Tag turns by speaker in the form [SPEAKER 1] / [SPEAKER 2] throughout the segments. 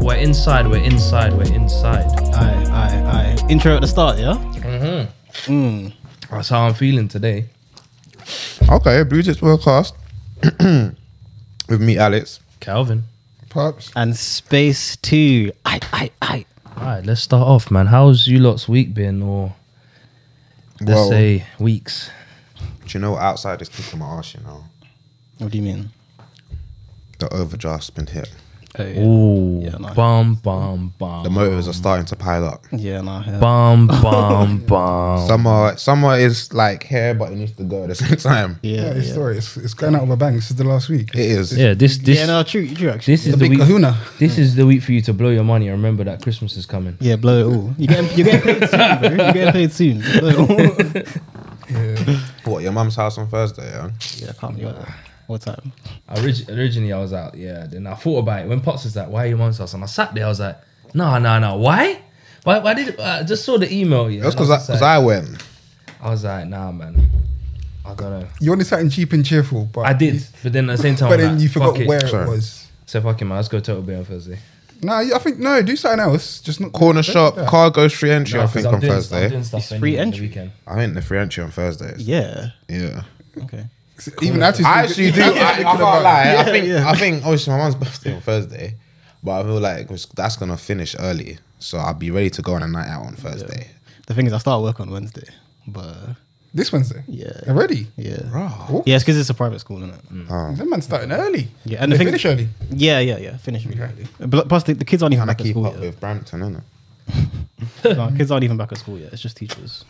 [SPEAKER 1] We're inside. We're inside. We're inside.
[SPEAKER 2] Aye, aye, aye. Intro at the start, yeah? Mm.
[SPEAKER 1] That's how I'm feeling today.
[SPEAKER 3] Okay, Blue Chips Podcast with me, Alex.
[SPEAKER 1] Calvin.
[SPEAKER 3] Pops.
[SPEAKER 2] And Space 2. Aye, aye, aye.
[SPEAKER 1] All right, let's start off, man. How's you lot's week been, or let's
[SPEAKER 3] Well-
[SPEAKER 1] say weeks?
[SPEAKER 3] Do you know what outside is kicking my ass, you know?
[SPEAKER 2] What do you mean?
[SPEAKER 3] The overdraft's been hit.
[SPEAKER 2] Oh, yeah.
[SPEAKER 1] Ooh,
[SPEAKER 2] Yeah, no.
[SPEAKER 1] bum, bum, bum,
[SPEAKER 3] The motors are starting to pile up.
[SPEAKER 2] Yeah, nah, yeah.
[SPEAKER 1] bum, bum, bum.
[SPEAKER 3] Summer, summer is like here, but it needs to go at the same time.
[SPEAKER 2] yeah,
[SPEAKER 4] Yeah,
[SPEAKER 2] yeah.
[SPEAKER 4] it's sorry, it's, it's going out of a bang. This is the last week.
[SPEAKER 3] It is.
[SPEAKER 1] Yeah, this, this,
[SPEAKER 2] yeah, no, true, true, actually.
[SPEAKER 1] this is the
[SPEAKER 4] The big
[SPEAKER 1] week.
[SPEAKER 4] kahuna.
[SPEAKER 1] This is the week for you to blow your money. and Remember that Christmas is coming.
[SPEAKER 2] Yeah, blow it all. You're getting, you're getting paid soon, bro. You're getting paid soon. Blow it all.
[SPEAKER 3] What, your mum's house on Thursday, yeah?
[SPEAKER 2] yeah, can't be like that. What time?
[SPEAKER 1] Orig- originally, I was out, yeah. Then I thought about it. When Pops was like, why are your mum's house? And I sat there, I was like, no, no, no. Why? Why, why did uh, I just saw the email? Yeah,
[SPEAKER 3] That's
[SPEAKER 1] and I
[SPEAKER 3] because
[SPEAKER 1] was
[SPEAKER 3] I,
[SPEAKER 1] just
[SPEAKER 3] 'cause
[SPEAKER 1] like-
[SPEAKER 3] I went.
[SPEAKER 1] I was like, nah, man. I don't know.
[SPEAKER 4] You only sat in cheap and cheerful, but
[SPEAKER 1] I did, but then at the same time,
[SPEAKER 4] but
[SPEAKER 1] I'm
[SPEAKER 4] then
[SPEAKER 1] like,
[SPEAKER 4] you
[SPEAKER 1] fuck
[SPEAKER 4] forgot
[SPEAKER 1] it.
[SPEAKER 4] where
[SPEAKER 3] Sorry.
[SPEAKER 4] it was.
[SPEAKER 1] So fuck it, man. Let's go Total Bay on Thursday.
[SPEAKER 4] Nah, you- I think no. Do something else. Just not
[SPEAKER 3] Corner shop, cargo free entry,
[SPEAKER 1] Nah,
[SPEAKER 3] I
[SPEAKER 1] 'cause
[SPEAKER 3] think,
[SPEAKER 1] I'm
[SPEAKER 3] on
[SPEAKER 1] doing- I'm
[SPEAKER 3] Thursday.
[SPEAKER 1] doing stuff
[SPEAKER 2] It's
[SPEAKER 1] anyway on
[SPEAKER 2] free
[SPEAKER 1] the
[SPEAKER 2] entry.
[SPEAKER 1] weekend.
[SPEAKER 3] I think the free entry on Thursdays.
[SPEAKER 2] Yeah.
[SPEAKER 3] yeah.
[SPEAKER 2] Okay.
[SPEAKER 4] Even that is
[SPEAKER 3] I actually do. I, I can't lie. I think.
[SPEAKER 2] yeah.
[SPEAKER 3] I think. Obviously, my mum's birthday on Thursday, but I feel like 'cause that's gonna finish early, so I'll be ready to go on a night out on Thursday.
[SPEAKER 2] The thing is, I start work on Wednesday, but uh,
[SPEAKER 4] This Wednesday.
[SPEAKER 2] Yeah.
[SPEAKER 4] Already.
[SPEAKER 2] yeah.
[SPEAKER 3] Bro.
[SPEAKER 2] Yeah, it's because it's a private school, isn't it?
[SPEAKER 4] That man's starting early.
[SPEAKER 2] Yeah, and the
[SPEAKER 4] they
[SPEAKER 2] thing-
[SPEAKER 4] finish early.
[SPEAKER 2] Yeah, yeah, yeah. Finish me.
[SPEAKER 4] Okay.
[SPEAKER 2] Plus, the, the kids aren't even
[SPEAKER 3] And I
[SPEAKER 2] back at
[SPEAKER 3] keep
[SPEAKER 2] school
[SPEAKER 3] up
[SPEAKER 2] yet.
[SPEAKER 3] with Brampton, innit?
[SPEAKER 2] no, kids aren't even back at school yet. It's just teachers.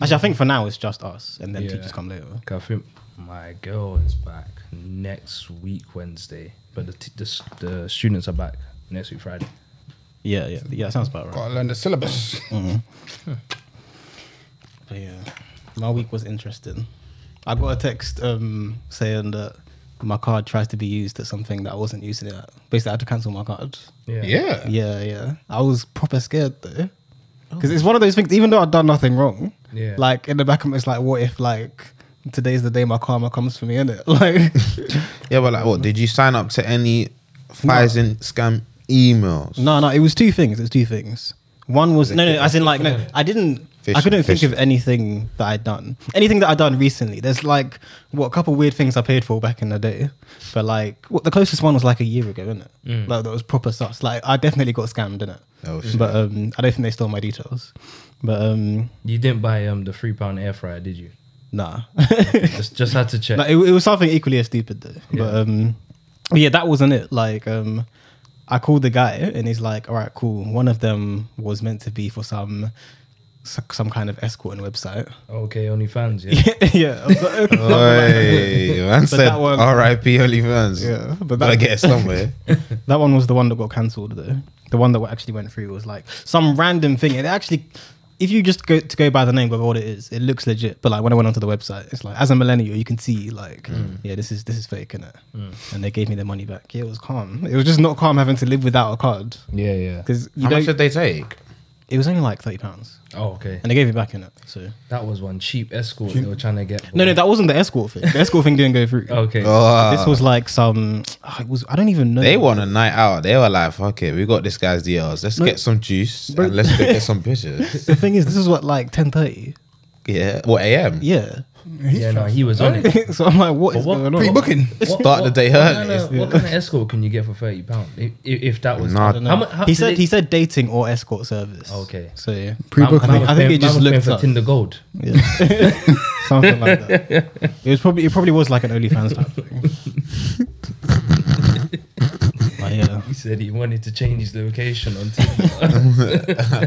[SPEAKER 2] Actually, I think for now it's just us, and then
[SPEAKER 1] Yeah.
[SPEAKER 2] teachers come later.
[SPEAKER 1] I think my girl is back next week Wednesday, but the t- the, s- the students are back next week Friday.
[SPEAKER 2] Yeah, yeah, yeah. That sounds about right.
[SPEAKER 4] Gotta learn the syllabus.
[SPEAKER 2] But yeah, my week was interesting. I got a text um, saying that my card tries to be used at something that I wasn't using it at. Basically, I had to cancel my card.
[SPEAKER 1] Yeah.
[SPEAKER 3] Yeah.
[SPEAKER 2] Yeah, yeah. I was proper scared though. Because it's one of those things, even though I've done nothing wrong,
[SPEAKER 1] Oh. Yeah.
[SPEAKER 2] like in the back of me, it's like, what if, like, today's the day my karma comes for me, innit? Like,
[SPEAKER 3] Yeah, but like, what? Did you sign up to any Pfizer scam emails?
[SPEAKER 2] No, no, it was two things. It was two things. One was no, no, as in like no, I didn't. I
[SPEAKER 3] Fishing,
[SPEAKER 2] couldn't think
[SPEAKER 3] fishing.
[SPEAKER 2] of anything that I'd done. Anything that I'd done recently. There's like what a couple weird things I paid for back in the day, but like what the closest one was like a year ago, isn't it? Like that was proper sus. Like I definitely got scammed, didn't it?
[SPEAKER 3] Mm. Oh, shit.
[SPEAKER 2] But um, I don't think they stole my details. But um,
[SPEAKER 1] You didn't buy um the three pound air fryer, did you?
[SPEAKER 2] nah.
[SPEAKER 1] Just just had to check.
[SPEAKER 2] Like, it, it was something equally as stupid though. But um, but yeah, that wasn't it. Like um, I called the guy and he's like, "All right, cool." One of them was meant to be for some s- some kind of escorting website.
[SPEAKER 1] okay, OnlyFans. Yeah.
[SPEAKER 2] yeah, I was like,
[SPEAKER 3] Oi, man said
[SPEAKER 2] that one-
[SPEAKER 3] R.I.P. Only fans.
[SPEAKER 2] Yeah, but
[SPEAKER 3] gotta
[SPEAKER 2] that-
[SPEAKER 3] get it somewhere.
[SPEAKER 2] that one was the one that got cancelled though. The one that actually went through was like some random thing. It actually. If you just go to go by the name of what it is, it looks legit. But like when I went onto the website, it's like as a millennial, you can see like,
[SPEAKER 3] Mm.
[SPEAKER 2] yeah, this is this is fake, innit? And they gave me their money back. Yeah, it was calm. It was just not calm having to live without a card.
[SPEAKER 1] yeah, yeah.
[SPEAKER 2] Because you
[SPEAKER 3] How
[SPEAKER 2] know,
[SPEAKER 3] much did they take?
[SPEAKER 2] it was only like thirty pounds,
[SPEAKER 1] Oh, okay.
[SPEAKER 2] and they gave it back in it. So
[SPEAKER 1] That was one cheap escort they were trying to get.
[SPEAKER 2] no, no, that wasn't the escort thing. The escort thing didn't go through.
[SPEAKER 1] Okay.
[SPEAKER 3] Oh,
[SPEAKER 2] This was like some. ah, It was I don't even know.
[SPEAKER 3] They want a night out. They were like, "Fuck it, we got this guy's DLs. Let's get some juice and let's go get some bitches."
[SPEAKER 2] The thing is, this was what like ten thirty.
[SPEAKER 3] Yeah, what AM?
[SPEAKER 2] Yeah.
[SPEAKER 1] yeah, no, he was on it.
[SPEAKER 2] so I'm like, what is
[SPEAKER 1] what-
[SPEAKER 2] going on?
[SPEAKER 4] Pre-booking.
[SPEAKER 1] What-
[SPEAKER 3] Start the
[SPEAKER 1] what-
[SPEAKER 3] day
[SPEAKER 1] no,
[SPEAKER 3] early.
[SPEAKER 1] no, What kind of escort can you get for thirty pound? If, if if that was
[SPEAKER 3] Nah.
[SPEAKER 1] how, mu- how-
[SPEAKER 2] He
[SPEAKER 1] did
[SPEAKER 2] said
[SPEAKER 1] it-
[SPEAKER 2] he said dating or escort service.
[SPEAKER 1] Okay.
[SPEAKER 2] So yeah,
[SPEAKER 1] Man-
[SPEAKER 4] Pre-booking.
[SPEAKER 1] man was
[SPEAKER 2] I think
[SPEAKER 1] paying-
[SPEAKER 2] it just
[SPEAKER 1] man was paying
[SPEAKER 2] looked
[SPEAKER 1] for
[SPEAKER 2] up.
[SPEAKER 1] Tinder Gold.
[SPEAKER 2] yeah. something like that. It was probably it probably was like an OnlyFans type thing. but yeah,
[SPEAKER 1] He said he wanted to change his location on Tinder.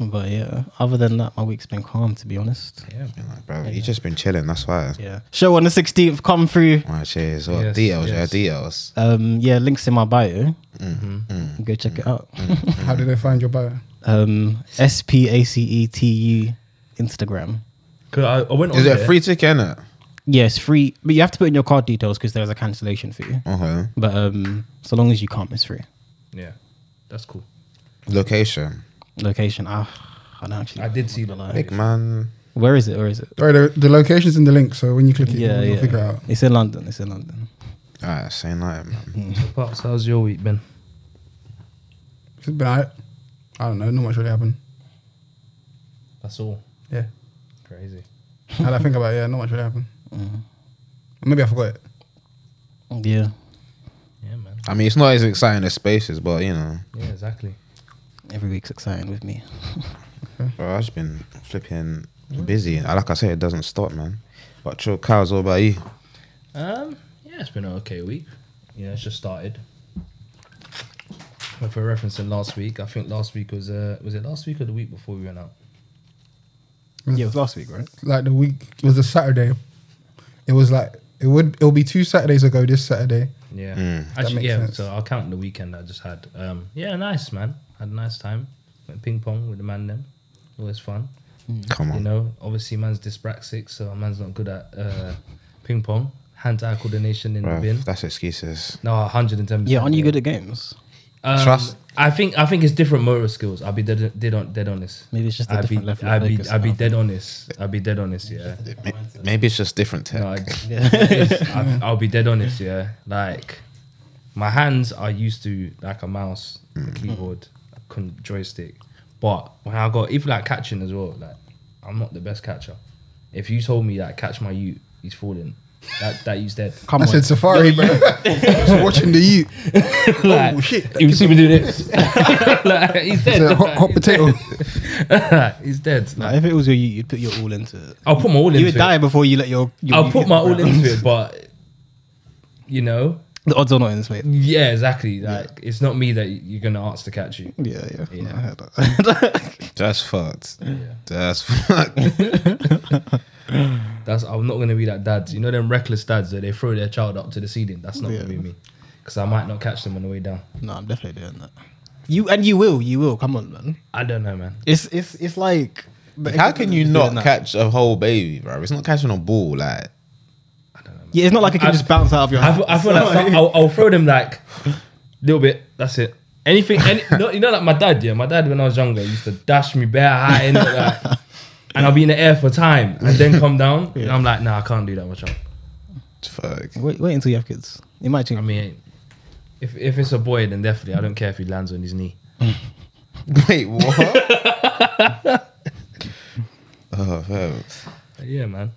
[SPEAKER 2] but yeah. Other than that, my week's been calm to be honest.
[SPEAKER 1] yeah,
[SPEAKER 3] Been Like, bro, you just been chilling. That's why.
[SPEAKER 2] Yeah. Show on the 16th, come through.
[SPEAKER 3] My cheers. What
[SPEAKER 1] Yes,
[SPEAKER 3] DLs?
[SPEAKER 1] yes.
[SPEAKER 3] Yeah, DLs.
[SPEAKER 2] Um, yeah, links in my bio.
[SPEAKER 1] Mm-hmm.
[SPEAKER 2] Go check it out.
[SPEAKER 4] How did they find your bio?
[SPEAKER 2] Um, S P A C E T U Instagram.
[SPEAKER 1] 'Cause I, I went on
[SPEAKER 3] Is it
[SPEAKER 1] there.
[SPEAKER 3] a free ticket? Innit?
[SPEAKER 2] Yes, free, but you have to put in your card details because there's a cancellation fee.
[SPEAKER 3] Okay.
[SPEAKER 2] But um, so long as you can't, it's free.
[SPEAKER 1] Yeah, that's cool.
[SPEAKER 3] Location.
[SPEAKER 2] Location, ah, I don't actually.
[SPEAKER 1] I did see the
[SPEAKER 3] Big
[SPEAKER 1] line.
[SPEAKER 3] man.
[SPEAKER 2] Where is it? Where is it?
[SPEAKER 4] Sorry, the, the location's in the link, so when you click it,
[SPEAKER 2] Yeah,
[SPEAKER 4] you'll
[SPEAKER 2] yeah.
[SPEAKER 4] figure it out.
[SPEAKER 2] It's in London. It's in London.
[SPEAKER 3] Alright, say nothing, man.
[SPEAKER 1] Pops, how's your week been?
[SPEAKER 4] It's been alright. I don't know. Not much really happened.
[SPEAKER 1] That's all.
[SPEAKER 4] Yeah.
[SPEAKER 1] Crazy.
[SPEAKER 4] Now that I think about it, yeah, not much really happened.
[SPEAKER 2] Mm.
[SPEAKER 4] Maybe I forgot it.
[SPEAKER 2] Yeah.
[SPEAKER 1] Yeah, man.
[SPEAKER 3] I mean, it's not as exciting as spaces, but you know,
[SPEAKER 1] Yeah, exactly.
[SPEAKER 2] Every week's exciting with me.
[SPEAKER 3] bro, I've just been flipping busy. Uh, Like I said, it doesn't stop, man. But chill, cows. What about you?
[SPEAKER 1] Um, yeah, it's been an okay week. You know, it's just started. But for referencing last week, I think last week was uh was it last week or the week before we went out?
[SPEAKER 2] Yeah, it was last week, right?
[SPEAKER 4] Like the week it was a Saturday. It was like it would it'll be two Saturdays ago this Saturday.
[SPEAKER 1] Yeah.
[SPEAKER 3] Mm.
[SPEAKER 1] Actually,
[SPEAKER 4] makes
[SPEAKER 1] yeah.
[SPEAKER 4] sense.
[SPEAKER 1] So I'll count the weekend I just had. Um, yeah, nice man. Had a nice time. Went ping pong with the man them. Always fun.
[SPEAKER 3] Come
[SPEAKER 1] You
[SPEAKER 3] on.
[SPEAKER 1] know, obviously man's dyspraxic, so man's not good at uh, ping pong. Hand-eye coordination in the
[SPEAKER 3] Bro,
[SPEAKER 1] bin.
[SPEAKER 3] that's excuses.
[SPEAKER 1] No, 110.
[SPEAKER 2] Yeah, aren't you good at games?
[SPEAKER 1] Um,
[SPEAKER 3] Trust.
[SPEAKER 1] I think I think it's different motor skills. I'll be dead, dead on dead honest.
[SPEAKER 2] Maybe it's just a
[SPEAKER 1] I'll be
[SPEAKER 2] different level of
[SPEAKER 1] I'll be
[SPEAKER 2] focus
[SPEAKER 1] I'll be
[SPEAKER 2] now.
[SPEAKER 1] dead honest. I'll be dead honest. Yeah.
[SPEAKER 3] May- Maybe it's just different tech.
[SPEAKER 1] No, I, I, I'll be dead honest. Yeah. Like my hands are used to like a mouse,
[SPEAKER 4] Mm.
[SPEAKER 1] a keyboard, a con- joystick. But when I got even like catching as well, like I'm not the best catcher. If you told me like catch my ute, he's falling. That that ute's dead.
[SPEAKER 2] Come
[SPEAKER 4] I
[SPEAKER 2] on.
[SPEAKER 4] said Safari, bro. Just watching the you.
[SPEAKER 1] like,
[SPEAKER 4] Oh shit.
[SPEAKER 1] You see me do this? like, he's
[SPEAKER 4] It's
[SPEAKER 1] dead.
[SPEAKER 4] a hot, hot potato.
[SPEAKER 1] he's dead.
[SPEAKER 2] Like, if it was your you, you'd put your all into it.
[SPEAKER 1] I'll put my all
[SPEAKER 2] You
[SPEAKER 1] into
[SPEAKER 2] would
[SPEAKER 1] it.
[SPEAKER 2] die before you let your. your
[SPEAKER 1] I'll
[SPEAKER 2] you
[SPEAKER 1] put
[SPEAKER 2] hit
[SPEAKER 1] my
[SPEAKER 2] the
[SPEAKER 1] all
[SPEAKER 2] ground.
[SPEAKER 1] into it, but you know,
[SPEAKER 2] The odds are not in this way.
[SPEAKER 1] yeah, exactly. Like it's not me that you're gonna ask to catch you.
[SPEAKER 2] Yeah, yeah.
[SPEAKER 1] Yeah.
[SPEAKER 2] No, I heard that.
[SPEAKER 3] That's fucked.
[SPEAKER 1] Yeah.
[SPEAKER 3] That's fucked.
[SPEAKER 1] That's I'm not gonna be that dads. You know them reckless dads that they throw their child up to the ceiling. That's not
[SPEAKER 2] Yeah.
[SPEAKER 1] gonna be me, because I might not catch them on the way down.
[SPEAKER 2] no, I'm definitely doing that. You and you will, you will. Come on, man.
[SPEAKER 1] I don't know, man.
[SPEAKER 2] It's it's it's like.
[SPEAKER 3] How can you
[SPEAKER 2] Doing
[SPEAKER 3] not
[SPEAKER 2] that.
[SPEAKER 3] catch a whole baby, bro? It's not catching a ball, like.
[SPEAKER 2] Yeah, it's not like it can
[SPEAKER 1] I-
[SPEAKER 2] just bounce out of your
[SPEAKER 1] I
[SPEAKER 2] hand.
[SPEAKER 1] feel, I feel like some- I'll, I'll throw them like a little bit. That's it. Anything, any, no, you know, like my dad. Yeah, my dad when I was younger used to dash me bare high and like, and I'll be in the air for time and then come down. And I'm like, nah, I can't do that, my child.
[SPEAKER 3] Fuck.
[SPEAKER 2] Wait, wait until you have kids. It might change.
[SPEAKER 1] I mean, if if it's a boy, then definitely I don't care if he lands on his knee.
[SPEAKER 3] Wait, what? oh, fam.
[SPEAKER 1] But yeah, man,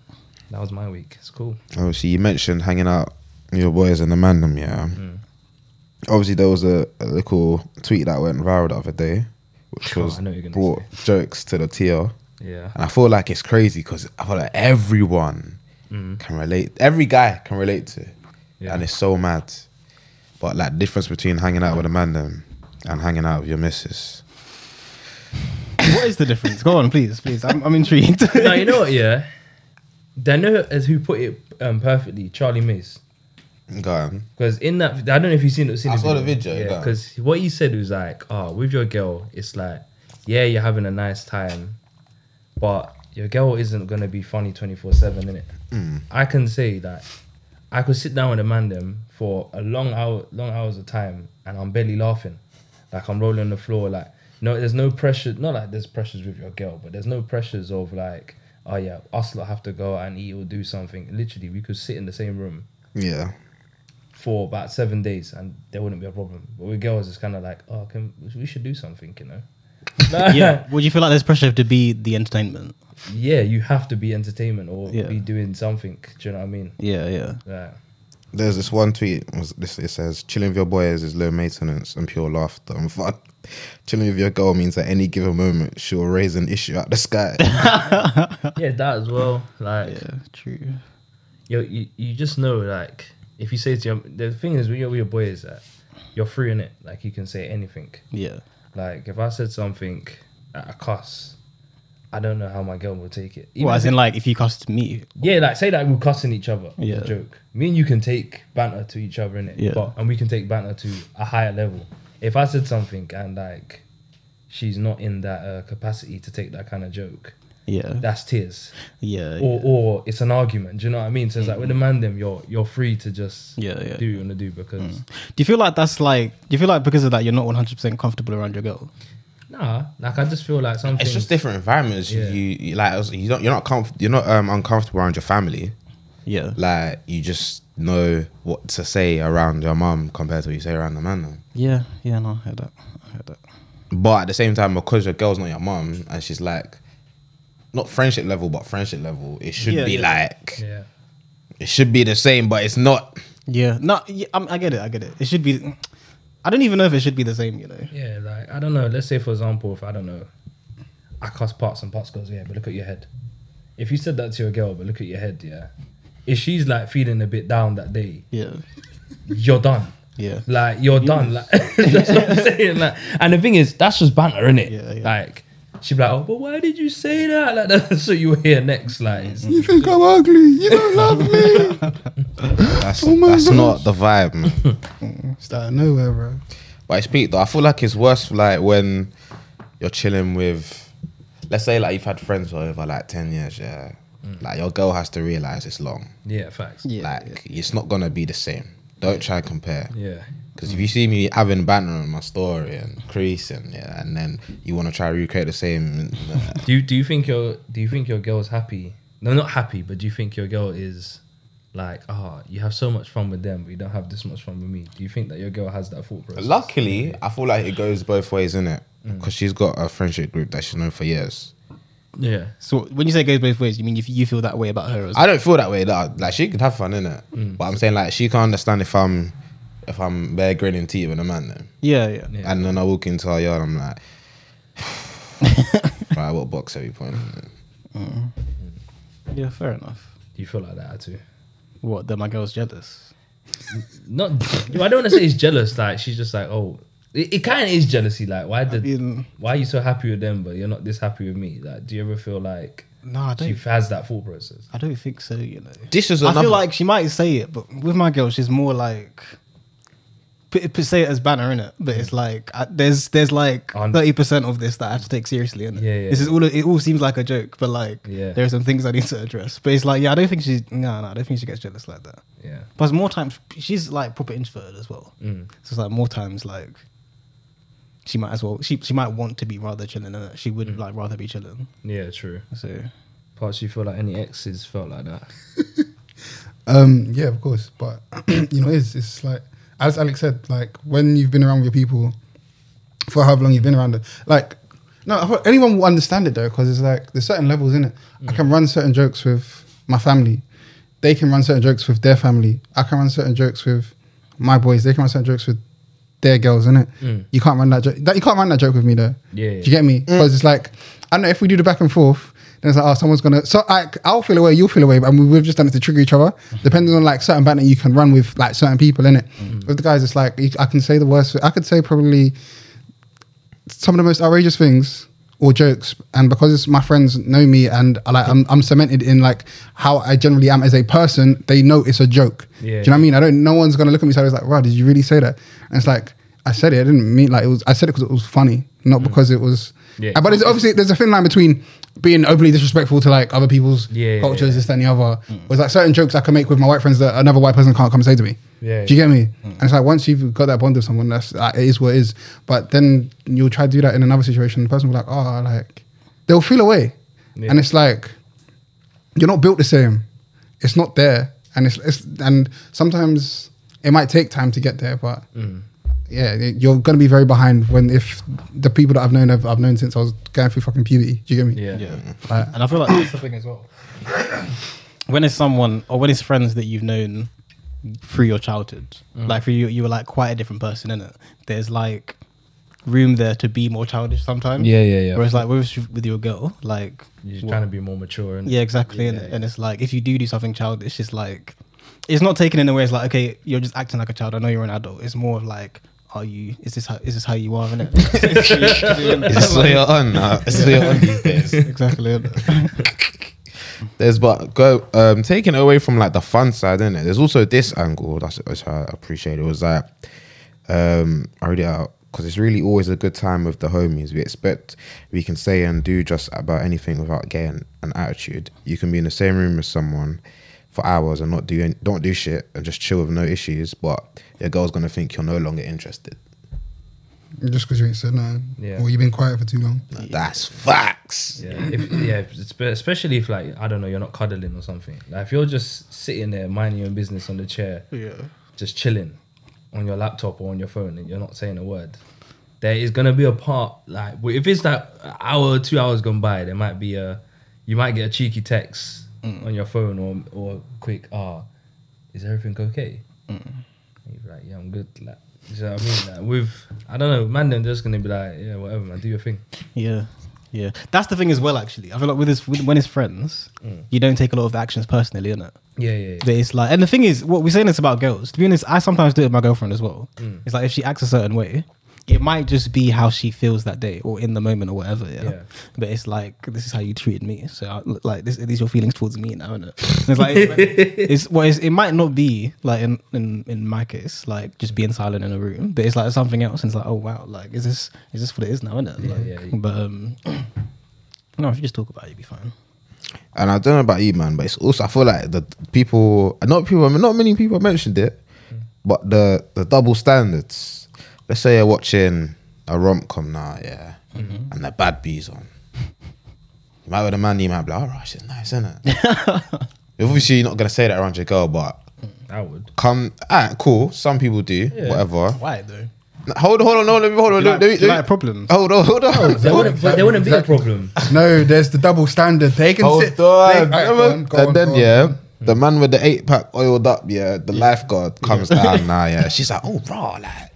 [SPEAKER 1] that was my week. It's cool.
[SPEAKER 3] obviously you mentioned hanging out with your boys in the mandem, yeah.
[SPEAKER 1] Mm.
[SPEAKER 3] Obviously there was a, a little tweet that went viral the other day, which
[SPEAKER 1] Oh,
[SPEAKER 3] was
[SPEAKER 1] I know what you're gonna
[SPEAKER 3] brought jokes to the TL.
[SPEAKER 1] Yeah,
[SPEAKER 3] And I feel like it's crazy because I feel like everyone can relate. Every guy can relate to, it.
[SPEAKER 1] Mm. Yeah.
[SPEAKER 3] and it's so mad. But like difference between hanging out with a man then and hanging out with your missus.
[SPEAKER 2] What is the difference? Go on, please, please. I'm, I'm intrigued.
[SPEAKER 1] no, you know what? Yeah, they know as who put it um, perfectly, Charlie Mays.
[SPEAKER 3] Go on.
[SPEAKER 1] Because in that, I don't know if you've seen, seen
[SPEAKER 3] I saw the video,
[SPEAKER 1] Yeah,
[SPEAKER 3] yeah.
[SPEAKER 1] because what he said was like, oh, with your girl, it's like, yeah, you're having a nice time, but your girl isn't gonna be funny twenty four seven, innit?
[SPEAKER 3] Hmm.
[SPEAKER 1] I can say that I could sit down with a man them for a long hour, long hours of time, and I'm barely laughing, like I'm rolling on the floor, like no, there's no pressure. Not like there's pressures with your girl, but there's no pressures of like, oh yeah, us lot have to go out and eat or do something. Literally, we could sit in the same room
[SPEAKER 3] Yeah.
[SPEAKER 1] for about seven days and there wouldn't be a problem. But with girls, it's kind of like, oh, can we should do something, you know?
[SPEAKER 2] yeah. Would you feel like there's pressure to be the entertainment?
[SPEAKER 1] yeah, you have to be entertainment or
[SPEAKER 2] Yeah.
[SPEAKER 1] be doing something. Do you know what I mean?
[SPEAKER 2] Yeah, yeah.
[SPEAKER 1] Yeah.
[SPEAKER 3] There's this one tweet. Was this? It says, "Chilling with your boys is low maintenance and pure laughter and fun. Chilling with your girl means at any given moment she'll raise an issue out the sky."
[SPEAKER 1] yeah, that as well. Like,
[SPEAKER 2] Yeah, true.
[SPEAKER 1] yo, you, you just know, like, if you say to your, the thing is, when you're with your boy, is that you're free in it. Like, you can say anything.
[SPEAKER 2] Yeah.
[SPEAKER 1] Like, if I said something at a cuss, I don't know how my girl will take it. Even
[SPEAKER 2] well,
[SPEAKER 1] if
[SPEAKER 2] as in, like, if you cost me,
[SPEAKER 1] Yeah, like say that we're cussing each other. Yeah.
[SPEAKER 2] Yeah.
[SPEAKER 1] Joke. Me and you can take banter to each other in it.
[SPEAKER 2] Yeah.
[SPEAKER 1] But and we can take banter to a higher level. If I said something and like she's not in that uh, capacity to take that kind of joke,
[SPEAKER 2] yeah,
[SPEAKER 1] that's tears.
[SPEAKER 2] yeah,
[SPEAKER 1] Or or it's an argument. Do you know what I mean? So it's like with a man them, you're you're free to just
[SPEAKER 2] Yeah, yeah, Mm.
[SPEAKER 1] do what you wanna do because
[SPEAKER 2] Do you feel like that's like? Do you feel like because of that you're not 100 percent comfortable around your girl?
[SPEAKER 1] nah, like I just feel like something
[SPEAKER 3] it's just different environments. You
[SPEAKER 1] Yeah.
[SPEAKER 3] You, you like you don't you're not comf- you're not um, uncomfortable around your family.
[SPEAKER 2] Yeah,
[SPEAKER 3] Like you just know what to say around your mum compared to what you say around the man. Though.
[SPEAKER 2] Yeah, yeah, no, I heard that. I heard that.
[SPEAKER 3] But at the same time, because your girl's not your mum and she's like, not friendship level, but friendship level, it should
[SPEAKER 2] Yeah,
[SPEAKER 3] be
[SPEAKER 2] yeah.
[SPEAKER 3] like,
[SPEAKER 1] Yeah.
[SPEAKER 3] it should be the same, but it's not.
[SPEAKER 2] Yeah, no, yeah, I'm, I get it. I get it. It should be. I don't even know if it should be the same. You know.
[SPEAKER 1] Yeah, like I don't know. Let's say for example, if I don't know, I cuss parts and parts goes, yeah, but look at your head. If you said that to your girl, but look at your head, yeah. If she's like feeling a bit down that day,
[SPEAKER 2] Yeah.
[SPEAKER 1] you're done.
[SPEAKER 2] Yeah.
[SPEAKER 1] Like you're done. Like that's what I'm saying. Like, and the thing is, that's just banter, innit?
[SPEAKER 2] Yeah, yeah.
[SPEAKER 1] Like she'd be like, oh, but why did you say that? Like that's what you will hear next. Like it's-
[SPEAKER 2] Mm-hmm.
[SPEAKER 4] You think I'm ugly? You don't love me.
[SPEAKER 3] That's,
[SPEAKER 4] Oh my
[SPEAKER 3] that's
[SPEAKER 4] gosh.
[SPEAKER 3] not the vibe, man.
[SPEAKER 4] It's out of nowhere, bro.
[SPEAKER 3] But I speak though. I feel like it's worse like when you're chilling with, let's say like you've had friends for over like ten years, yeah. Like your girl has to realize it's long.
[SPEAKER 1] yeah, facts.
[SPEAKER 2] Mm. Yeah.
[SPEAKER 3] like it's not gonna be the same. Don't try and compare.
[SPEAKER 1] Yeah.
[SPEAKER 3] Because if you see me having banner on my story and creasing, yeah, and then you want to try and recreate the same, uh, nah.
[SPEAKER 1] Do you do you think your do you think your girl's happy? No, not happy, but do you think your girl is like, ah, you have so much fun with them, but you don't have this much fun with me? Do you think that your girl has that thought process?
[SPEAKER 3] Luckily, I feel like it goes both ways, innit?
[SPEAKER 2] Mm.
[SPEAKER 3] Because she's got a friendship group that she's known for years.
[SPEAKER 1] Yeah.
[SPEAKER 2] So when you say it goes both ways, you mean you, you feel that way about her as well?
[SPEAKER 3] I don't feel that way. That like she could have fun, innit? it. But I'm saying like she can't understand if I'm if I'm bare grinning teeth with a man then.
[SPEAKER 2] Yeah, yeah.
[SPEAKER 1] Yeah.
[SPEAKER 3] And then I walk into our yard, I'm like, right, what box are you pointing? at?"
[SPEAKER 2] Yeah, fair enough.
[SPEAKER 1] Do you feel like that too?
[SPEAKER 2] What? That my girl's jealous.
[SPEAKER 1] Not. I don't want to say it's jealous. Like she's just like, oh, it, it kind of is jealousy. Like why did
[SPEAKER 2] mean-
[SPEAKER 1] why are you so happy with them, but you're not this happy with me? Like, do you ever feel like
[SPEAKER 2] No, I
[SPEAKER 1] she
[SPEAKER 2] don't.
[SPEAKER 1] has that thought process?
[SPEAKER 2] I don't think so. You know.
[SPEAKER 3] This is
[SPEAKER 2] I
[SPEAKER 3] another-
[SPEAKER 2] feel like she might say it, but with my girl, she's more like. Put, put, say it as banner in it, but it's like I, there's there's like
[SPEAKER 1] Un-
[SPEAKER 2] thirty percent of this that I have to take seriously in it.
[SPEAKER 1] Yeah, yeah,
[SPEAKER 2] This is
[SPEAKER 1] yeah.
[SPEAKER 2] all it all seems like a joke, but like
[SPEAKER 1] Yeah.
[SPEAKER 2] there are some things I need to address. But it's like yeah, I don't think she's no no, I don't think she gets jealous like that.
[SPEAKER 1] Yeah.
[SPEAKER 2] But more times she's like proper introverted as well.
[SPEAKER 1] Mm.
[SPEAKER 2] So it's like more times like she might as well she she might want to be rather chilling and she would
[SPEAKER 1] Mm.
[SPEAKER 2] like rather be chilling.
[SPEAKER 1] Yeah. True.
[SPEAKER 2] So
[SPEAKER 1] Parts you feel like any exes felt like that.
[SPEAKER 4] Um, yeah, of course, but you know, it's it's like as Alex said, like when you've been around with your people for however long you've been around them, like no, I thought anyone will understand it though, because it's like there's certain levels in it. I can run certain jokes with my family, they can run certain jokes with their family. I can run certain jokes with my boys. They can run certain jokes with their girls, innit?
[SPEAKER 1] Mm.
[SPEAKER 4] You can't run that joke. That, you can't run that joke with me though.
[SPEAKER 1] Yeah,
[SPEAKER 4] Do
[SPEAKER 1] yeah.
[SPEAKER 4] you get me? Because it's like I don't know if we do the back and forth, then it's like oh someone's gonna. So I, I'll feel away, you'll feel away, and we, we've just done it to trigger each other.
[SPEAKER 1] Mm-hmm.
[SPEAKER 4] Depending on like certain banter you can run with like certain people, innit?
[SPEAKER 1] Mm-hmm.
[SPEAKER 4] With the guys, it's like you- I can say the worst. I could say probably some of the most outrageous things or jokes and because it's my friends know me and I, like I'm, I'm cemented in like how I generally am as a person they know it's a joke
[SPEAKER 1] Yeah.
[SPEAKER 4] do you know what I mean I don't no one's gonna look at me so it's like wow did you really say that and it's like I said it I didn't mean like it was I said it because it was funny not because it was
[SPEAKER 1] Mm. Yeah.
[SPEAKER 4] but it's obviously there's a thin line between being openly disrespectful to like other people's
[SPEAKER 1] Yeah, yeah,
[SPEAKER 4] cultures
[SPEAKER 1] yeah. Mm.
[SPEAKER 4] this that and the other was like certain jokes I can make with my white friends that another white person can't come say to me
[SPEAKER 1] Yeah,
[SPEAKER 4] do you get me? And it's like once you've got that bond with someone, that's like, it is what it is. But then you'll try to do that in another situation. The person will be like, oh, like they'll feel away,
[SPEAKER 1] Yeah.
[SPEAKER 4] and it's like you're not built the same. It's not there, and it's, it's and sometimes it might take time to get there, but.
[SPEAKER 1] Mm.
[SPEAKER 4] Yeah, you're gonna be very behind when if the people that I've known have I've known since I was going through fucking puberty. Do you get me?
[SPEAKER 1] Yeah.
[SPEAKER 2] yeah.
[SPEAKER 4] Like,
[SPEAKER 2] And I feel like that's the thing as well. When it's someone or when it's friends that you've known through your childhood,
[SPEAKER 1] Mm.
[SPEAKER 2] like for you, you were like quite a different person in it. There's like room there to be more childish sometimes.
[SPEAKER 1] Yeah, yeah, yeah.
[SPEAKER 2] Whereas like with with your girl, like
[SPEAKER 1] You're
[SPEAKER 2] what-
[SPEAKER 1] trying to be more mature. And
[SPEAKER 2] yeah, exactly. and,
[SPEAKER 1] Yeah,
[SPEAKER 2] and it's like if you do do something childish, it's like it's not taken in a way. It's like okay, you're just acting like a child. I know you're an adult. It's more of like. Are you? Is this how? Is this how you are? Innit?
[SPEAKER 3] so you're on now. So you're on these days.
[SPEAKER 2] exactly. innit?
[SPEAKER 3] There's but go um taking it away from like the fun side, isn't it? There's also this angle that's, that's how I appreciate it was that um I read it out because it's really always a good time with the homies. We expect we can say and do just about anything without getting an attitude. You can be in the same room with someone for hours and not do any, don't do shit and just chill with no issues, but your girl's gonna think you're no longer interested.
[SPEAKER 4] just because you ain't said nothing,
[SPEAKER 1] Yeah.
[SPEAKER 4] or you've been quiet for too long.
[SPEAKER 3] Like, That's fat. facts.
[SPEAKER 1] Yeah, if, yeah, if- it's- but especially if like I don't know, you're not cuddling or something. Like if you're just sitting there minding your own business on the chair,
[SPEAKER 2] Yeah.
[SPEAKER 1] just chilling on your laptop or on your phone, and you're not saying a word, there is gonna be a part like w- if it's that hour, two hours gone by, there might be a you might get a cheeky text on your phone or or quick ah, is everything okay? And you're like yeah, I'm good. Like, do you know what I mean? Like, with I don't know, man, they're just gonna be like yeah, whatever, man, do your thing.
[SPEAKER 2] Yeah, yeah. That's the thing as well. Actually, I feel like with his with, when it's friends, you don't take a lot of actions personally, innit?
[SPEAKER 1] Yeah, yeah,
[SPEAKER 2] But it's like, and the thing is, what we're saying is about girls. To be honest, I sometimes do it with my girlfriend as well. It's like if she acts a certain way, it might just be how she feels that day or in the moment or whatever. Yeah.
[SPEAKER 1] Yeah.
[SPEAKER 2] But it's like this is how you treated me, so I, like this, these are your feelings towards me now, innit? And it's like it's well, it's, it might not be like in, in in my case, like just being silent in a room, but it's like something else, and it's like, oh wow, like is this is this what it is now, innit? Like,
[SPEAKER 1] yeah.
[SPEAKER 2] But um, no, if you just talk about it, you'll be fine.
[SPEAKER 3] And I don't know about you, man, but it's also I feel like the people, not people, not many people mentioned it, but the the double standards. Let's say you're watching a rom com now, yeah,
[SPEAKER 2] Mm-hmm.
[SPEAKER 3] and the bad bees on. You might be the man, you might be like, all right, she's nice, isn't it? Obviously, you're not gonna say that around your girl, but
[SPEAKER 1] I would.
[SPEAKER 3] come, alright, cool. Some people do, whatever.
[SPEAKER 2] Why though?
[SPEAKER 3] No, Hold on, hold on, no, let me hold on.
[SPEAKER 2] Do you
[SPEAKER 3] let me-
[SPEAKER 2] like- do you
[SPEAKER 3] let me-
[SPEAKER 2] like problems? Oh,
[SPEAKER 3] Hold on, hold on.
[SPEAKER 1] There wouldn't, but there wouldn't be a problem.
[SPEAKER 4] No, there's the double standard. They can
[SPEAKER 3] Hold
[SPEAKER 4] sit.
[SPEAKER 3] on.
[SPEAKER 4] they- alright, go on, go on,
[SPEAKER 3] and then,
[SPEAKER 4] go on.
[SPEAKER 3] yeah, the man with the eight pack oiled up, yeah, the lifeguard comes down now, yeah. She's like, oh, bro, like,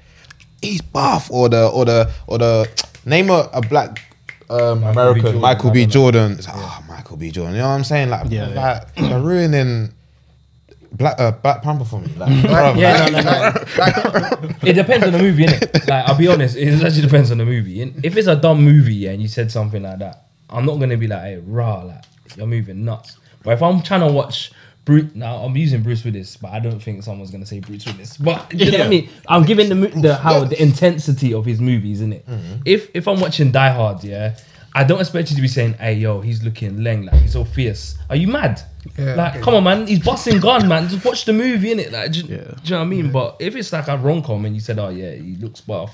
[SPEAKER 3] he's buff. Or the, or the, or the, name a, a black um, American,
[SPEAKER 1] Jordan,
[SPEAKER 3] Michael
[SPEAKER 1] I
[SPEAKER 3] B.
[SPEAKER 1] don't know.
[SPEAKER 3] Jordan. It's like, oh, Michael B. Jordan. You know what I'm saying? Like,
[SPEAKER 2] Yeah,
[SPEAKER 3] like they're ruining Black, uh, black Panther for me. Like, bruv,
[SPEAKER 1] Yeah,
[SPEAKER 3] like,
[SPEAKER 1] no, no, no. it depends on the movie, innit? Like, I'll be honest, it actually depends on the movie. And if it's a dumb movie yeah, and you said something like that, I'm not gonna be like, hey, rah, like you're moving nuts. But if I'm trying to watch Bruce, now I'm using Bruce Willis, but I don't think someone's gonna say Bruce Willis. But you know what I mean? I'm giving the mo- the how the intensity of his movies, innit? If if I'm watching Die Hard, yeah. I don't expect you to be saying, "Hey, yo, he's looking leng like he's so fierce." Are you mad?
[SPEAKER 4] Yeah,
[SPEAKER 1] like,
[SPEAKER 4] okay.
[SPEAKER 1] come on, Oh, man, he's busting gun, man. Just watch the movie, innit? Like, do,
[SPEAKER 2] Yeah.
[SPEAKER 1] do you know what I mean? But if it's like a rom com and you said, oh yeah, he looks buff,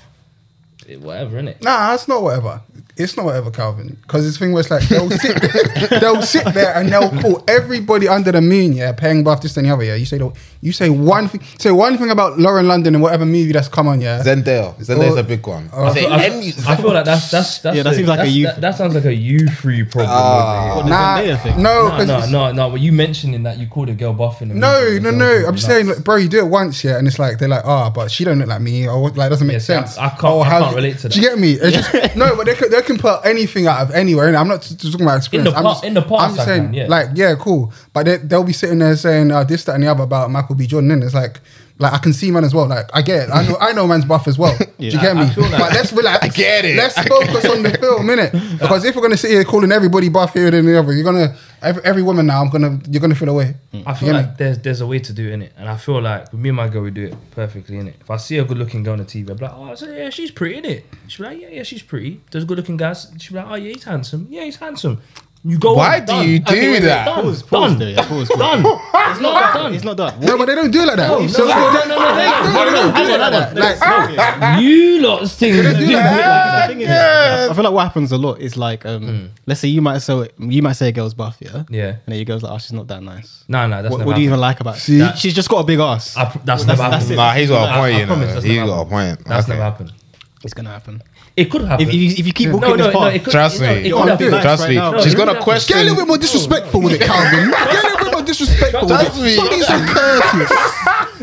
[SPEAKER 1] it, whatever, innit?
[SPEAKER 4] Nah, it's not whatever. It's not whatever, Calvin. Because this thing where it's like they'll sit, they'll sit there and they'll call everybody under the moon, yeah, paying buff this and the other, yeah. You say the, you say one thing, say one thing about Lauren London and whatever movie that's come on, yeah.
[SPEAKER 3] Zendaya. Zendaya's
[SPEAKER 4] Oh.
[SPEAKER 3] a big one.
[SPEAKER 4] Oh.
[SPEAKER 1] I feel, I, I feel like that's that's, that's
[SPEAKER 2] Yeah, that
[SPEAKER 1] a-
[SPEAKER 2] seems like a
[SPEAKER 1] that's-
[SPEAKER 2] you-
[SPEAKER 1] That, that sounds like a you free problem.
[SPEAKER 3] Ah.
[SPEAKER 1] over here.
[SPEAKER 4] nah,
[SPEAKER 2] Zendaya thing.
[SPEAKER 4] no,
[SPEAKER 1] No,
[SPEAKER 4] 'cause
[SPEAKER 1] no,
[SPEAKER 4] it's-
[SPEAKER 1] no, no. Were you mentioning that you called a girl buff in the
[SPEAKER 4] No,
[SPEAKER 1] movie?
[SPEAKER 4] no,
[SPEAKER 1] The
[SPEAKER 4] no.
[SPEAKER 1] girl
[SPEAKER 4] I'm just
[SPEAKER 1] was
[SPEAKER 4] saying,
[SPEAKER 1] nuts.
[SPEAKER 4] like, bro, you do it once, yeah, and it's like they're like, ah, but she don't look like me, or what- like doesn't make
[SPEAKER 1] Yes, I-
[SPEAKER 4] sense.
[SPEAKER 1] I can't-
[SPEAKER 4] Or
[SPEAKER 1] I
[SPEAKER 4] how-
[SPEAKER 1] can't relate to
[SPEAKER 4] Do you
[SPEAKER 1] that.
[SPEAKER 4] get me? It's just no, but they can, they can put anything out of anywhere. And I'm not just talking about experience.
[SPEAKER 1] the
[SPEAKER 4] I'm
[SPEAKER 1] pa-
[SPEAKER 4] just,
[SPEAKER 1] in the past,
[SPEAKER 4] I'm just
[SPEAKER 1] I
[SPEAKER 4] saying,
[SPEAKER 1] can, yeah.
[SPEAKER 4] like, yeah, cool. But they, they'll be sitting there saying uh, this, that, and the other about Michael B. Jordan, and it's like. Like I can see man as well. Like I get it. I know I know man's buff as well. Do you get
[SPEAKER 1] I- I
[SPEAKER 4] me?
[SPEAKER 1] feel that.
[SPEAKER 4] But let's relax. I
[SPEAKER 3] get it.
[SPEAKER 4] Let's focus on the film, innit? Because if we're gonna sit here calling everybody buff here and the other, you're gonna every, every woman now. I'm gonna you're gonna feel away.
[SPEAKER 1] I feel like there's there's a way to do it, innit? And I feel like with me and my girl, we do it perfectly, innit? If I see a good looking girl on the TV, I'll be like, oh, so yeah, she's pretty, innit? She'll be like, yeah, yeah, she's pretty. There's good looking guys. She'll be like, oh, yeah, he's handsome. Yeah, he's handsome. You go.
[SPEAKER 3] Why
[SPEAKER 1] on,
[SPEAKER 3] do
[SPEAKER 1] done.
[SPEAKER 3] you do
[SPEAKER 1] wait, wait,
[SPEAKER 3] that?
[SPEAKER 1] Done.
[SPEAKER 2] Pause, pause
[SPEAKER 1] done.
[SPEAKER 2] there, yeah, pause, pause.
[SPEAKER 1] done. It's not done.
[SPEAKER 2] It's not done.
[SPEAKER 4] No, but they don't do it like that.
[SPEAKER 1] No,
[SPEAKER 4] so
[SPEAKER 1] no, no, no, no, no, no, no,
[SPEAKER 4] they
[SPEAKER 1] no,
[SPEAKER 4] don't do it
[SPEAKER 1] no,
[SPEAKER 4] like
[SPEAKER 1] no,
[SPEAKER 4] that. Like,
[SPEAKER 1] no. You lot's things. do that.
[SPEAKER 2] The thing is, I feel like what happens a lot is like, um, let's say you might say you might say a girl's buff, yeah,
[SPEAKER 1] Hmm. Yeah.
[SPEAKER 2] and then your girl's like, oh, she's not that nice.
[SPEAKER 1] No, no, that's
[SPEAKER 2] What,
[SPEAKER 1] never.
[SPEAKER 2] what do you
[SPEAKER 1] happened.
[SPEAKER 2] even like about?
[SPEAKER 4] See?
[SPEAKER 2] She, she's just got a big ass.
[SPEAKER 1] I pr- that's never happened.
[SPEAKER 3] Nah, he's got a
[SPEAKER 1] I-
[SPEAKER 3] point,
[SPEAKER 1] I
[SPEAKER 3] you
[SPEAKER 1] promise
[SPEAKER 3] know.
[SPEAKER 1] that's
[SPEAKER 3] He's
[SPEAKER 1] never
[SPEAKER 3] got a point.
[SPEAKER 1] That's
[SPEAKER 3] Okay.
[SPEAKER 1] never happened.
[SPEAKER 2] it's gonna happen.
[SPEAKER 1] It could happen.
[SPEAKER 2] If you if you keep walking
[SPEAKER 1] no,
[SPEAKER 2] this
[SPEAKER 1] no, no,
[SPEAKER 2] path,
[SPEAKER 1] it could,
[SPEAKER 3] Trust
[SPEAKER 1] no,
[SPEAKER 3] me.
[SPEAKER 1] It
[SPEAKER 3] You
[SPEAKER 1] could
[SPEAKER 2] wanna do
[SPEAKER 1] happen.
[SPEAKER 2] that?
[SPEAKER 3] Trust
[SPEAKER 2] right
[SPEAKER 3] me.
[SPEAKER 2] now.
[SPEAKER 1] No,
[SPEAKER 3] She's
[SPEAKER 1] you
[SPEAKER 3] gonna
[SPEAKER 1] have-
[SPEAKER 4] Get a little bit
[SPEAKER 3] question.
[SPEAKER 4] more disrespectful with it, Calvin. Get a little bit more disrespectful with it.
[SPEAKER 3] Trust me.
[SPEAKER 4] But be some courteous.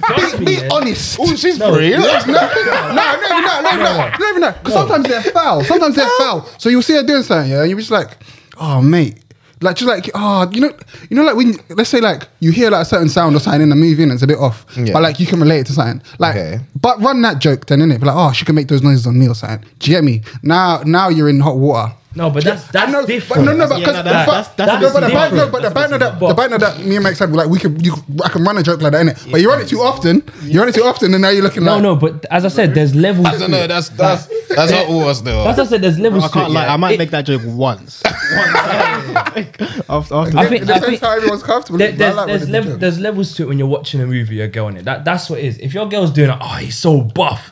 [SPEAKER 1] Trust
[SPEAKER 4] Be,
[SPEAKER 1] me,
[SPEAKER 4] be
[SPEAKER 1] yeah.
[SPEAKER 4] honest.
[SPEAKER 3] Oh, she's free.
[SPEAKER 4] No, no, no, no, no, no, no, no, even that. Because sometimes they're foul. Sometimes they're foul. So you'll see her doing something, yeah, and you'll be just like, oh, mate. Like just like oh you know you know like when let's say like you hear like a certain sound or something in the movie and it's a bit off
[SPEAKER 3] Yeah.
[SPEAKER 4] but like you can relate it to something like
[SPEAKER 3] Okay.
[SPEAKER 4] but run that joke then innit? Be like oh she can make those noises on me or something do you get me now now you're in hot water
[SPEAKER 1] No, but that's
[SPEAKER 4] I
[SPEAKER 1] that's
[SPEAKER 4] know,
[SPEAKER 1] different.
[SPEAKER 4] But no, no, but
[SPEAKER 2] Yeah,
[SPEAKER 4] because
[SPEAKER 2] no, that- that's- that's
[SPEAKER 1] a
[SPEAKER 4] no, but
[SPEAKER 1] bit
[SPEAKER 4] the banter,
[SPEAKER 1] different.
[SPEAKER 4] but the
[SPEAKER 1] That's a
[SPEAKER 4] banter
[SPEAKER 1] bit
[SPEAKER 4] that
[SPEAKER 1] different.
[SPEAKER 4] the banter that me and Max had, like we could, you, I can run a joke like that, innit? But you run it too often, you run it too often, and now you're looking
[SPEAKER 1] No,
[SPEAKER 4] like
[SPEAKER 1] no, but as I said, there's levels.
[SPEAKER 3] I don't know.
[SPEAKER 1] to it.
[SPEAKER 3] That's that's that's what was though.
[SPEAKER 1] As I said, there's levels.
[SPEAKER 2] I
[SPEAKER 1] to it,
[SPEAKER 2] can't lie.
[SPEAKER 1] yeah.
[SPEAKER 2] I might
[SPEAKER 1] It-
[SPEAKER 2] make that joke once. once. after after
[SPEAKER 1] I
[SPEAKER 4] It
[SPEAKER 1] think-
[SPEAKER 4] depends
[SPEAKER 1] I think-
[SPEAKER 4] how everyone's comfortable.
[SPEAKER 1] There-
[SPEAKER 4] with it, but I
[SPEAKER 1] there's,
[SPEAKER 4] like when
[SPEAKER 1] there's,
[SPEAKER 4] they do
[SPEAKER 1] lev-
[SPEAKER 4] it.
[SPEAKER 1] there's levels to it when you're watching a movie, you're going it. That, that's what it is. If your girl's doing it, oh, he's so buff.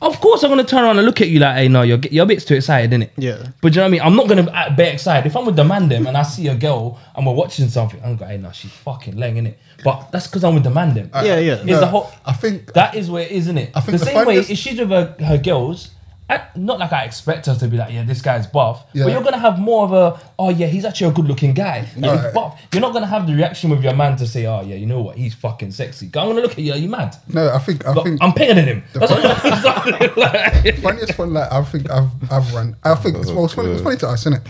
[SPEAKER 1] Of course, I'm gonna turn around and look at you like, "Hey, no, you're you're a bit too excited, innit?"
[SPEAKER 2] Yeah.
[SPEAKER 1] But you know what I mean? I'm not gonna act- be excited. If I'm with the man them and I see a girl and we're watching something, I'm going, "Hey, no, she's fucking laying innit?" But that's because I'm with the man them.
[SPEAKER 2] Yeah, yeah.
[SPEAKER 1] It's
[SPEAKER 2] No,
[SPEAKER 1] the whole.
[SPEAKER 4] I think
[SPEAKER 1] That is where it is, isn't it?
[SPEAKER 4] I think
[SPEAKER 1] the,
[SPEAKER 4] the
[SPEAKER 1] same way
[SPEAKER 4] funniest-
[SPEAKER 1] if she's with her, her girls, I, not like I expect her to be like, yeah, this guy's buff,
[SPEAKER 4] Yeah.
[SPEAKER 1] but you're gonna have more of a, oh yeah, he's actually a good-looking guy. Yeah, he's buff. You're not gonna have the reaction with your man to say, oh yeah, you know what, he's fucking sexy. I'm gonna look at you, are you mad?
[SPEAKER 4] no, I think I
[SPEAKER 1] Look,
[SPEAKER 4] think
[SPEAKER 1] I'm bigger than him. That's what like,
[SPEAKER 4] funniest one like I think I've I've run. I think it's, well, it's funny, it's funny to us, innit?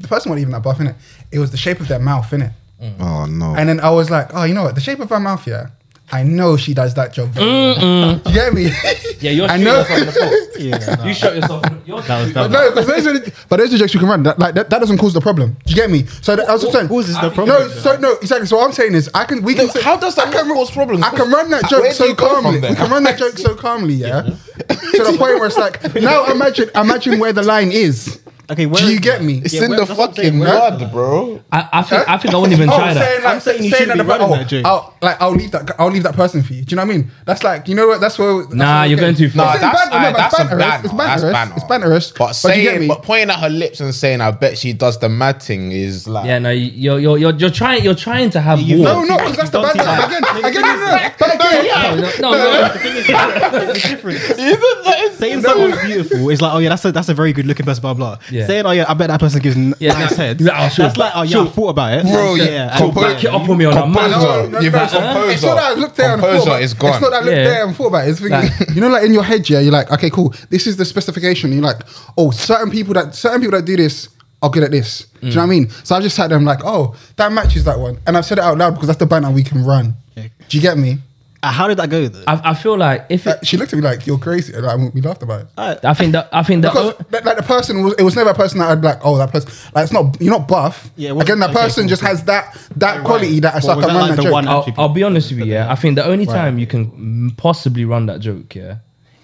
[SPEAKER 4] The person wasn't even that buff, innit? It was the shape of their mouth, innit?
[SPEAKER 3] Oh no.
[SPEAKER 4] And then I was like, oh, you know what? The shape of her mouth, yeah. I know she does that job. Very well. Do you get me?
[SPEAKER 1] Yeah, you're
[SPEAKER 4] I
[SPEAKER 1] shooting
[SPEAKER 4] know.
[SPEAKER 1] yourself in the foot.
[SPEAKER 2] Yeah,
[SPEAKER 1] You shot yourself. in the- You're
[SPEAKER 2] That was- that was-
[SPEAKER 4] no, because those are the, but those are jokes you can run. That, like that, that doesn't cause the problem. Do you get me? So that, I was just saying,
[SPEAKER 2] causes the
[SPEAKER 4] no,
[SPEAKER 2] problem?
[SPEAKER 4] so no, exactly. So what I'm saying is, I can we can. say-
[SPEAKER 3] How does that come cause problems?
[SPEAKER 4] I can run that
[SPEAKER 3] Where
[SPEAKER 4] joke
[SPEAKER 3] do
[SPEAKER 4] so
[SPEAKER 3] you go from
[SPEAKER 4] calmly.
[SPEAKER 3] there?
[SPEAKER 4] We can run that joke so calmly, yeah. to the point where it's like, now imagine, imagine where the line is.
[SPEAKER 2] Okay, where
[SPEAKER 4] Do you
[SPEAKER 2] is
[SPEAKER 4] get
[SPEAKER 2] that?
[SPEAKER 4] me?
[SPEAKER 3] It's
[SPEAKER 2] Yeah,
[SPEAKER 3] in
[SPEAKER 2] where-
[SPEAKER 3] the
[SPEAKER 2] that's what I'm
[SPEAKER 3] fucking
[SPEAKER 2] saying, where-
[SPEAKER 3] mud, bro.
[SPEAKER 1] I, I think I think I wouldn't even try that.
[SPEAKER 4] saying like,
[SPEAKER 2] I'm saying you shouldn't
[SPEAKER 4] that
[SPEAKER 2] be
[SPEAKER 4] about-
[SPEAKER 2] running that joke.
[SPEAKER 4] I'll, like I'll leave that. I'll leave that person for you. Do you know what I mean? That's like you know what. That's where. That's
[SPEAKER 1] Nah,
[SPEAKER 4] where
[SPEAKER 1] you're
[SPEAKER 4] okay.
[SPEAKER 1] going too far.
[SPEAKER 4] It's
[SPEAKER 1] Nah,
[SPEAKER 4] ban- no, but
[SPEAKER 3] that's
[SPEAKER 4] it's
[SPEAKER 3] a
[SPEAKER 4] banterous.
[SPEAKER 3] banner.
[SPEAKER 4] It's
[SPEAKER 3] That's
[SPEAKER 4] banterous.
[SPEAKER 3] banner.
[SPEAKER 4] It's banterous.
[SPEAKER 3] But
[SPEAKER 4] do you get
[SPEAKER 3] saying,
[SPEAKER 4] me?
[SPEAKER 3] but pointing at her lips and saying, "I bet she does the mad thing" is like,
[SPEAKER 1] Yeah, no, you- you're you're you're, you're trying you're trying to have
[SPEAKER 2] You-
[SPEAKER 1] war.
[SPEAKER 4] No, no, because that's the
[SPEAKER 2] Don't do
[SPEAKER 4] banter.
[SPEAKER 2] that.
[SPEAKER 4] Again, again, no, no, no. But again,
[SPEAKER 1] no, no, no.
[SPEAKER 2] It's different. Saying someone's beautiful is like, oh yeah, that's a that's a very good looking person, blah blah.
[SPEAKER 1] Yeah.
[SPEAKER 2] Saying, oh yeah, I bet that person gives n-
[SPEAKER 1] Yeah,
[SPEAKER 2] nice
[SPEAKER 1] no.
[SPEAKER 2] head.
[SPEAKER 1] Yeah, oh, sure.
[SPEAKER 2] That's like, oh yeah, I
[SPEAKER 1] Sure.
[SPEAKER 2] thought about it.
[SPEAKER 3] Bro,
[SPEAKER 2] Like,
[SPEAKER 3] yeah.
[SPEAKER 2] yeah,
[SPEAKER 3] Come
[SPEAKER 2] I-
[SPEAKER 3] back
[SPEAKER 1] Back it up on me on a man.
[SPEAKER 4] No,
[SPEAKER 3] Composer.
[SPEAKER 4] no,
[SPEAKER 3] You've
[SPEAKER 4] no,
[SPEAKER 3] had
[SPEAKER 4] no.
[SPEAKER 3] composer.
[SPEAKER 4] It's not that I looked there and thought
[SPEAKER 3] Composer
[SPEAKER 4] about.
[SPEAKER 3] is
[SPEAKER 4] It's
[SPEAKER 3] gone.
[SPEAKER 4] not that I looked
[SPEAKER 1] Yeah.
[SPEAKER 4] there and thought about. It. It's thinking,
[SPEAKER 1] Nah.
[SPEAKER 4] you know, like in your head, yeah, you're like, okay, cool. This is the specification. You're like, oh, certain people that certain people that do this are good at this. Do you know what I mean? So I've just sat there. I'm like, oh, that matches that one, and I've said it out loud because that's the banner we can run.
[SPEAKER 2] Yeah.
[SPEAKER 4] Do you get me?
[SPEAKER 2] Uh, How did that go though?
[SPEAKER 1] I, I feel like if
[SPEAKER 4] Like,
[SPEAKER 1] it,
[SPEAKER 4] she looked at me like you're crazy. and, Like, we laughed about it.
[SPEAKER 1] I think that I think that
[SPEAKER 4] Because that- like the person was, it was never a person that I'd be like, oh, that person, like it's not, you're not buff.
[SPEAKER 2] Yeah, it wasn't-
[SPEAKER 4] Again, that
[SPEAKER 2] okay,
[SPEAKER 4] person
[SPEAKER 2] cool,
[SPEAKER 4] just
[SPEAKER 2] cool.
[SPEAKER 4] has that that quality that I
[SPEAKER 2] But
[SPEAKER 4] suck
[SPEAKER 2] was
[SPEAKER 4] at
[SPEAKER 2] that
[SPEAKER 4] man
[SPEAKER 2] like
[SPEAKER 4] that
[SPEAKER 2] the
[SPEAKER 4] joke.
[SPEAKER 2] one-
[SPEAKER 1] I'll,
[SPEAKER 2] actually
[SPEAKER 1] I'll be
[SPEAKER 2] people-
[SPEAKER 1] honest with you, yeah. I think the only
[SPEAKER 2] Right.
[SPEAKER 1] time you can possibly run that joke, yeah,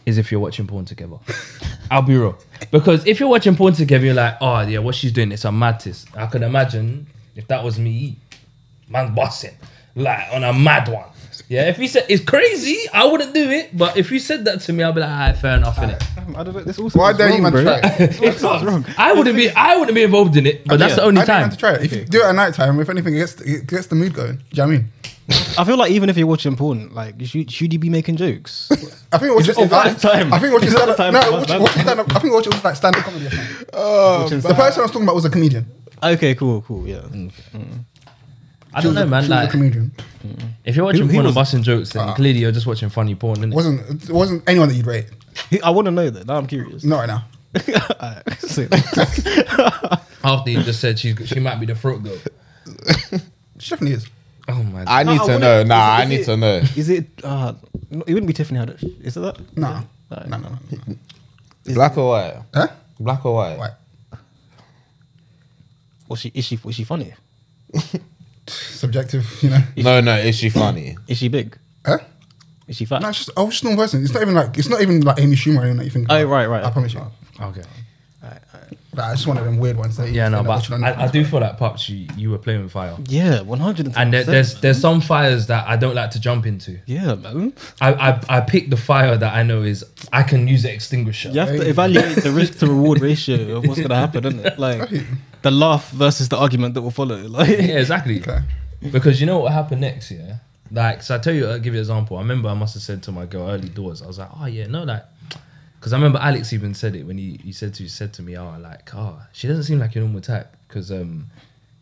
[SPEAKER 1] is if you're watching porn together. I'll be real. Because if you're watching porn together, you're like, oh, yeah, what she's doing, it's a madness. I could imagine if that was me, man, busting, like on a mad one. Yeah, if you said it's crazy, I wouldn't do it. But if you said that to me, I'd be like, alright, fair enough, innit?
[SPEAKER 2] I don't know. This also
[SPEAKER 4] Why
[SPEAKER 2] is
[SPEAKER 4] dare you,
[SPEAKER 2] wrong,
[SPEAKER 4] man?
[SPEAKER 2] bro.
[SPEAKER 4] Try it.
[SPEAKER 1] It's wrong. I wouldn't be, I wouldn't be involved in it. But that's
[SPEAKER 2] yeah.
[SPEAKER 1] the only
[SPEAKER 4] I didn't
[SPEAKER 1] time.
[SPEAKER 4] have to try it. If you do it at night time, if anything, it gets it gets the mood going. Do you know what I mean?
[SPEAKER 2] I feel like even if you're watching porn, like should, should you be making jokes?
[SPEAKER 4] I think watching
[SPEAKER 2] Is it- is that the time?
[SPEAKER 4] I think watching
[SPEAKER 2] Is that
[SPEAKER 4] stand
[SPEAKER 2] the
[SPEAKER 4] up.
[SPEAKER 2] time
[SPEAKER 4] No,
[SPEAKER 2] for
[SPEAKER 4] watching
[SPEAKER 2] us, man?
[SPEAKER 4] stand up. I think watching like stand up comedy. or something.
[SPEAKER 1] Oh,
[SPEAKER 2] Which is-
[SPEAKER 4] The person I was talking about was a comedian.
[SPEAKER 2] okay, cool, cool, yeah.
[SPEAKER 1] Mm. I don't know, man.
[SPEAKER 4] She was a
[SPEAKER 1] Like,
[SPEAKER 4] comedian.
[SPEAKER 1] if you're watching
[SPEAKER 2] Who- who
[SPEAKER 1] porn and
[SPEAKER 2] was
[SPEAKER 1] busting jokes, then clearly you're just watching funny porn, innit?
[SPEAKER 4] Wasn't it wasn't anyone that you'd rate?
[SPEAKER 2] He- I want to know that. Now I'm curious.
[SPEAKER 4] Not right now.
[SPEAKER 2] Alright, so-
[SPEAKER 1] After you just said she's she might be the throat goat.
[SPEAKER 4] She definitely is.
[SPEAKER 1] Oh my god.
[SPEAKER 3] I need
[SPEAKER 2] I
[SPEAKER 3] to
[SPEAKER 2] wanna-
[SPEAKER 3] know. Nah,
[SPEAKER 2] is it-
[SPEAKER 3] I
[SPEAKER 2] is
[SPEAKER 3] need
[SPEAKER 2] it-
[SPEAKER 3] to know.
[SPEAKER 2] is it? Uh, no, it wouldn't be Tiffany Haddish. Is it that?
[SPEAKER 4] No. No,
[SPEAKER 2] Alright.
[SPEAKER 4] no, no. no.
[SPEAKER 3] Black or white?
[SPEAKER 4] Huh?
[SPEAKER 3] Black or white?
[SPEAKER 4] Right.
[SPEAKER 2] Or she is she was she funny?
[SPEAKER 4] Subjective, you know.
[SPEAKER 3] No, no. Is she funny?
[SPEAKER 2] Is she big?
[SPEAKER 4] Huh?
[SPEAKER 2] Is she fat?
[SPEAKER 4] No, it's just I was just a normal person. It's not even like it's not even like Amy Schumer or anything that you think.
[SPEAKER 2] Oh,
[SPEAKER 4] about.
[SPEAKER 2] right, right.
[SPEAKER 4] I promise you.
[SPEAKER 1] Okay.
[SPEAKER 4] Like, it's just one of them weird ones. That you
[SPEAKER 1] Yeah, no,
[SPEAKER 4] end up
[SPEAKER 1] but
[SPEAKER 4] watching on
[SPEAKER 1] I, I
[SPEAKER 4] Netflix.
[SPEAKER 1] do feel like pops you you were playing with fire.
[SPEAKER 2] yeah, one hundred
[SPEAKER 1] And there, there's there's some fires that I don't like to jump into.
[SPEAKER 2] yeah, man.
[SPEAKER 1] I, I I pick the fire that I know is I can use the extinguisher.
[SPEAKER 2] You have to evaluate the risk to reward ratio of what's gonna happen, isn't it? Like the laugh versus the argument that will follow. Like
[SPEAKER 1] Yeah, exactly.
[SPEAKER 4] Okay.
[SPEAKER 1] Because you know what happened next, yeah? Like, so I tell you, I'll give you an example. I remember I must have said to my girl early doors, I was like, oh, yeah, no, like, because I remember Alex even said it when he, he said to he said to me, oh, like, oh, she doesn't seem like your normal type because um,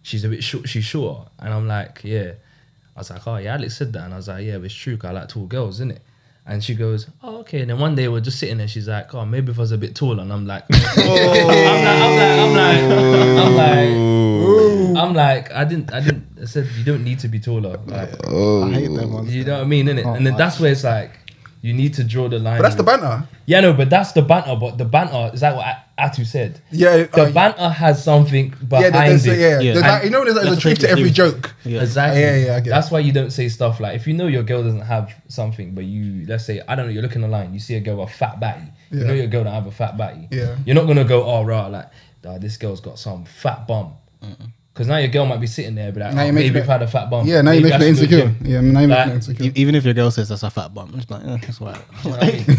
[SPEAKER 1] she's a bit short, she's short. And I'm like, yeah. I was like, oh, yeah, Alex said that. And I was like, yeah, but it's true, 'cause I like tall girls, isn't it? And she goes, oh, okay. And then one day we're just sitting there, she's like, oh, maybe if I was a bit taller. And I'm like, I'm like, I'm like, I'm like, I'm like, I'm like, I didn't, I didn't. I said you don't need to be taller. Like,
[SPEAKER 2] I hate that one.
[SPEAKER 1] you know what I mean, innit? and then
[SPEAKER 2] my-
[SPEAKER 1] that's where it's like you need to draw the line.
[SPEAKER 4] But that's the banter.
[SPEAKER 1] yeah, no, but that's the banter. But the banter is that what A- Atu said.
[SPEAKER 4] Yeah,
[SPEAKER 1] the
[SPEAKER 4] uh,
[SPEAKER 1] banter has something
[SPEAKER 4] Yeah,
[SPEAKER 1] behind
[SPEAKER 4] there's,
[SPEAKER 1] it.
[SPEAKER 4] there's, yeah, yeah.
[SPEAKER 2] Yeah.
[SPEAKER 4] There's like, you know, there's, there's a
[SPEAKER 2] That's
[SPEAKER 4] truth to
[SPEAKER 2] true.
[SPEAKER 4] every joke.
[SPEAKER 2] Yeah. E-,
[SPEAKER 1] Exactly.
[SPEAKER 4] Yeah, yeah, I get
[SPEAKER 1] That's why you don't say stuff like if you know your girl doesn't have something, but you let's say I don't know, you're looking online, you see a girl with a fat batty, you
[SPEAKER 4] Yeah.
[SPEAKER 1] know your girl don't have a fat batty.
[SPEAKER 4] Yeah.
[SPEAKER 1] You're not gonna go, oh right, like "Nah, this girl's got some fat bum. Because now your girl might be sitting there, and be like,
[SPEAKER 4] Now
[SPEAKER 1] oh,
[SPEAKER 4] you're making
[SPEAKER 1] maybe
[SPEAKER 4] it-
[SPEAKER 1] if I had a fat bum.
[SPEAKER 4] Yeah, now you're
[SPEAKER 1] maybe I
[SPEAKER 4] making it
[SPEAKER 1] should go
[SPEAKER 4] insecure.
[SPEAKER 1] gym.
[SPEAKER 4] Yeah, now you're
[SPEAKER 1] Like,
[SPEAKER 4] making it insecure.
[SPEAKER 2] E- Even if your girl says that's a fat bum, it's like, eh, that's why.
[SPEAKER 4] Downplay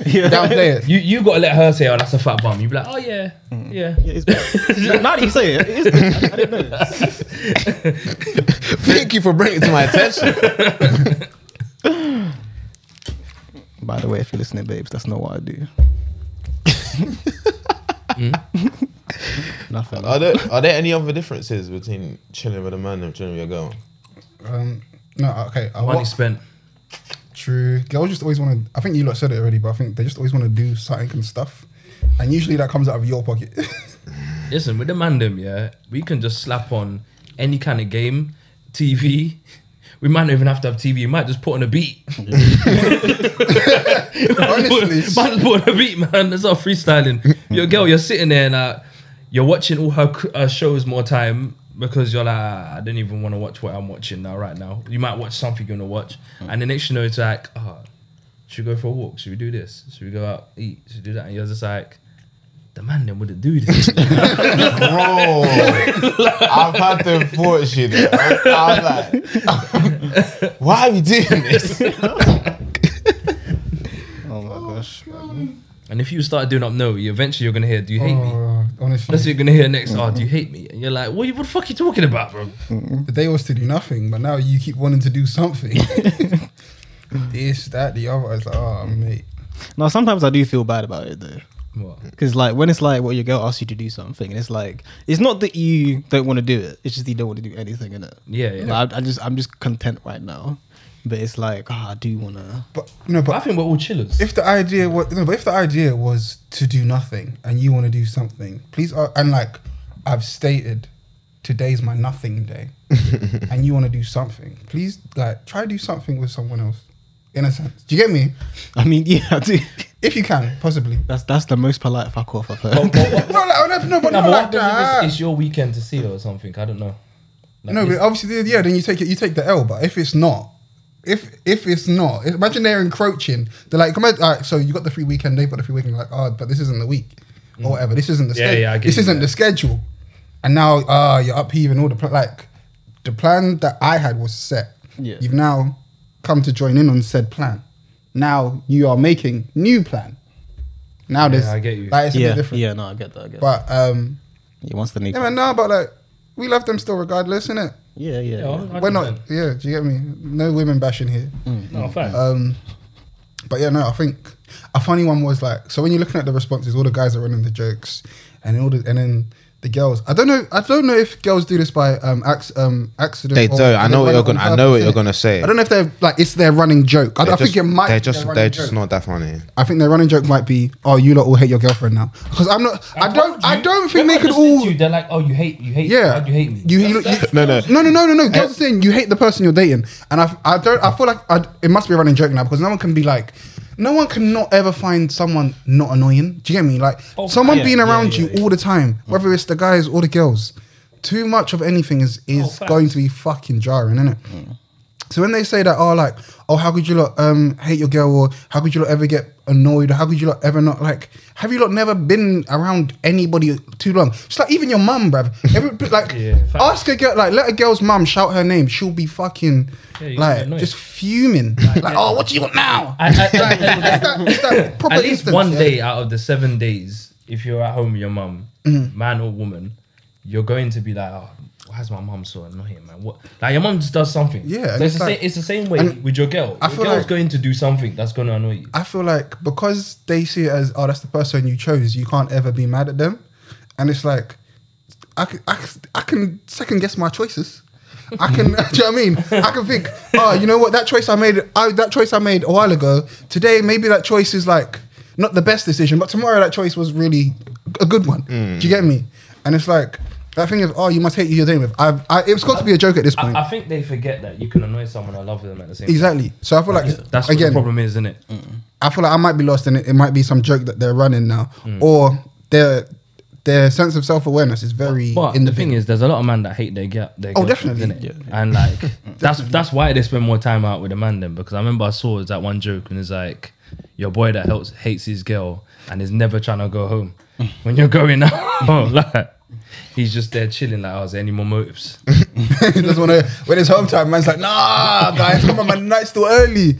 [SPEAKER 4] it. Downplay it.
[SPEAKER 1] You you gotta let her say, oh, that's a fat bum. You be like, oh yeah, yeah.
[SPEAKER 2] now that you say it, it is bad. I didn't know.
[SPEAKER 3] Thank you for bringing it to my attention.
[SPEAKER 2] By the way, if you're listening, babes, that's not what I do. Nothing.
[SPEAKER 5] Are there are there any other differences between chilling with a man and chilling with a girl?
[SPEAKER 4] Um, no, okay. I
[SPEAKER 1] Money
[SPEAKER 4] want
[SPEAKER 1] spent.
[SPEAKER 4] true. Girls just always want to. I think you lot said it already, but I think they just always want to do something and stuff, and usually that comes out of your pocket.
[SPEAKER 1] Listen, with the mandem, yeah, we can just slap on any kind of game, TV. We might not even have to have TV. We might just put on a beat.
[SPEAKER 4] Honestly,
[SPEAKER 1] might just put on a beat, man. That's not freestyling. Your girl, you're sitting there and uh, you're watching all her cr- uh, shows more time because you're like, "Ah, I don't even want to watch what I'm watching now, right now. You might watch something you're gonna watch, and the next you know, it's like, oh, should we go for a walk? Should we do this? Should we go out eat? Should we do that? And you're just like, the mandem wouldn't do this.
[SPEAKER 5] Bro, I've had the thought shit. bro. I'm like, why are we doing this?
[SPEAKER 2] Oh my gosh.
[SPEAKER 1] And if you start doing up no, you eventually you're gonna hear, do you hate me?
[SPEAKER 4] Oh, honestly,
[SPEAKER 1] That's what you're gonna hear next. Oh, do you hate me? And you're like, what, you- what the fuck are you talking about, bro?
[SPEAKER 4] they was to do nothing, but now you keep wanting to do something. this, that, the other. It's like, oh, mate.
[SPEAKER 2] Now, sometimes I do feel bad about it though.
[SPEAKER 1] What?
[SPEAKER 2] Because, like, when it's like, well, your girl asks you to do something, and it's like, it's not that you don't want to do it, it's just that you don't want to do anything, innit?
[SPEAKER 1] Yeah, yeah.
[SPEAKER 2] Like, I, I just, I'm just content right now. But it's like, ah, I do want to.
[SPEAKER 4] But no,
[SPEAKER 1] But I
[SPEAKER 4] but
[SPEAKER 1] think we're all chillers.
[SPEAKER 4] if the idea was no, but if the idea was to do nothing and you want to do something, please uh, and like I've stated, today's my nothing day, and you want to do something, please like try to do something with someone else. In a sense, do you get me?
[SPEAKER 2] I mean, yeah, I do.
[SPEAKER 4] If you can, possibly.
[SPEAKER 2] That's that's the most polite fuck off I've
[SPEAKER 1] But-
[SPEAKER 2] heard.
[SPEAKER 1] but what-
[SPEAKER 4] No, like, no, but
[SPEAKER 1] no,
[SPEAKER 4] not
[SPEAKER 1] but
[SPEAKER 4] like
[SPEAKER 1] what happens if
[SPEAKER 4] that.
[SPEAKER 1] it's, it's your weekend to see her or something. I don't know. Like,
[SPEAKER 4] No, but
[SPEAKER 1] it's-
[SPEAKER 4] obviously, yeah. Then you take it, you take the L. But if it's not, if if it's not, imagine they're encroaching. They're like, come on, all right, so you got the free weekend, they've got the free weekend. Like, oh, but this isn't the week or whatever. This isn't the
[SPEAKER 1] Yeah,
[SPEAKER 4] schedule.
[SPEAKER 1] yeah, I get
[SPEAKER 4] this
[SPEAKER 1] you,
[SPEAKER 4] isn't
[SPEAKER 1] yeah.
[SPEAKER 4] the schedule. And now, ah, you're upheaving all the pl- like the plan that I had was set.
[SPEAKER 2] Yeah.
[SPEAKER 4] You've now come to join in on said plan. Now you are making new plan. Now there's
[SPEAKER 1] I get you.
[SPEAKER 4] Like, it's a bit
[SPEAKER 2] yeah,
[SPEAKER 4] different.
[SPEAKER 2] yeah, no, I get that. I get that.
[SPEAKER 4] But um,
[SPEAKER 2] Yeah, once the need.
[SPEAKER 4] yeah, man, no, but like we love them still regardless, innit?
[SPEAKER 2] Yeah, yeah.
[SPEAKER 1] yeah,
[SPEAKER 2] yeah.
[SPEAKER 1] 100%.
[SPEAKER 4] We're not, yeah. Do you get me? No women bashing here.
[SPEAKER 3] Mm.
[SPEAKER 1] No, fine.
[SPEAKER 4] Um, but yeah, no. I think a funny one was like, so when you're looking at the responses, all the guys are running the jokes, and all the, and then the girls. I don't know. I don't know if girls do this by um, acc- um accident.
[SPEAKER 3] They
[SPEAKER 4] or-
[SPEAKER 3] don't. I
[SPEAKER 4] they
[SPEAKER 3] know what you're
[SPEAKER 4] run it on
[SPEAKER 3] gonna. I know what
[SPEAKER 4] purpose,
[SPEAKER 3] you're
[SPEAKER 4] innit?
[SPEAKER 3] gonna say.
[SPEAKER 4] I don't know if they're like it's their running joke. I, I
[SPEAKER 3] They're
[SPEAKER 4] think
[SPEAKER 3] just-
[SPEAKER 4] it might.
[SPEAKER 3] They're
[SPEAKER 4] be
[SPEAKER 3] just.
[SPEAKER 4] their
[SPEAKER 3] They're
[SPEAKER 4] running
[SPEAKER 3] just
[SPEAKER 4] joke.
[SPEAKER 3] not that funny.
[SPEAKER 4] I think their running joke might be, "Oh, you lot all hate your girlfriend now," because I'm not. I, don't.
[SPEAKER 1] told you.
[SPEAKER 4] I don't think
[SPEAKER 1] Remember
[SPEAKER 4] they could
[SPEAKER 1] just said
[SPEAKER 4] all.
[SPEAKER 1] to You, they're like, oh, you hate, you hate.
[SPEAKER 4] Yeah,
[SPEAKER 1] Yeah, you hate me.
[SPEAKER 4] You, you,
[SPEAKER 1] That's- that's-
[SPEAKER 4] you-
[SPEAKER 3] No, no.
[SPEAKER 4] no, no, no, no, no. Girls are saying you hate the person you're dating, and I, I don't. I feel like I, it must be a running joke now because no one can be like, no one can not ever find someone not annoying. Do you get me? Like
[SPEAKER 1] Oh,
[SPEAKER 4] someone
[SPEAKER 1] yeah, Oh.
[SPEAKER 4] being
[SPEAKER 2] yeah,
[SPEAKER 4] around
[SPEAKER 2] yeah,
[SPEAKER 4] you all the time, whether it's the guys or the girls. Too much of anything is is
[SPEAKER 1] Oh,
[SPEAKER 4] going
[SPEAKER 1] facts. Mm.
[SPEAKER 4] to be fucking jarring, isn't it? So when they say that, oh, like, oh, how could you lot um hate your girl, or how could you lot ever get annoyed, or how could you lot ever not like, have you lot never been around anybody too long? It's like even your mum, bruv. Every, like,
[SPEAKER 1] Yeah, fact.
[SPEAKER 4] ask a girl, like, let a girl's mum shout her name, she'll be fucking
[SPEAKER 1] Yeah, you're
[SPEAKER 4] like
[SPEAKER 1] annoyed.
[SPEAKER 4] just fuming, like, oh, what you want now?
[SPEAKER 1] I- I-
[SPEAKER 4] Like, it's that, it's that proper
[SPEAKER 1] At least
[SPEAKER 4] instance,
[SPEAKER 1] one
[SPEAKER 4] yeah.
[SPEAKER 1] day out of the seven days, if you're at home with your mum,
[SPEAKER 4] Mm.
[SPEAKER 1] man or woman, you're going to be like, oh, why is my mum so annoying, man? What? Like your mum just does something.
[SPEAKER 4] Yeah, and
[SPEAKER 1] So it's,
[SPEAKER 4] it's
[SPEAKER 1] the
[SPEAKER 4] like-
[SPEAKER 1] same, it's the same way
[SPEAKER 4] and
[SPEAKER 1] with your girl.
[SPEAKER 4] I
[SPEAKER 1] your
[SPEAKER 4] feel
[SPEAKER 1] girl's
[SPEAKER 4] like-
[SPEAKER 1] going to do something that's going to annoy you.
[SPEAKER 4] I feel like because they see it as oh that's the person you chose, you can't ever be mad at them, and it's like I can, I, can- I can second guess my choices. I can, do you know what I mean? I can think, oh, you know what? That choice I made, I, that choice I made a while ago. Today, maybe that choice is like not the best decision, but tomorrow that choice was really a good one. Do you get me? And it's like that thing of, oh, you must hate who you're dealing with. I've, I, it's got to be a joke at this point.
[SPEAKER 1] I, I think they forget that you can annoy someone and love them at the same. time.
[SPEAKER 4] exactly. So I feel like
[SPEAKER 1] That's what
[SPEAKER 4] again,
[SPEAKER 1] the problem is, isn't it?
[SPEAKER 4] I feel like I might be lost and it, it might be some joke that they're running now,
[SPEAKER 1] Hmm.
[SPEAKER 4] or their their sense of self awareness is very
[SPEAKER 1] But
[SPEAKER 4] in
[SPEAKER 1] the thing is, there's a lot of men that hate their gap. Their
[SPEAKER 4] Oh,
[SPEAKER 1] girlfriends,
[SPEAKER 4] definitely.
[SPEAKER 1] innit? And like that's that's why they spend more time out with a man then because I remember I saw that one joke and it's like your boy that helps hates his girl and is never trying to go home when you're going out. like, He's just there chilling. Like, oh, is there any more motives?
[SPEAKER 4] he doesn't want to. When it's home time, man's like, nah, guys, come on, man, the night's still early.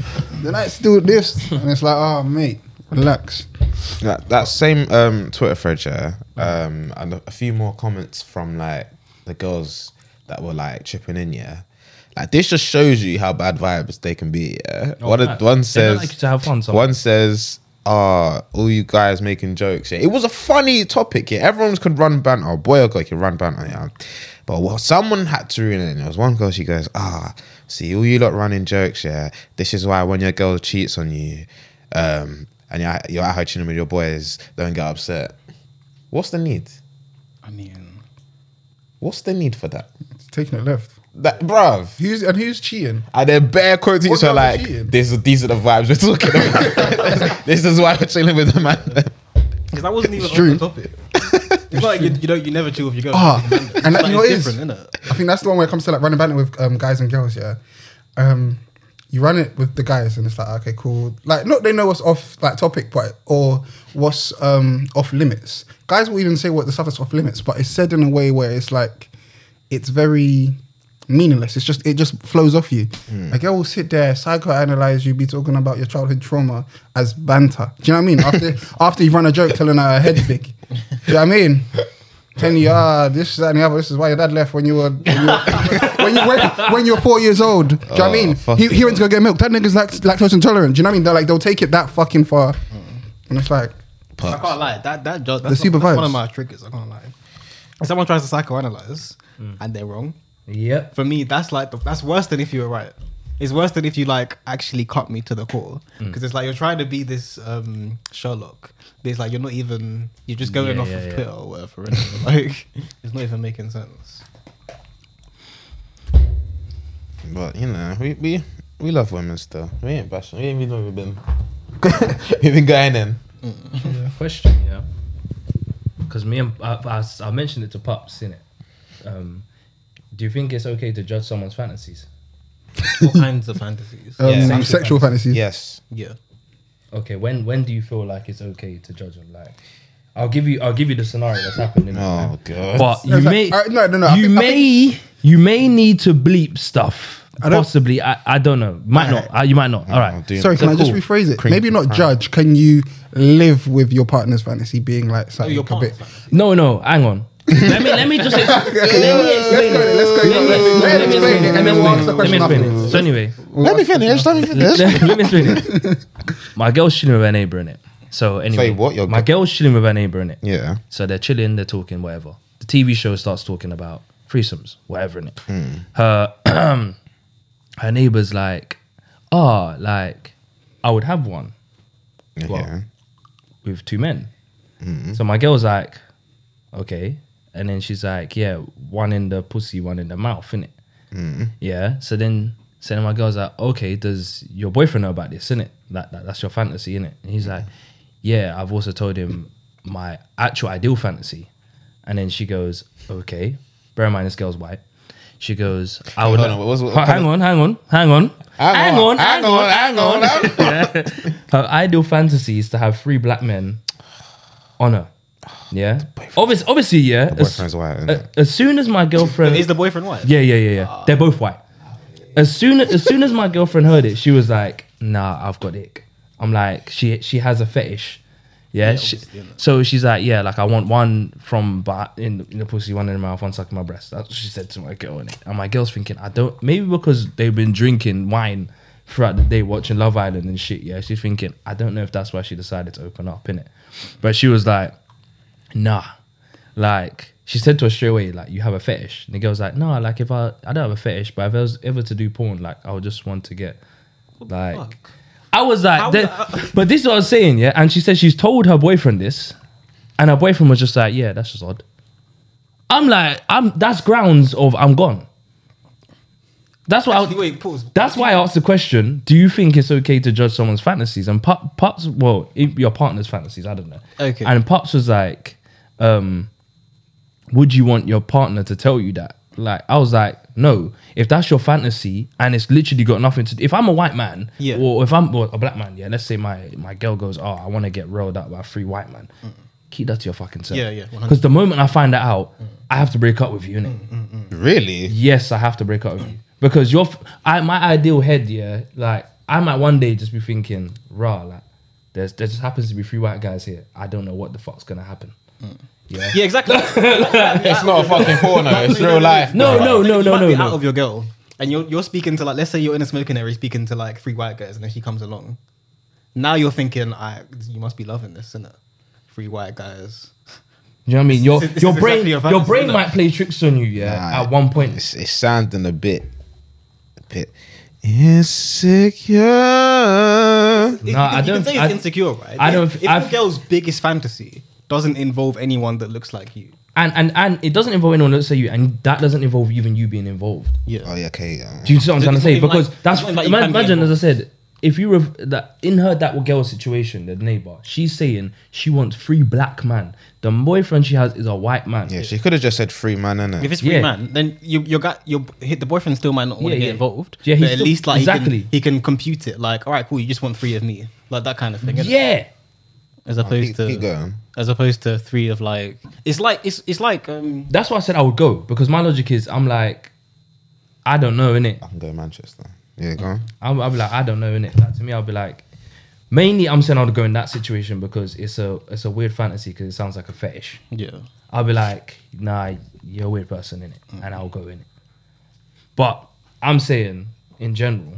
[SPEAKER 4] The night's still this. And it's like, oh, mate, relax.
[SPEAKER 3] that, that same um, Twitter thread, yeah, um, and a few more comments from like the girls that were like chipping in, yeah. Like this just shows you how bad vibes they can be. Yeah,
[SPEAKER 5] Oh,
[SPEAKER 3] one
[SPEAKER 1] mad. They
[SPEAKER 3] one
[SPEAKER 1] don't
[SPEAKER 3] says
[SPEAKER 1] like you to have fun sometimes.
[SPEAKER 3] One says, "Ah, all you guys making jokes." Yeah, it was a funny topic. Yeah, everyone could run banter. Boy or girl could run banter. Yeah, but well, someone had to ruin it. And there was one girl. She goes, "Ah, see, all you lot running jokes. Yeah, this is why when your girl cheats on you, um, and you're, you're out here chilling with your boys, don't get upset. What's the need?
[SPEAKER 2] I mean,
[SPEAKER 3] What's the need for that?
[SPEAKER 4] It's taking it left.
[SPEAKER 3] That, bruv."
[SPEAKER 4] Who's and who's cheating?
[SPEAKER 3] And then bare quotes
[SPEAKER 4] What
[SPEAKER 3] each other
[SPEAKER 4] girls are
[SPEAKER 3] like,
[SPEAKER 4] cheating?
[SPEAKER 3] this is, these are the vibes we're talking about. this is why we're chilling with the man.
[SPEAKER 2] because that wasn't even
[SPEAKER 4] true.
[SPEAKER 2] on the topic. It's like you, you don't, you never chill with your girl.
[SPEAKER 4] Ah, and that, you know what it is?
[SPEAKER 2] different, isn't it?
[SPEAKER 4] I think that's the one where it comes to like running banter with um, guys and girls. Yeah, um, you run it with the guys, and it's like okay, cool. Like, not they know what's off like topic, but or what's um off limits. Guys will even say what the stuff that's off limits, but it's said in a way where it's like it's very meaningless. It's just it just flows off you.
[SPEAKER 3] Hmm.
[SPEAKER 4] A girl will sit there, psychoanalyze you, be talking about your childhood trauma as banter. Do you know what I mean? After after you've run a joke, telling her her head's big. Do you know what I mean? Telling you, ah, this, that, and the other. This is why your dad left when you were when you were, when you were, when you were four years old. Do you know what I
[SPEAKER 3] Oh,
[SPEAKER 4] mean?
[SPEAKER 3] fuck
[SPEAKER 4] He,
[SPEAKER 3] it,
[SPEAKER 4] he went to go get milk. That nigga's lact- lactose intolerant. Do you know what I mean? They're like they'll take it that fucking far, and it's like
[SPEAKER 2] I can't lie. That that joke.
[SPEAKER 4] The
[SPEAKER 2] That's,
[SPEAKER 4] super
[SPEAKER 2] not, that's one
[SPEAKER 4] vibes.
[SPEAKER 2] of my triggers. I can't lie. Mm. If someone tries to psychoanalyze and they're wrong,
[SPEAKER 1] yep.
[SPEAKER 2] for me, that's like the, that's worse than if you were right. It's worse than if you like actually cut me to the core
[SPEAKER 1] Mm.
[SPEAKER 2] because it's like you're trying to be this um, Sherlock, but it's like you're not even you're just going
[SPEAKER 1] Yeah,
[SPEAKER 2] off
[SPEAKER 1] yeah,
[SPEAKER 2] of
[SPEAKER 1] yeah.
[SPEAKER 2] Twitter or whatever. innit? like it's not even making sense.
[SPEAKER 3] But you know, we we, we love women still. We ain't bashing. We ain't even we've been we've been going in.
[SPEAKER 1] question, yeah. Because me and I, I s- I mentioned it to Pops, innit? Um, do you think it's okay to judge someone's fantasies?
[SPEAKER 2] All kinds of fantasies.
[SPEAKER 4] um,
[SPEAKER 3] Yeah,
[SPEAKER 4] sexual, fantasies.
[SPEAKER 3] Yes.
[SPEAKER 2] yeah.
[SPEAKER 1] Okay, when when do you feel like it's okay to judge them? Like, I'll give you I'll give you the scenario that's happened. innit?
[SPEAKER 3] Oh god.
[SPEAKER 1] But you
[SPEAKER 4] it's like-
[SPEAKER 1] may
[SPEAKER 4] uh, no, no, no, I
[SPEAKER 1] you
[SPEAKER 4] think- I
[SPEAKER 1] may you may need to bleep stuff.
[SPEAKER 4] I don't-
[SPEAKER 1] Possibly, I, I don't know. Might not. Uh, you might
[SPEAKER 3] Oh,
[SPEAKER 1] not. All right.
[SPEAKER 4] Sorry,
[SPEAKER 1] So
[SPEAKER 4] can I just
[SPEAKER 1] cool.
[SPEAKER 4] rephrase it?
[SPEAKER 3] Cream.
[SPEAKER 4] Maybe not judge. Can you live with your partner's fantasy being like something
[SPEAKER 2] Oh, your
[SPEAKER 4] a bit?
[SPEAKER 2] partner's
[SPEAKER 1] No, no. Hang on. let me let me just ex- let me explain. it.
[SPEAKER 4] Let's go.
[SPEAKER 1] Let me-
[SPEAKER 4] Let
[SPEAKER 1] let me
[SPEAKER 4] him explain it, and then we'll ask the
[SPEAKER 1] Let me
[SPEAKER 4] question
[SPEAKER 1] explain
[SPEAKER 4] afterwards.
[SPEAKER 1] it. So anyway,
[SPEAKER 3] let me finish. Let me finish.
[SPEAKER 1] let me explain it. My girl's chilling with her neighbor in it. So anyway,
[SPEAKER 3] Say what, your
[SPEAKER 1] my
[SPEAKER 3] girl-
[SPEAKER 1] girl's chilling with her neighbor in it.
[SPEAKER 3] yeah.
[SPEAKER 1] So they're chilling, they're talking, whatever. The TV show starts talking about threesomes, whatever in it.
[SPEAKER 3] Hmm.
[SPEAKER 1] Her her neighbor's like, ah, like I would have one Well,
[SPEAKER 3] yeah.
[SPEAKER 1] with two men. So my girl's like, okay. And then she's like, yeah, one in the pussy, one in the mouth, innit? Mm. Yeah. So then, so then my girl's like, okay, does your boyfriend know about this, innit? That, that, that's your fantasy, innit? And he's like, yeah, I've also told him my actual ideal fantasy. And then she goes, okay. Bear in mind, this girl's white. She goes, I would.
[SPEAKER 3] Hold on, what was- what
[SPEAKER 1] hang
[SPEAKER 3] kind of-
[SPEAKER 1] on, hang on, hang on.
[SPEAKER 3] Hang on, hang on, hang on,
[SPEAKER 1] Yeah. Uh, Her ideal fantasy is to have three black men on her. Yeah. Obviously, obviously, yeah. as-
[SPEAKER 3] boyfriend's white, isn't
[SPEAKER 1] a-
[SPEAKER 3] it?
[SPEAKER 1] as soon as my girlfriend
[SPEAKER 2] Is the boyfriend white?
[SPEAKER 1] yeah, yeah, yeah, yeah. They're both white. As soon as soon as my girlfriend heard it, she was like, "Nah, I've got it." I'm like, she she has a fetish. Yeah. she-
[SPEAKER 2] obviously, innit?
[SPEAKER 1] so she's like, "Yeah, like I want one from but in, in the pussy, one in the mouth, one sucking my breast." That's what she said to my girl, and, and my girl's thinking, "I don't." Maybe because they've been drinking wine throughout the day, watching Love Island and shit. Yeah, she's thinking, "I don't know if that's why she decided to open up in it," but she was like, "Nah." like she said to us straight away, like you have a fetish. And the girl's like, no, like if I I don't have a fetish, but if I was ever to do porn, like I would just want to get like
[SPEAKER 2] fuck?
[SPEAKER 1] I was like,
[SPEAKER 2] How uh,
[SPEAKER 1] then-
[SPEAKER 2] would I-
[SPEAKER 1] but this is what I was saying, yeah. And she said she's told her boyfriend this, and her boyfriend was just like, yeah, that's just odd. I'm like, I'm that's grounds of I'm gone. That's what
[SPEAKER 2] Actually,
[SPEAKER 1] I,
[SPEAKER 2] wait, pause.
[SPEAKER 1] That's why I asked the question: Do you think it's okay to judge someone's fantasies? And Pop, Pops, well, i- your partner's fantasies. I don't know.
[SPEAKER 2] Okay.
[SPEAKER 1] And Pops was like, um, "Would you want your partner to tell you that?" Like, I was like, "No. If that's your fantasy and it's literally got nothing to, if I'm a white man,
[SPEAKER 2] Yeah.
[SPEAKER 1] or if I'm well, a black man, yeah. Let's say my my girl goes, "Oh, I want to get rolled up by three white men." keep that to your fucking self.
[SPEAKER 2] Mm. Yeah, yeah, 100%.
[SPEAKER 1] Because the moment I find that out,
[SPEAKER 2] Mm.
[SPEAKER 1] I have to break up with you, innit?
[SPEAKER 3] Really?
[SPEAKER 1] Yes, I have to break up with you. Because your f- I my ideal head, yeah, like I might one day just be thinking, rah, like there's there just happens to be three white guys here. I don't know what the fuck's gonna happen.
[SPEAKER 2] Yeah, exactly.
[SPEAKER 5] It's not a fucking porno. It's real life.
[SPEAKER 1] No, no, no,
[SPEAKER 2] you
[SPEAKER 1] no,
[SPEAKER 2] might
[SPEAKER 1] no,
[SPEAKER 2] be
[SPEAKER 1] no.
[SPEAKER 2] out of your girl, and you're you're speaking to like, let's say you're in a smoking area, speaking to like three white guys, and then she comes along. Now you're thinking, I you must be loving this, innit? Three white guys.
[SPEAKER 1] Do you know what I mean? Your
[SPEAKER 2] This is- this
[SPEAKER 1] your
[SPEAKER 2] is
[SPEAKER 1] brain
[SPEAKER 2] exactly your
[SPEAKER 1] your,
[SPEAKER 2] fantasy,
[SPEAKER 1] brain
[SPEAKER 2] innit?
[SPEAKER 1] might play tricks on you, yeah,
[SPEAKER 3] Nah,
[SPEAKER 1] at one point.
[SPEAKER 3] It's, it's sounding a bit, a bit insecure.
[SPEAKER 1] Nah,
[SPEAKER 2] It- you can,
[SPEAKER 1] I
[SPEAKER 2] you can
[SPEAKER 1] don't-
[SPEAKER 2] say it's
[SPEAKER 1] I-
[SPEAKER 2] insecure, right?
[SPEAKER 1] I don't-
[SPEAKER 2] If, if your
[SPEAKER 1] I've-
[SPEAKER 2] girl's biggest fantasy doesn't involve anyone that looks like you,
[SPEAKER 1] And and and it doesn't involve anyone else say you, and that doesn't involve even you being involved.
[SPEAKER 3] Oh yeah, okay. um,
[SPEAKER 1] Do you see what I'm
[SPEAKER 2] It's
[SPEAKER 1] trying to
[SPEAKER 2] not
[SPEAKER 1] say?
[SPEAKER 2] even
[SPEAKER 1] Because
[SPEAKER 2] like-
[SPEAKER 1] that's
[SPEAKER 2] it's not even like you
[SPEAKER 1] ima-
[SPEAKER 2] can be
[SPEAKER 1] imagine as I
[SPEAKER 2] involved.
[SPEAKER 1] said, if you ref, that in her that girl situation, the neighbor, she's saying she wants three black man. The boyfriend she has is a white man.
[SPEAKER 3] yeah, she could have just said free man, innit?
[SPEAKER 2] if it's free
[SPEAKER 1] Yeah.
[SPEAKER 2] man, then you you got your the boyfriend still might not want
[SPEAKER 1] Yeah,
[SPEAKER 2] to get
[SPEAKER 1] yeah.
[SPEAKER 2] involved.
[SPEAKER 1] Yeah,
[SPEAKER 2] Yeah,
[SPEAKER 1] he's
[SPEAKER 2] but at
[SPEAKER 1] still-
[SPEAKER 2] least like he,
[SPEAKER 1] exactly.
[SPEAKER 2] can, he can compute it. Like, all right, cool, you just want three of me, like that kind of thing. innit?
[SPEAKER 1] Yeah.
[SPEAKER 2] as opposed
[SPEAKER 3] keep-
[SPEAKER 2] to
[SPEAKER 3] keep going.
[SPEAKER 2] as opposed to three of like it's like it's it's like um
[SPEAKER 1] That's why I said I would go because my logic is I'm like, I don't know, innit?
[SPEAKER 3] I can go to Manchester. Yeah, go on.
[SPEAKER 1] I'll, I'll be like, I don't know, innit? Like, to me, I'll be like, mainly I'm saying I would go in that situation because it's a it's a weird fantasy because it sounds like a fetish.
[SPEAKER 2] yeah
[SPEAKER 1] I'll be like, nah, you're a weird person in it, and I'll go in it. But I'm saying, in general,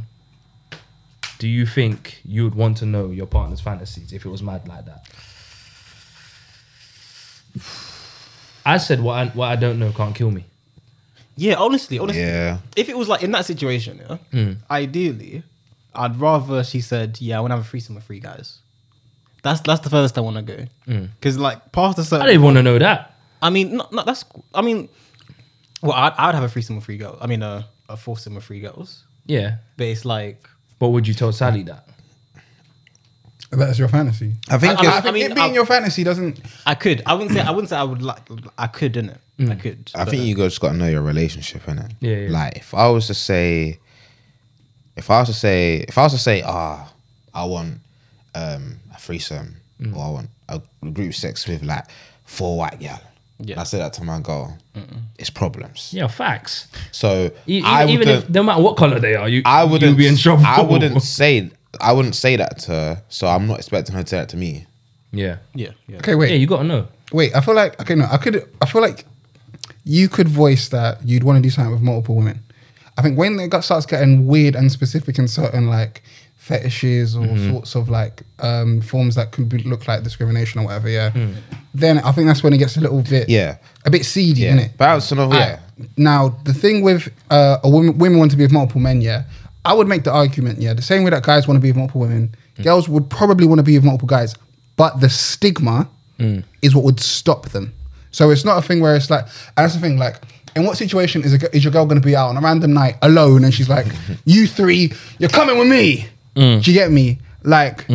[SPEAKER 1] do you think you would want to know your partner's fantasies if it was mad like that? I said what I, what I don't know can't kill me.
[SPEAKER 2] yeah honestly honestly
[SPEAKER 3] Yeah.
[SPEAKER 2] if it was like in that situation yeah
[SPEAKER 1] Hmm.
[SPEAKER 2] ideally I'd rather she said yeah I want to have a threesome with three guys that's that's the furthest I want to go because like past
[SPEAKER 1] Hmm.
[SPEAKER 2] a
[SPEAKER 1] I
[SPEAKER 2] certain
[SPEAKER 1] don't even want to know that.
[SPEAKER 2] I mean no, no that's I mean well I'd, I'd have a threesome with three girls I mean a a foursome with three girls
[SPEAKER 1] Yeah,
[SPEAKER 2] but it's like
[SPEAKER 1] but would you tell Sally that?
[SPEAKER 4] That's your fantasy.
[SPEAKER 3] I think
[SPEAKER 2] I-
[SPEAKER 4] I,
[SPEAKER 3] it's-
[SPEAKER 4] think
[SPEAKER 2] mean,
[SPEAKER 4] it being
[SPEAKER 2] I-
[SPEAKER 4] your fantasy doesn't.
[SPEAKER 2] I could I wouldn't say I wouldn't say I would like I could in it
[SPEAKER 1] Hmm.
[SPEAKER 2] I could
[SPEAKER 3] I
[SPEAKER 2] but-
[SPEAKER 3] think you guys just got to know your relationship, innit?
[SPEAKER 1] Yeah, yeah.
[SPEAKER 3] Like if I was to say, if I was to say, if I was to say, ah, I want um a threesome,
[SPEAKER 1] Mm.
[SPEAKER 3] or I want a group sex with like four white gal.
[SPEAKER 2] Yeah.
[SPEAKER 3] And I say that to my girl. It's problems.
[SPEAKER 1] Yeah, facts.
[SPEAKER 3] So
[SPEAKER 1] E-
[SPEAKER 3] I
[SPEAKER 1] even
[SPEAKER 3] wouldn't.
[SPEAKER 1] if no matter what color they are, you
[SPEAKER 3] I wouldn't
[SPEAKER 1] you'd be in trouble.
[SPEAKER 3] I wouldn't say. I wouldn't say that to her. So I'm not expecting her to say that to me.
[SPEAKER 1] Yeah,
[SPEAKER 2] yeah yeah
[SPEAKER 4] Okay,
[SPEAKER 1] yeah,
[SPEAKER 4] wait,
[SPEAKER 1] you gotta know.
[SPEAKER 4] wait. I feel like okay, no, I could. I feel like you could voice that you'd want to do something with multiple women. I think when it got, starts getting weird and specific in certain like fetishes or
[SPEAKER 3] Mm-hmm.
[SPEAKER 4] sorts of like um, forms that could be, look like discrimination or whatever, yeah. Then I think that's when it gets a little bit,
[SPEAKER 3] Hmm. Yeah.
[SPEAKER 4] a bit seedy,
[SPEAKER 3] Yeah.
[SPEAKER 4] innit?
[SPEAKER 3] But I was sort of- yeah.
[SPEAKER 4] I- now, the thing with uh, a woman, women want to be with multiple men, yeah. I would make the argument, yeah, the same way that guys want to be with multiple women,
[SPEAKER 1] Hmm.
[SPEAKER 4] girls would probably want to be with multiple guys, but the stigma
[SPEAKER 1] Hmm.
[SPEAKER 4] is what would stop them. So it's not a thing where it's like, and that's the thing, like, in what situation is, a, g- is your girl going to be out on a random night alone and she's like, you three, you're coming with me?
[SPEAKER 1] Hmm.
[SPEAKER 4] Do you get me? Like,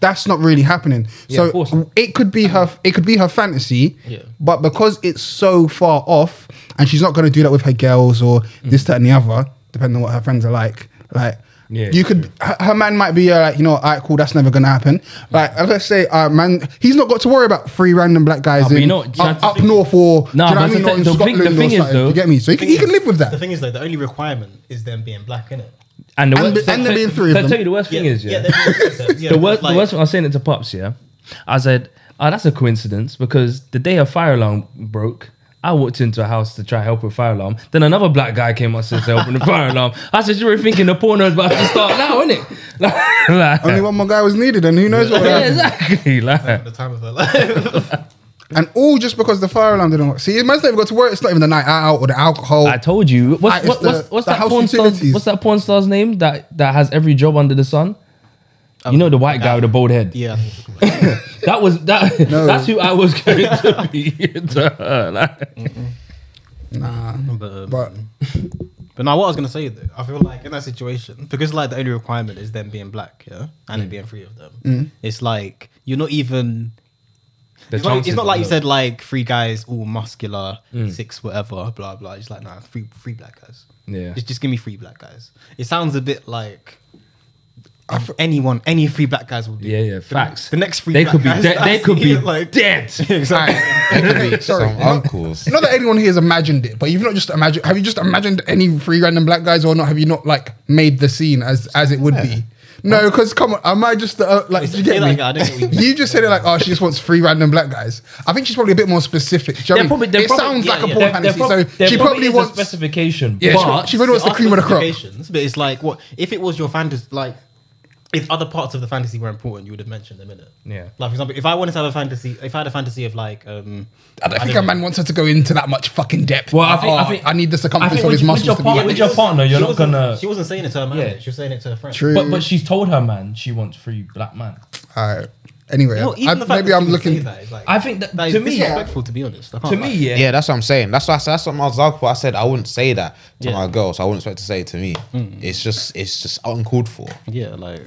[SPEAKER 4] that's not really happening.
[SPEAKER 1] Yeah, of
[SPEAKER 4] so
[SPEAKER 1] course.
[SPEAKER 4] it could be her it could be her fantasy
[SPEAKER 2] Yeah.
[SPEAKER 4] but because it's so far off and she's not going to do that with her girls or this that and the other depending on what her friends are like like
[SPEAKER 1] Yeah,
[SPEAKER 4] you could her, her man might be uh, like you know alright cool that's never gonna happen like let's say uh, man he's not got to worry about three random black guys
[SPEAKER 1] but you
[SPEAKER 4] in
[SPEAKER 1] know what, do you
[SPEAKER 4] up,
[SPEAKER 1] know
[SPEAKER 4] up
[SPEAKER 1] what the thing-
[SPEAKER 4] north or
[SPEAKER 1] Nah,
[SPEAKER 4] do you know
[SPEAKER 1] but
[SPEAKER 4] what I mean
[SPEAKER 1] the
[SPEAKER 4] or
[SPEAKER 1] thing-
[SPEAKER 4] in
[SPEAKER 1] the thing-
[SPEAKER 4] Scotland
[SPEAKER 1] the thing
[SPEAKER 4] or
[SPEAKER 1] is,
[SPEAKER 4] something do
[SPEAKER 1] though-
[SPEAKER 4] you get me so he can, he can live with
[SPEAKER 2] The
[SPEAKER 4] that
[SPEAKER 2] thing is, though, the only requirement is them being black, innit?
[SPEAKER 1] And the
[SPEAKER 4] And
[SPEAKER 1] worst,
[SPEAKER 4] the- and there being three
[SPEAKER 1] can
[SPEAKER 4] of
[SPEAKER 1] I
[SPEAKER 4] them.
[SPEAKER 1] tell you the worst thing is, yeah,
[SPEAKER 2] they're being- yeah,
[SPEAKER 1] the worst,
[SPEAKER 2] like-
[SPEAKER 1] the worst one I was saying it to pops, yeah. I said, "Oh, that's a coincidence because the day her fire alarm broke, I walked into a house to try help with fire alarm. Then another black guy came up to help with the fire alarm. I said, you were thinking the porno's about to start now, isn't it? Like, like-
[SPEAKER 4] only one more guy was needed and who knows what would
[SPEAKER 1] yeah,
[SPEAKER 4] happen
[SPEAKER 1] exactly. Like,
[SPEAKER 2] the time of their life.
[SPEAKER 4] and all just because the fire alarm didn't work see man's not even got to worry it's not even the night out or the alcohol
[SPEAKER 1] I told you.
[SPEAKER 4] Ah,
[SPEAKER 1] What's,
[SPEAKER 4] it's
[SPEAKER 1] what, what's,
[SPEAKER 4] the-
[SPEAKER 1] what's
[SPEAKER 4] the
[SPEAKER 1] that
[SPEAKER 4] house
[SPEAKER 1] porn star's,
[SPEAKER 4] utilities.
[SPEAKER 1] What's that porn star's name that that has every job under the sun? you know the white guy with the bald head.
[SPEAKER 2] yeah.
[SPEAKER 1] That was that. That's who I was going to be. to her, like.
[SPEAKER 4] nah
[SPEAKER 2] But, but,
[SPEAKER 4] but
[SPEAKER 2] now, what I was going to say, though, I feel like in that situation, because like the only requirement is them being black, yeah, and it being three of them, it's like you're not even.
[SPEAKER 1] The
[SPEAKER 2] it's, not, it's
[SPEAKER 1] chances
[SPEAKER 2] not
[SPEAKER 1] are Mm.
[SPEAKER 2] like you
[SPEAKER 1] low.
[SPEAKER 2] said, like three guys, all muscular, six, whatever, blah, blah. It's like, nah, three, three black guys.
[SPEAKER 1] Yeah.
[SPEAKER 2] Just, just give me three black guys. It sounds a bit like of anyone, any three black guys will do.
[SPEAKER 1] Yeah, yeah, facts.
[SPEAKER 2] The next three
[SPEAKER 1] they
[SPEAKER 2] black
[SPEAKER 1] could be
[SPEAKER 2] guys
[SPEAKER 1] dead.
[SPEAKER 2] that
[SPEAKER 1] They
[SPEAKER 2] I
[SPEAKER 1] could
[SPEAKER 2] see,
[SPEAKER 1] be
[SPEAKER 2] like-
[SPEAKER 1] dead.
[SPEAKER 2] exactly.
[SPEAKER 3] Maybe
[SPEAKER 4] sorry,
[SPEAKER 3] some
[SPEAKER 4] not-
[SPEAKER 2] um,
[SPEAKER 3] uncles.
[SPEAKER 4] Not that anyone here has imagined it, but you've not just imagined. Have you just imagined any three random black guys, or not? Have you not like made the scene as as it would be? No, because come on, am I just the, uh, like? Do you
[SPEAKER 2] Say
[SPEAKER 4] get
[SPEAKER 2] that
[SPEAKER 4] me?
[SPEAKER 2] again, I don't get what you mean.
[SPEAKER 4] you just said it like, oh, she just wants three random black guys. I think she's probably a bit more specific. Do you know
[SPEAKER 1] They're
[SPEAKER 4] what I mean?
[SPEAKER 1] probably- they're
[SPEAKER 4] it
[SPEAKER 1] probably-
[SPEAKER 4] sounds
[SPEAKER 2] yeah,
[SPEAKER 4] like a
[SPEAKER 2] yeah.
[SPEAKER 4] porn
[SPEAKER 2] They're-
[SPEAKER 4] fantasy,
[SPEAKER 1] There prob-
[SPEAKER 4] so
[SPEAKER 1] there
[SPEAKER 4] she probably
[SPEAKER 1] is a
[SPEAKER 4] wants.
[SPEAKER 1] specification.
[SPEAKER 4] Yeah, she-
[SPEAKER 1] but
[SPEAKER 4] she really wants the
[SPEAKER 2] Ask
[SPEAKER 4] cream
[SPEAKER 2] Uh, for
[SPEAKER 4] of the crop.
[SPEAKER 2] specifications, But it's like what if it was your fantasy like if other parts of the fantasy were important, you would have mentioned them in it.
[SPEAKER 1] Yeah.
[SPEAKER 2] Like for example, if I wanted to have a fantasy, if I had a fantasy of like um
[SPEAKER 4] I don't think
[SPEAKER 2] don't
[SPEAKER 4] a man wants her to go into that much fucking depth.
[SPEAKER 1] Well, I think-
[SPEAKER 4] Oh,
[SPEAKER 1] I think-
[SPEAKER 4] need the
[SPEAKER 1] I
[SPEAKER 4] circumference
[SPEAKER 1] think
[SPEAKER 4] of
[SPEAKER 1] with
[SPEAKER 4] his
[SPEAKER 1] your-
[SPEAKER 4] muscles
[SPEAKER 1] with your
[SPEAKER 4] to be.
[SPEAKER 1] part-
[SPEAKER 4] like
[SPEAKER 1] with
[SPEAKER 4] this.
[SPEAKER 1] your partner, you're
[SPEAKER 2] she
[SPEAKER 1] not
[SPEAKER 2] wasn't-
[SPEAKER 1] gonna-
[SPEAKER 2] She wasn't saying it to her man.
[SPEAKER 1] Yeah.
[SPEAKER 2] She was saying it to her friend.
[SPEAKER 4] True.
[SPEAKER 1] but but she's told her man she wants three black man.
[SPEAKER 4] Alright. Anyway,
[SPEAKER 2] No, even
[SPEAKER 4] I-
[SPEAKER 2] the fact
[SPEAKER 4] maybe
[SPEAKER 2] that
[SPEAKER 4] I'm
[SPEAKER 2] she would say
[SPEAKER 4] looking.
[SPEAKER 2] that is like,
[SPEAKER 1] I think that,
[SPEAKER 2] that is
[SPEAKER 1] to me,
[SPEAKER 2] disrespectful to be honest. I can't
[SPEAKER 1] to
[SPEAKER 2] lie.
[SPEAKER 1] me, yeah,
[SPEAKER 3] Yeah, that's what I'm saying. That's what I, that's what my example. I said I wouldn't say that to
[SPEAKER 2] Yeah.
[SPEAKER 3] my girl, so I wouldn't expect to say it to me. It's just it's just uncalled for.
[SPEAKER 2] yeah, like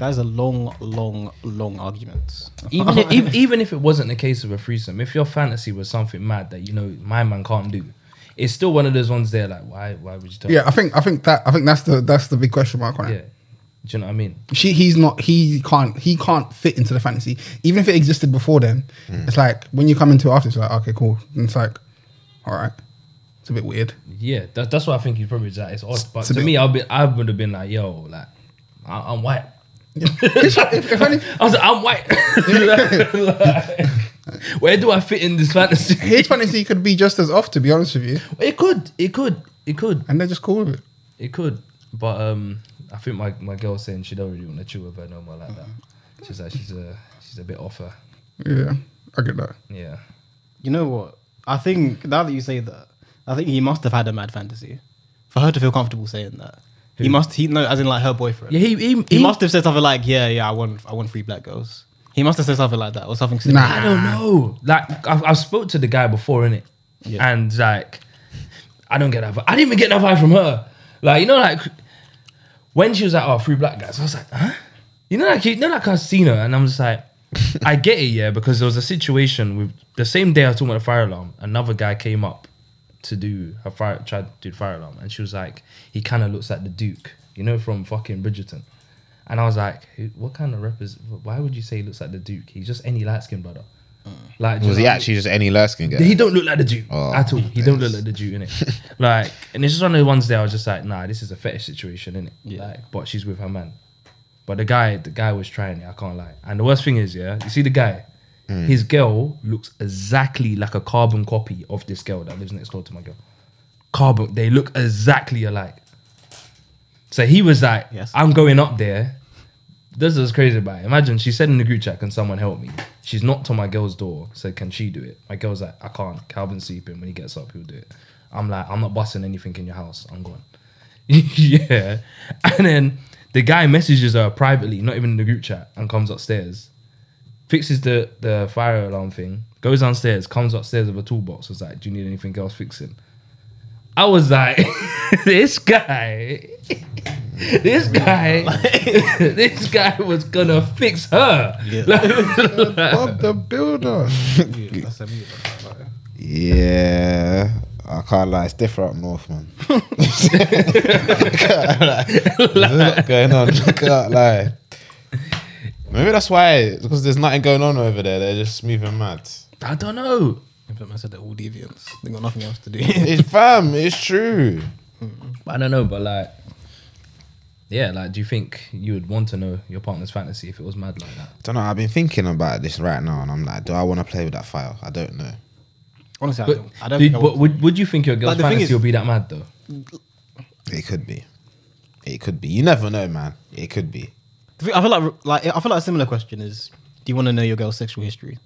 [SPEAKER 2] that is a long, long, long argument.
[SPEAKER 1] even if, even, even if it wasn't the case of a threesome, if your fantasy was something mad that you know my man can't do, it's still one of those ones there. Like, why? Why would you tell?
[SPEAKER 4] Yeah, I think I think that I think that's the that's the big question mark on
[SPEAKER 1] yeah.
[SPEAKER 4] it.
[SPEAKER 1] Do you know what I mean?
[SPEAKER 4] she he's not he can't he can't fit into the fantasy even if it existed before then it's like when you come into it after it's like okay cool and it's like all right it's a bit weird
[SPEAKER 1] Yeah, that, that's what I think. You probably just, it's odd, but
[SPEAKER 4] It's a
[SPEAKER 1] to
[SPEAKER 4] bit-
[SPEAKER 1] me, I'll be, I would have been like, yo, like, I, I'm white.
[SPEAKER 4] if, if any,
[SPEAKER 1] I was like, I'm white. Where do I fit in this fantasy?
[SPEAKER 4] his fantasy could be just as off to be honest with you
[SPEAKER 1] It could, it could, it could,
[SPEAKER 4] and they're just cool with it
[SPEAKER 1] it could. But um, I think my, my girl's saying she don't really want to chew with her no more like
[SPEAKER 4] Mm-hmm.
[SPEAKER 1] that. She's like she's a she's a bit off her.
[SPEAKER 4] yeah I get that
[SPEAKER 1] Yeah.
[SPEAKER 2] You know what? I think now that you say that, I think he must have had a mad fantasy for her to feel comfortable saying that. He must. He no, as in like her boyfriend.
[SPEAKER 1] Yeah, he he, he,
[SPEAKER 2] he, must have said something like, "Yeah, yeah, I want, I want three black girls." He must have said something like that or something similar.
[SPEAKER 4] Nah.
[SPEAKER 1] I don't
[SPEAKER 2] Ah.
[SPEAKER 1] know. Like I've, I've spoke to the guy before, innit?
[SPEAKER 2] Yeah.
[SPEAKER 1] And like, I don't get that. Vibe. I didn't even get that vibe from her. Like you know, like when she was like, "Oh, three black guys," I was like, "Huh?" You know, like you know, like I've seen her, and I'm just like, I get it, yeah, because there was a situation with the same day I was talking about the fire alarm. Another guy came up to do her fire, tried to do the fire alarm, and she was like, "He kind of looks like the Duke, you know, from fucking Bridgerton." And I was like, "Who- "What kind of represent? Why would you say he looks like the Duke? He's just any light skinned brother." Like,
[SPEAKER 3] Was
[SPEAKER 1] just
[SPEAKER 3] he
[SPEAKER 1] like-
[SPEAKER 3] actually just any light skin guy?
[SPEAKER 1] he don't look like the Jew
[SPEAKER 3] Oh,
[SPEAKER 1] at all. He don't look like the Jew in it. like, and it's just one of the ones there. I was just like, nah, this is a fetish situation, innit?
[SPEAKER 2] Yeah.
[SPEAKER 1] Like, but she's with her man. But the guy, the guy was trying it. I can't lie. And the worst thing is, yeah, you see the guy, his girl looks exactly like a carbon copy of this girl that lives next door to my girl. Carbon, they look exactly alike. So he was like,
[SPEAKER 2] Yes.
[SPEAKER 1] I'm going up there. This is crazy about it. Imagine she said in the group chat, Can someone help me? She's knocked on my girl's door, so can she do it? My girl's like, I can't. Calvin's sleeping. When he gets up, he'll do it. I'm like, I'm not busting anything in your house. I'm gone. yeah. And then the guy messages her privately, not even in the group chat, and comes upstairs, fixes the, the fire alarm thing, goes downstairs, comes upstairs with a toolbox, was like, Do you need anything else fixing? I was like, this guy, this guy, this guy was gonna fix her.
[SPEAKER 2] Yeah.
[SPEAKER 4] Bob the Builder
[SPEAKER 2] Yeah, that's a mute, like, like,
[SPEAKER 3] Yeah, I can't lie. It's different up north, man. There's a lot going on. I can't lie. Maybe that's why, because there's nothing going on over there. They're just moving mad.
[SPEAKER 1] I don't know.
[SPEAKER 2] Implement- I said they're all deviants. They got nothing else to do.
[SPEAKER 3] It's fam. It's true.
[SPEAKER 1] I don't know, but like, yeah, like, do you think you would want to know your partner's fantasy if it was mad like that?
[SPEAKER 3] Don't know. I've been thinking about this right now, and I'm like, do I want to play with that file? I don't know.
[SPEAKER 2] Honestly, I
[SPEAKER 1] But,
[SPEAKER 2] don't. I don't
[SPEAKER 1] do-
[SPEAKER 2] think I
[SPEAKER 1] but
[SPEAKER 2] would.
[SPEAKER 1] would, would you think your girl's
[SPEAKER 2] Like, the thing
[SPEAKER 1] fantasy
[SPEAKER 2] is-
[SPEAKER 1] will be that mad though?
[SPEAKER 3] It could be. It could be. You never know, man. It could be.
[SPEAKER 2] The thing- I feel like, like, I feel like a similar question is: Do you want to know your girl's sexual history?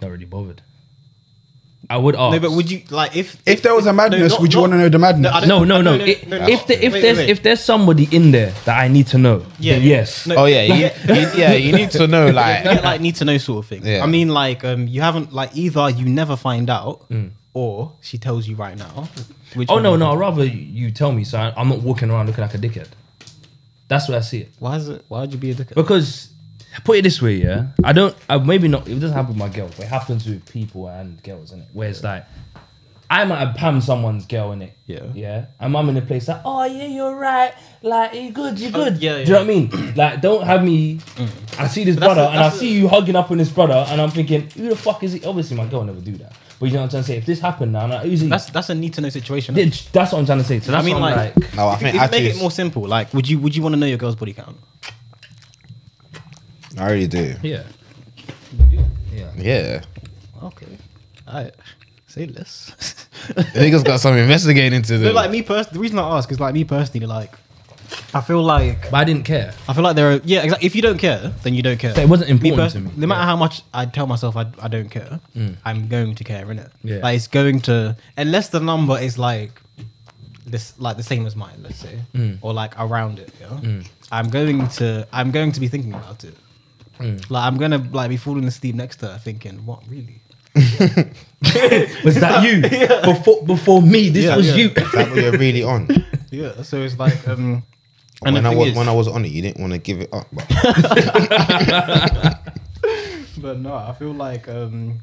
[SPEAKER 1] Not really bothered. I would ask.
[SPEAKER 2] No, but would you like if
[SPEAKER 4] if there was a madness would you want to know the madness
[SPEAKER 2] I don't-
[SPEAKER 1] no, no,
[SPEAKER 2] no,
[SPEAKER 1] no.
[SPEAKER 2] no,
[SPEAKER 1] It-
[SPEAKER 2] no, no.
[SPEAKER 1] if the, if
[SPEAKER 2] Wait,
[SPEAKER 1] there's
[SPEAKER 2] wait, wait.
[SPEAKER 1] if there's somebody in there that I need to know,
[SPEAKER 2] Yeah,
[SPEAKER 1] then
[SPEAKER 2] yeah.
[SPEAKER 1] yes.
[SPEAKER 2] No,
[SPEAKER 3] Oh yeah, you, you- yeah. You need to know, like,
[SPEAKER 2] yeah, like need to know sort of thing.
[SPEAKER 3] Yeah.
[SPEAKER 2] I mean, like um, you haven't like either you never find out, or she tells you right now. Which
[SPEAKER 1] Mm. Oh
[SPEAKER 2] one
[SPEAKER 1] no,
[SPEAKER 2] is
[SPEAKER 1] no.
[SPEAKER 2] it?
[SPEAKER 1] I'd rather you tell me, so I- I'm not walking around looking like a dickhead. That's where I see it.
[SPEAKER 2] Why is it? Why would you be a dickhead?
[SPEAKER 1] Because put it this way, yeah, I don't. I, maybe not. It doesn't happen with my girl, but it happens with people and girls, and it? Where it's like, I might have pammed someone's girl in it.
[SPEAKER 2] Yeah.
[SPEAKER 1] Yeah. And I'm in the place like, oh yeah, you're right. Like you good, you good.
[SPEAKER 2] Oh, yeah, Mm.
[SPEAKER 1] Do you know what I mean? like, don't have me. I see this
[SPEAKER 2] that's
[SPEAKER 1] brother
[SPEAKER 2] a-
[SPEAKER 1] and I
[SPEAKER 2] that's a-
[SPEAKER 1] see you hugging up on this brother, and I'm thinking, who the fuck is he? Obviously, my girl never do that. But you know what I'm trying to say? If this happened now, now who's he?
[SPEAKER 2] That's that's a need to know situation.
[SPEAKER 1] Yeah, that's what I'm trying to say. So that's
[SPEAKER 2] I mean,
[SPEAKER 1] what I'm
[SPEAKER 2] like-
[SPEAKER 1] like
[SPEAKER 3] No,
[SPEAKER 2] If,
[SPEAKER 3] I
[SPEAKER 2] if
[SPEAKER 3] think
[SPEAKER 2] you
[SPEAKER 3] actually,
[SPEAKER 2] make it more simple, like would you would you want to know your girl's body count?
[SPEAKER 3] I already do.
[SPEAKER 1] Yeah. Yeah.
[SPEAKER 3] Yeah,
[SPEAKER 2] Okay, I say less.
[SPEAKER 3] the niggas got some investigating to do.
[SPEAKER 2] But like me personally, the reason I ask is like me personally, like I feel like
[SPEAKER 1] But I didn't care.
[SPEAKER 2] I feel like there are yeah. Exactly, if you don't care, then you don't care.
[SPEAKER 1] So it wasn't important
[SPEAKER 2] pers-
[SPEAKER 1] to me,
[SPEAKER 2] No matter
[SPEAKER 1] yeah. Mm.
[SPEAKER 2] how much I tell myself I, I don't care, I'm going to care in it.
[SPEAKER 1] Yeah.
[SPEAKER 2] like it's going to unless the number is like this like the same as mine, let's say,
[SPEAKER 1] Mm.
[SPEAKER 2] or like around it. Yeah, I'm going to I'm going to be thinking about it.
[SPEAKER 1] Mm.
[SPEAKER 2] Like I'm gonna like be falling asleep next to her thinking, what really?
[SPEAKER 1] Was that you? Before before me, this
[SPEAKER 2] Yeah,
[SPEAKER 1] was
[SPEAKER 2] yeah.
[SPEAKER 1] you.
[SPEAKER 3] that what you're really on.
[SPEAKER 2] Yeah. So it's like um. And
[SPEAKER 3] When
[SPEAKER 2] the
[SPEAKER 3] I,
[SPEAKER 2] thing
[SPEAKER 3] was,
[SPEAKER 2] is-
[SPEAKER 3] when I was on it, you didn't want to give it up. But
[SPEAKER 2] But no, I feel like um,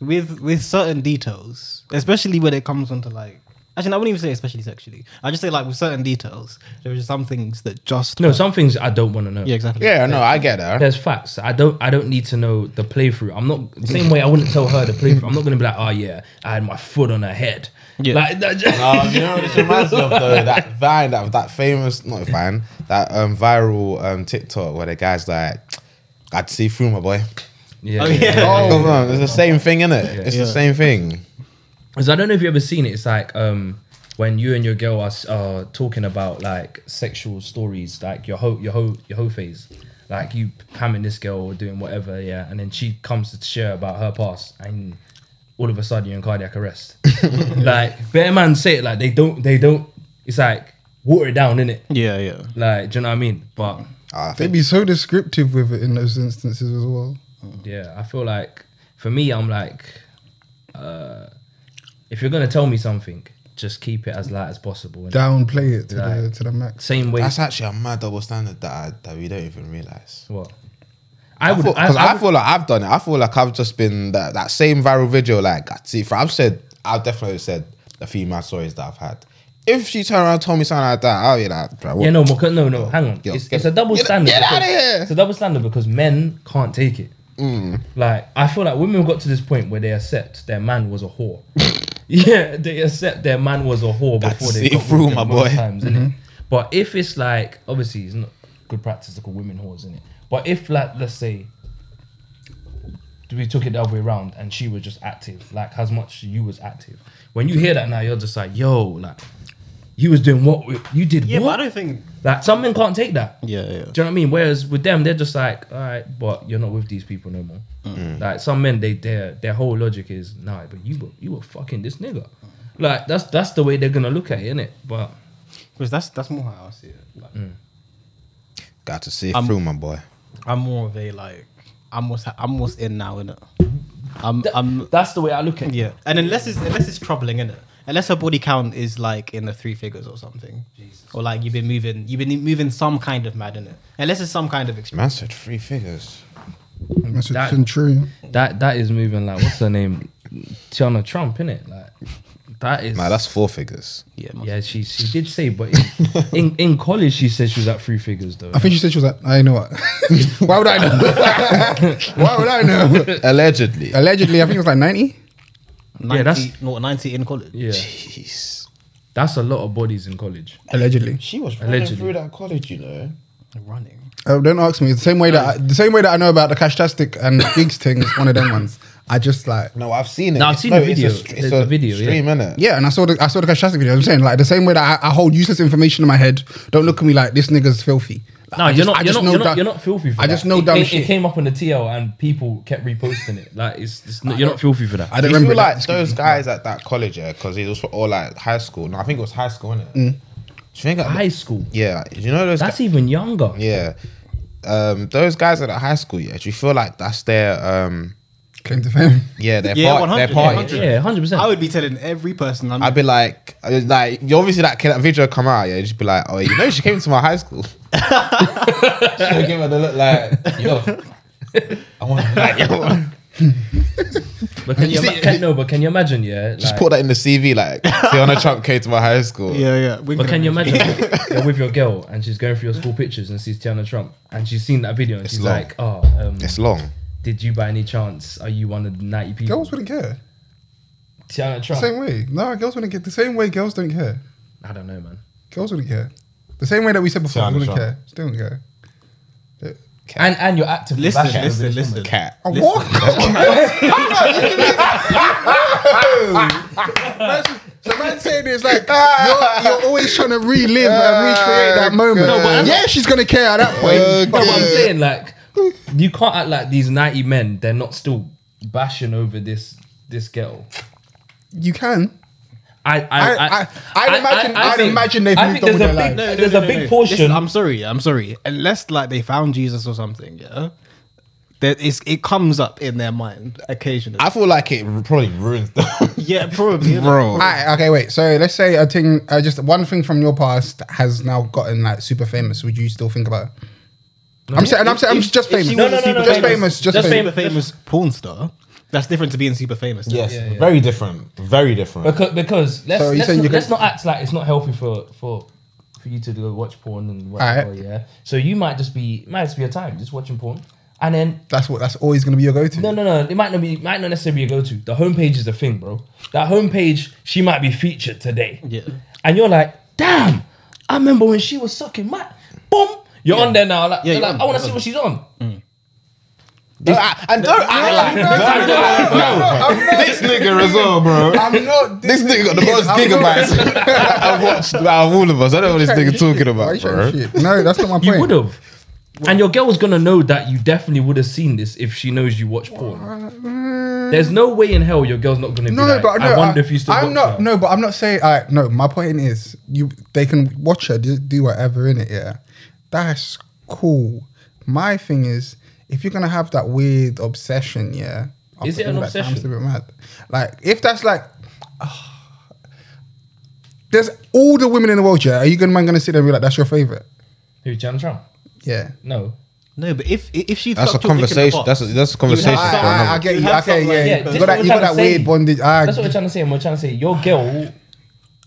[SPEAKER 2] with with certain details, especially when it comes onto like actually, I wouldn't even say especially sexually. I just say like with certain details, there are just some things that just
[SPEAKER 1] no, some things I don't want to know.
[SPEAKER 2] yeah exactly
[SPEAKER 3] yeah, no, I get that.
[SPEAKER 1] There's facts. I don't. I don't need to know the playthrough. I'm not the same way. I wouldn't tell her the playthrough. I'm not gonna be like, oh yeah, I had my foot on her head.
[SPEAKER 2] Yeah.
[SPEAKER 1] Like that. Just,
[SPEAKER 3] Um, you know what this reminds me of though? That Vine, that, that famous, not Vine, that um, viral um, TikTok where the guy's like, I'd see through my boy.
[SPEAKER 1] yeah.
[SPEAKER 2] Oh, yeah.
[SPEAKER 3] Oh, come on. It's the same thing, innit? it? It's
[SPEAKER 2] Yeah.
[SPEAKER 3] the same thing.
[SPEAKER 1] 'Cause I don't know if you ever seen it. It's like um, when you and your girl are s- are talking about like sexual stories, like your whole your whole your whole phase, like you pamming this girl or doing whatever, yeah, and then she comes to share about her past, and all of a sudden you're in cardiac arrest. like bear man say it like they don't they don't. It's like water it down, innit?
[SPEAKER 2] yeah yeah.
[SPEAKER 1] Like do you know what I mean? But
[SPEAKER 3] Ah, I
[SPEAKER 4] They'd
[SPEAKER 3] think
[SPEAKER 4] be so descriptive with it in those instances as well.
[SPEAKER 1] Yeah, I feel like for me, I'm like, uh, if you're gonna tell me something, just keep it as light as possible. innit?
[SPEAKER 4] Downplay it to the
[SPEAKER 1] Right.
[SPEAKER 4] to the max.
[SPEAKER 1] Same way.
[SPEAKER 3] that's actually a mad double standard that, I, that we don't even realize.
[SPEAKER 1] what? I would. I,
[SPEAKER 3] Because I,
[SPEAKER 1] I would-
[SPEAKER 3] feel like I've done it. I feel like I've just been that, that same viral video. Like, I'd see, through. I've said, I've definitely said the female stories that I've had. If she turned around and told me something like that, I'll be like, bro, what
[SPEAKER 1] yeah, no, Mocha- no, no. Hang on.
[SPEAKER 3] Yo,
[SPEAKER 1] it's,
[SPEAKER 3] get-
[SPEAKER 1] it's a double
[SPEAKER 3] get-
[SPEAKER 1] standard.
[SPEAKER 3] get
[SPEAKER 1] because-
[SPEAKER 3] outta here. Mm.
[SPEAKER 1] It's a double standard because men can't take it. Like I feel like women got to this point where they accept their man was a whore. yeah, they accept their man was a whore
[SPEAKER 3] That's
[SPEAKER 1] before they
[SPEAKER 3] it
[SPEAKER 1] got with
[SPEAKER 3] through,
[SPEAKER 1] them
[SPEAKER 3] my
[SPEAKER 1] most
[SPEAKER 3] boy.
[SPEAKER 1] Times, innit?
[SPEAKER 2] Mm-hmm.
[SPEAKER 1] But if it's like obviously it's not good practice to call women whores in it. But if like let's say we took it the other way around and she was just active, like as much as you was active. When you hear that now, you're just like, yo, like you was doing what with- you did.
[SPEAKER 2] Yeah,
[SPEAKER 1] what?
[SPEAKER 2] but I don't think.
[SPEAKER 1] Like some men can't take that.
[SPEAKER 2] Yeah, yeah.
[SPEAKER 1] Do you know what I mean? Whereas with them, they're just like, all right, but you're not with these people no more.
[SPEAKER 3] Mm.
[SPEAKER 1] Like some men, they their their whole logic is, nah, but you were you were fucking this nigga. Like that's that's the way they're gonna look at it, innit? But
[SPEAKER 2] Because that's that's more how I see it. Like,
[SPEAKER 3] got to see
[SPEAKER 1] um,
[SPEAKER 2] I'm-
[SPEAKER 3] through my boy.
[SPEAKER 2] I'm more of a like I'm what's ha- I'm what's in now in it. I'm
[SPEAKER 1] th-
[SPEAKER 2] I'm
[SPEAKER 1] that's the way I look at it.
[SPEAKER 2] yeah. And unless it's unless it's troubling in it. Unless her body count is like in the three figures or something, or like you've been moving, you've been moving some kind of mad in it. Unless it's some kind of extreme.
[SPEAKER 3] Man said three figures.
[SPEAKER 4] That's a
[SPEAKER 1] That-
[SPEAKER 4] centurion.
[SPEAKER 1] That that is moving like what's her name, Tiana Trump, innit? Like that is.
[SPEAKER 3] Nah, that's four figures.
[SPEAKER 2] Yeah,
[SPEAKER 1] yeah, she she did say, but in, in in college she said she was at three figures though.
[SPEAKER 4] I think she said she was like, I know what. Why would I know? Why would I know?
[SPEAKER 3] Allegedly.
[SPEAKER 4] Allegedly, I think it was like 90.
[SPEAKER 2] 90,
[SPEAKER 1] Yeah, that's-
[SPEAKER 2] no, 90 in college.
[SPEAKER 1] yeah,
[SPEAKER 3] Jeez.
[SPEAKER 1] that's a lot of bodies in college.
[SPEAKER 4] Allegedly.
[SPEAKER 3] She was
[SPEAKER 1] running Allegedly. through
[SPEAKER 3] that college, you know.
[SPEAKER 2] Running.
[SPEAKER 4] Oh, don't ask me. It's the same way that I, the same way that I know about the cash tastic and gigs thing is one of them ones. I just like
[SPEAKER 3] No, I've seen it.
[SPEAKER 1] No, I've seen the video. There's a video, yeah.
[SPEAKER 3] Stream, innit?
[SPEAKER 4] yeah, and I saw the I saw the cash tastic video. I'm saying like the same way that I, I hold useless information in my head. Don't look at me like this nigga's filthy. Like,
[SPEAKER 1] No,
[SPEAKER 4] I
[SPEAKER 1] you're
[SPEAKER 4] just-
[SPEAKER 1] not.
[SPEAKER 4] I
[SPEAKER 1] You're
[SPEAKER 4] just
[SPEAKER 1] not,
[SPEAKER 4] know
[SPEAKER 1] you're, not,
[SPEAKER 4] that-
[SPEAKER 1] you're not filthy for
[SPEAKER 4] I
[SPEAKER 1] that.
[SPEAKER 4] just know
[SPEAKER 1] it
[SPEAKER 4] dumb
[SPEAKER 1] came, It
[SPEAKER 4] shit.
[SPEAKER 1] came up on the TL and people kept reposting it. Like it's, it's not, you're not filthy for that.
[SPEAKER 4] I
[SPEAKER 3] I
[SPEAKER 4] don't
[SPEAKER 3] feel
[SPEAKER 4] remember
[SPEAKER 3] like
[SPEAKER 4] that.
[SPEAKER 3] those guys at that college, yeah, because it was for all like high school. No, I think it was high school, innit?
[SPEAKER 4] Mm.
[SPEAKER 3] Do you think?
[SPEAKER 1] High school.
[SPEAKER 3] yeah, you know those.
[SPEAKER 1] That's
[SPEAKER 3] guys,
[SPEAKER 1] even younger.
[SPEAKER 3] yeah, um, those guys at the high school. Yeah, do you feel like that's their um,
[SPEAKER 4] claim to fame.
[SPEAKER 3] yeah, their
[SPEAKER 2] Yeah,
[SPEAKER 3] part, their
[SPEAKER 2] 100,
[SPEAKER 3] party?
[SPEAKER 2] yeah,
[SPEAKER 1] Yeah, hundred
[SPEAKER 2] I
[SPEAKER 1] percent.
[SPEAKER 2] would be telling every person I'm
[SPEAKER 3] I'd be like, uh, like you obviously that that video come out, yeah. You just be like, oh, you know, she came to my high school. She'll give her the look like, yo, I want to like, yo.
[SPEAKER 1] But But can
[SPEAKER 5] You
[SPEAKER 1] you, ima-
[SPEAKER 5] see-
[SPEAKER 1] can, no? But can you imagine? Yeah,
[SPEAKER 5] Just
[SPEAKER 1] like-
[SPEAKER 5] put that in the CV. Like Tiana Trump came to my high school.
[SPEAKER 2] Yeah, yeah. We
[SPEAKER 1] But can you imagine you're with your girl and she's going through your school pictures and sees Tiana Trump and she's seen that video and
[SPEAKER 5] It's
[SPEAKER 1] she's
[SPEAKER 5] long.
[SPEAKER 1] like, "Oh, um,
[SPEAKER 5] It's long.
[SPEAKER 1] did you by any chance are you one of the ninety people?"
[SPEAKER 4] Girls wouldn't care.
[SPEAKER 1] Tiana
[SPEAKER 4] The
[SPEAKER 1] Trump.
[SPEAKER 4] same way. No, girls wouldn't care. The same way girls don't care.
[SPEAKER 1] I don't know, man.
[SPEAKER 4] Girls wouldn't care. The same way that we said before,
[SPEAKER 5] Sound
[SPEAKER 4] we wouldn't
[SPEAKER 5] shot.
[SPEAKER 4] care. Still don't care.
[SPEAKER 1] And and you're actively
[SPEAKER 2] Listen,
[SPEAKER 1] bashing
[SPEAKER 2] listen,
[SPEAKER 1] this
[SPEAKER 2] listen.
[SPEAKER 1] woman.
[SPEAKER 5] Cat.
[SPEAKER 4] A Oh, what? so man saying it's like you're, you're always trying to relive and recreate that moment.
[SPEAKER 5] No, but I'm-
[SPEAKER 4] yeah, she's gonna care at that point.
[SPEAKER 5] Okay.
[SPEAKER 1] But what I'm saying, like, you can't act like these ninety men. They're not still bashing over this this girl.
[SPEAKER 4] You can.
[SPEAKER 1] I I
[SPEAKER 4] I- I- I'd imagine- I'd
[SPEAKER 1] think-
[SPEAKER 4] imagine they've
[SPEAKER 1] I
[SPEAKER 4] moved
[SPEAKER 1] think
[SPEAKER 4] on
[SPEAKER 1] there's
[SPEAKER 4] with
[SPEAKER 1] a
[SPEAKER 4] their
[SPEAKER 1] big-
[SPEAKER 4] lives.
[SPEAKER 2] No, no,
[SPEAKER 1] There's
[SPEAKER 2] no,
[SPEAKER 1] a
[SPEAKER 2] no,
[SPEAKER 1] big
[SPEAKER 2] no.
[SPEAKER 1] portion.
[SPEAKER 2] Listen, I'm sorry. yeah, I'm sorry. Unless like they found Jesus or something, yeah. That is, it comes up in their mind occasionally.
[SPEAKER 5] I feel like it probably ruins the
[SPEAKER 2] yeah, probably,
[SPEAKER 5] bro.
[SPEAKER 4] Alright, okay, wait. So let's say a thing, uh, just one thing from your past has now gotten like super famous. Would you still think about? It? I'm saying, I'm saying, I'm just
[SPEAKER 2] if she
[SPEAKER 4] famous.
[SPEAKER 2] was No, no, no,
[SPEAKER 1] no,
[SPEAKER 4] just
[SPEAKER 1] famous.
[SPEAKER 4] famous, just,
[SPEAKER 1] Just
[SPEAKER 4] famous.
[SPEAKER 2] Super famous porn star. That's different to being super famous.
[SPEAKER 5] Yes, very different. Very different.
[SPEAKER 1] Because, because let's,
[SPEAKER 4] So you're
[SPEAKER 1] let's,
[SPEAKER 4] saying
[SPEAKER 1] not,
[SPEAKER 4] you
[SPEAKER 1] let's
[SPEAKER 4] could-
[SPEAKER 1] not act like it's not healthy for for for you to go watch porn and whatever.
[SPEAKER 4] Alright.
[SPEAKER 1] Yeah. So you might just be might just be your time just watching porn, and then
[SPEAKER 4] That's what. That's always gonna be your go-to.
[SPEAKER 1] no no no it might not be might not necessarily be a go to. The homepage is the thing, bro. That homepage she might be featured today.
[SPEAKER 2] Yeah.
[SPEAKER 1] And you're like, damn, I remember when she was sucking my boom. You're on there now. Like,
[SPEAKER 2] Yeah,
[SPEAKER 1] you're
[SPEAKER 2] you're
[SPEAKER 1] like
[SPEAKER 2] on,
[SPEAKER 1] I want to
[SPEAKER 2] you're
[SPEAKER 1] see
[SPEAKER 2] on.
[SPEAKER 1] what she's on.
[SPEAKER 5] No, I- and don't act like this nigga as well, bro.
[SPEAKER 4] I'm not.
[SPEAKER 5] This nigga got the most gigabytes I've watched out of all of us. I don't know what this nigga talking
[SPEAKER 4] Why
[SPEAKER 5] about,
[SPEAKER 4] you trying
[SPEAKER 5] bro.
[SPEAKER 4] to shit? No, that's not my point.
[SPEAKER 1] You would have. And your girl's gonna know that you definitely would have seen this if she knows you watch porn. There's no way in hell your girl's not gonna be
[SPEAKER 4] No,
[SPEAKER 1] like,
[SPEAKER 4] but no,
[SPEAKER 1] I wonder if you still watch
[SPEAKER 4] I'm not.
[SPEAKER 1] her."
[SPEAKER 4] No, but I'm not saying. I no. My point is, you they can watch her do, do whatever in it. Yeah, that's cool. My thing is, if you're gonna have that weird obsession, yeah, I'm
[SPEAKER 1] Is it an
[SPEAKER 4] thinking about
[SPEAKER 1] obsession?
[SPEAKER 4] I'm still a bit mad. Like if that's like. there's all the women in the world, yeah. Are you gonna man gonna sit there and be like, "That's your favorite"?
[SPEAKER 1] Who, Jan Trump?
[SPEAKER 4] Yeah.
[SPEAKER 1] No.
[SPEAKER 2] No, but if if she
[SPEAKER 5] That's a
[SPEAKER 2] fucked your dick in
[SPEAKER 5] conversation.
[SPEAKER 2] the
[SPEAKER 5] That's
[SPEAKER 2] box,
[SPEAKER 5] a, that's a
[SPEAKER 2] you would
[SPEAKER 5] conversation.
[SPEAKER 2] have
[SPEAKER 4] I,
[SPEAKER 5] for
[SPEAKER 2] some-
[SPEAKER 4] I, I
[SPEAKER 5] another-
[SPEAKER 4] get you.
[SPEAKER 2] You have
[SPEAKER 4] Okay,
[SPEAKER 2] something like-
[SPEAKER 4] yeah.
[SPEAKER 2] Yeah,
[SPEAKER 4] You
[SPEAKER 1] this
[SPEAKER 4] got
[SPEAKER 1] is what
[SPEAKER 4] that,
[SPEAKER 1] I'm
[SPEAKER 4] you got
[SPEAKER 1] trying
[SPEAKER 4] that
[SPEAKER 1] to
[SPEAKER 4] weird
[SPEAKER 1] say.
[SPEAKER 4] bondage. I,
[SPEAKER 1] That's what we're trying to say, and we're trying to say your girl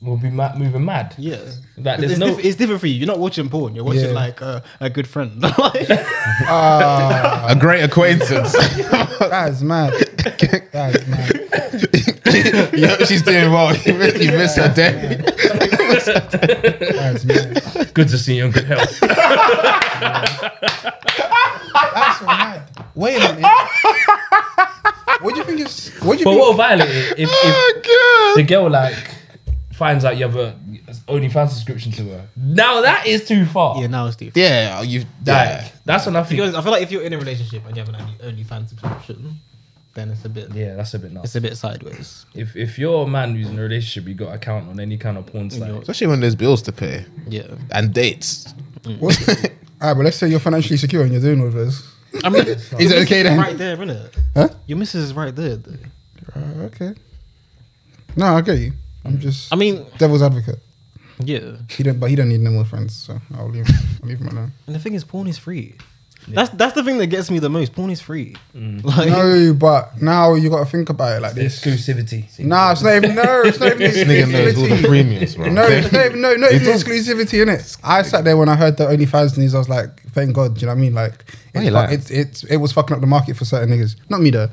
[SPEAKER 1] will be ma- moving mad.
[SPEAKER 2] Yeah.
[SPEAKER 1] Like, there's
[SPEAKER 2] it's,
[SPEAKER 1] no-
[SPEAKER 2] diff- it's different for you. You're not watching porn. You're watching
[SPEAKER 4] Yeah.
[SPEAKER 2] like uh, a good friend. Like-
[SPEAKER 5] a great acquaintance.
[SPEAKER 4] that's mad. That's mad.
[SPEAKER 5] you hope she's doing well. You miss, you miss her day.
[SPEAKER 4] That's mad.
[SPEAKER 1] Good to see you in good health.
[SPEAKER 4] That's mad. Wait a minute. what do you think is? What do you
[SPEAKER 1] but
[SPEAKER 4] think?
[SPEAKER 1] what will violate it if,
[SPEAKER 5] Oh,
[SPEAKER 1] if the girl like finds out you have a OnlyFans subscription to her? Now that is too far.
[SPEAKER 2] yeah, now it's different.
[SPEAKER 5] Yeah, you.
[SPEAKER 1] Like,
[SPEAKER 5] Yeah.
[SPEAKER 1] That's what I
[SPEAKER 2] To be
[SPEAKER 1] think.
[SPEAKER 2] honest, I feel like if you're in a relationship and you have an only, OnlyFans subscription, then it's a bit
[SPEAKER 1] Yeah, that's a bit nuts.
[SPEAKER 2] it's a bit sideways.
[SPEAKER 1] If if you're a man who's in a relationship, you got to count on any kind of porn site.
[SPEAKER 5] Especially when there's bills to pay
[SPEAKER 2] Yeah,
[SPEAKER 5] and dates.
[SPEAKER 4] What's- all right, Ah, but let's say you're financially secure and you're doing all this.
[SPEAKER 2] I mean,
[SPEAKER 4] Is it okay then?
[SPEAKER 2] Right there, isn't it?
[SPEAKER 4] Huh?
[SPEAKER 2] Your missus is right there. Though.
[SPEAKER 4] Uh, okay. No, I get you. I'm just
[SPEAKER 2] I mean,
[SPEAKER 4] devil's advocate.
[SPEAKER 2] yeah.
[SPEAKER 4] He don't, but he don't need no more friends, so I'll leave. I'll leave him alone.
[SPEAKER 2] And the thing is, porn is free. That's that's the thing that gets me the most. Porn is free. Like,
[SPEAKER 4] No, but now you got to think about it like this.
[SPEAKER 1] Exclusivity.
[SPEAKER 4] Nah, it's not even. No, it's not even
[SPEAKER 5] This nigga knows all the
[SPEAKER 4] exclusivity.
[SPEAKER 5] premiums, bro.
[SPEAKER 4] No, it's not even, no, not even
[SPEAKER 5] does.
[SPEAKER 4] exclusivity in it. I sat there when I heard the OnlyFans news. I was like, thank God. Do you know what I mean? Like,
[SPEAKER 5] Why
[SPEAKER 4] it,
[SPEAKER 5] you
[SPEAKER 4] fu-
[SPEAKER 5] lying?
[SPEAKER 4] it, it, it was fucking up the market for certain niggas. Not me though.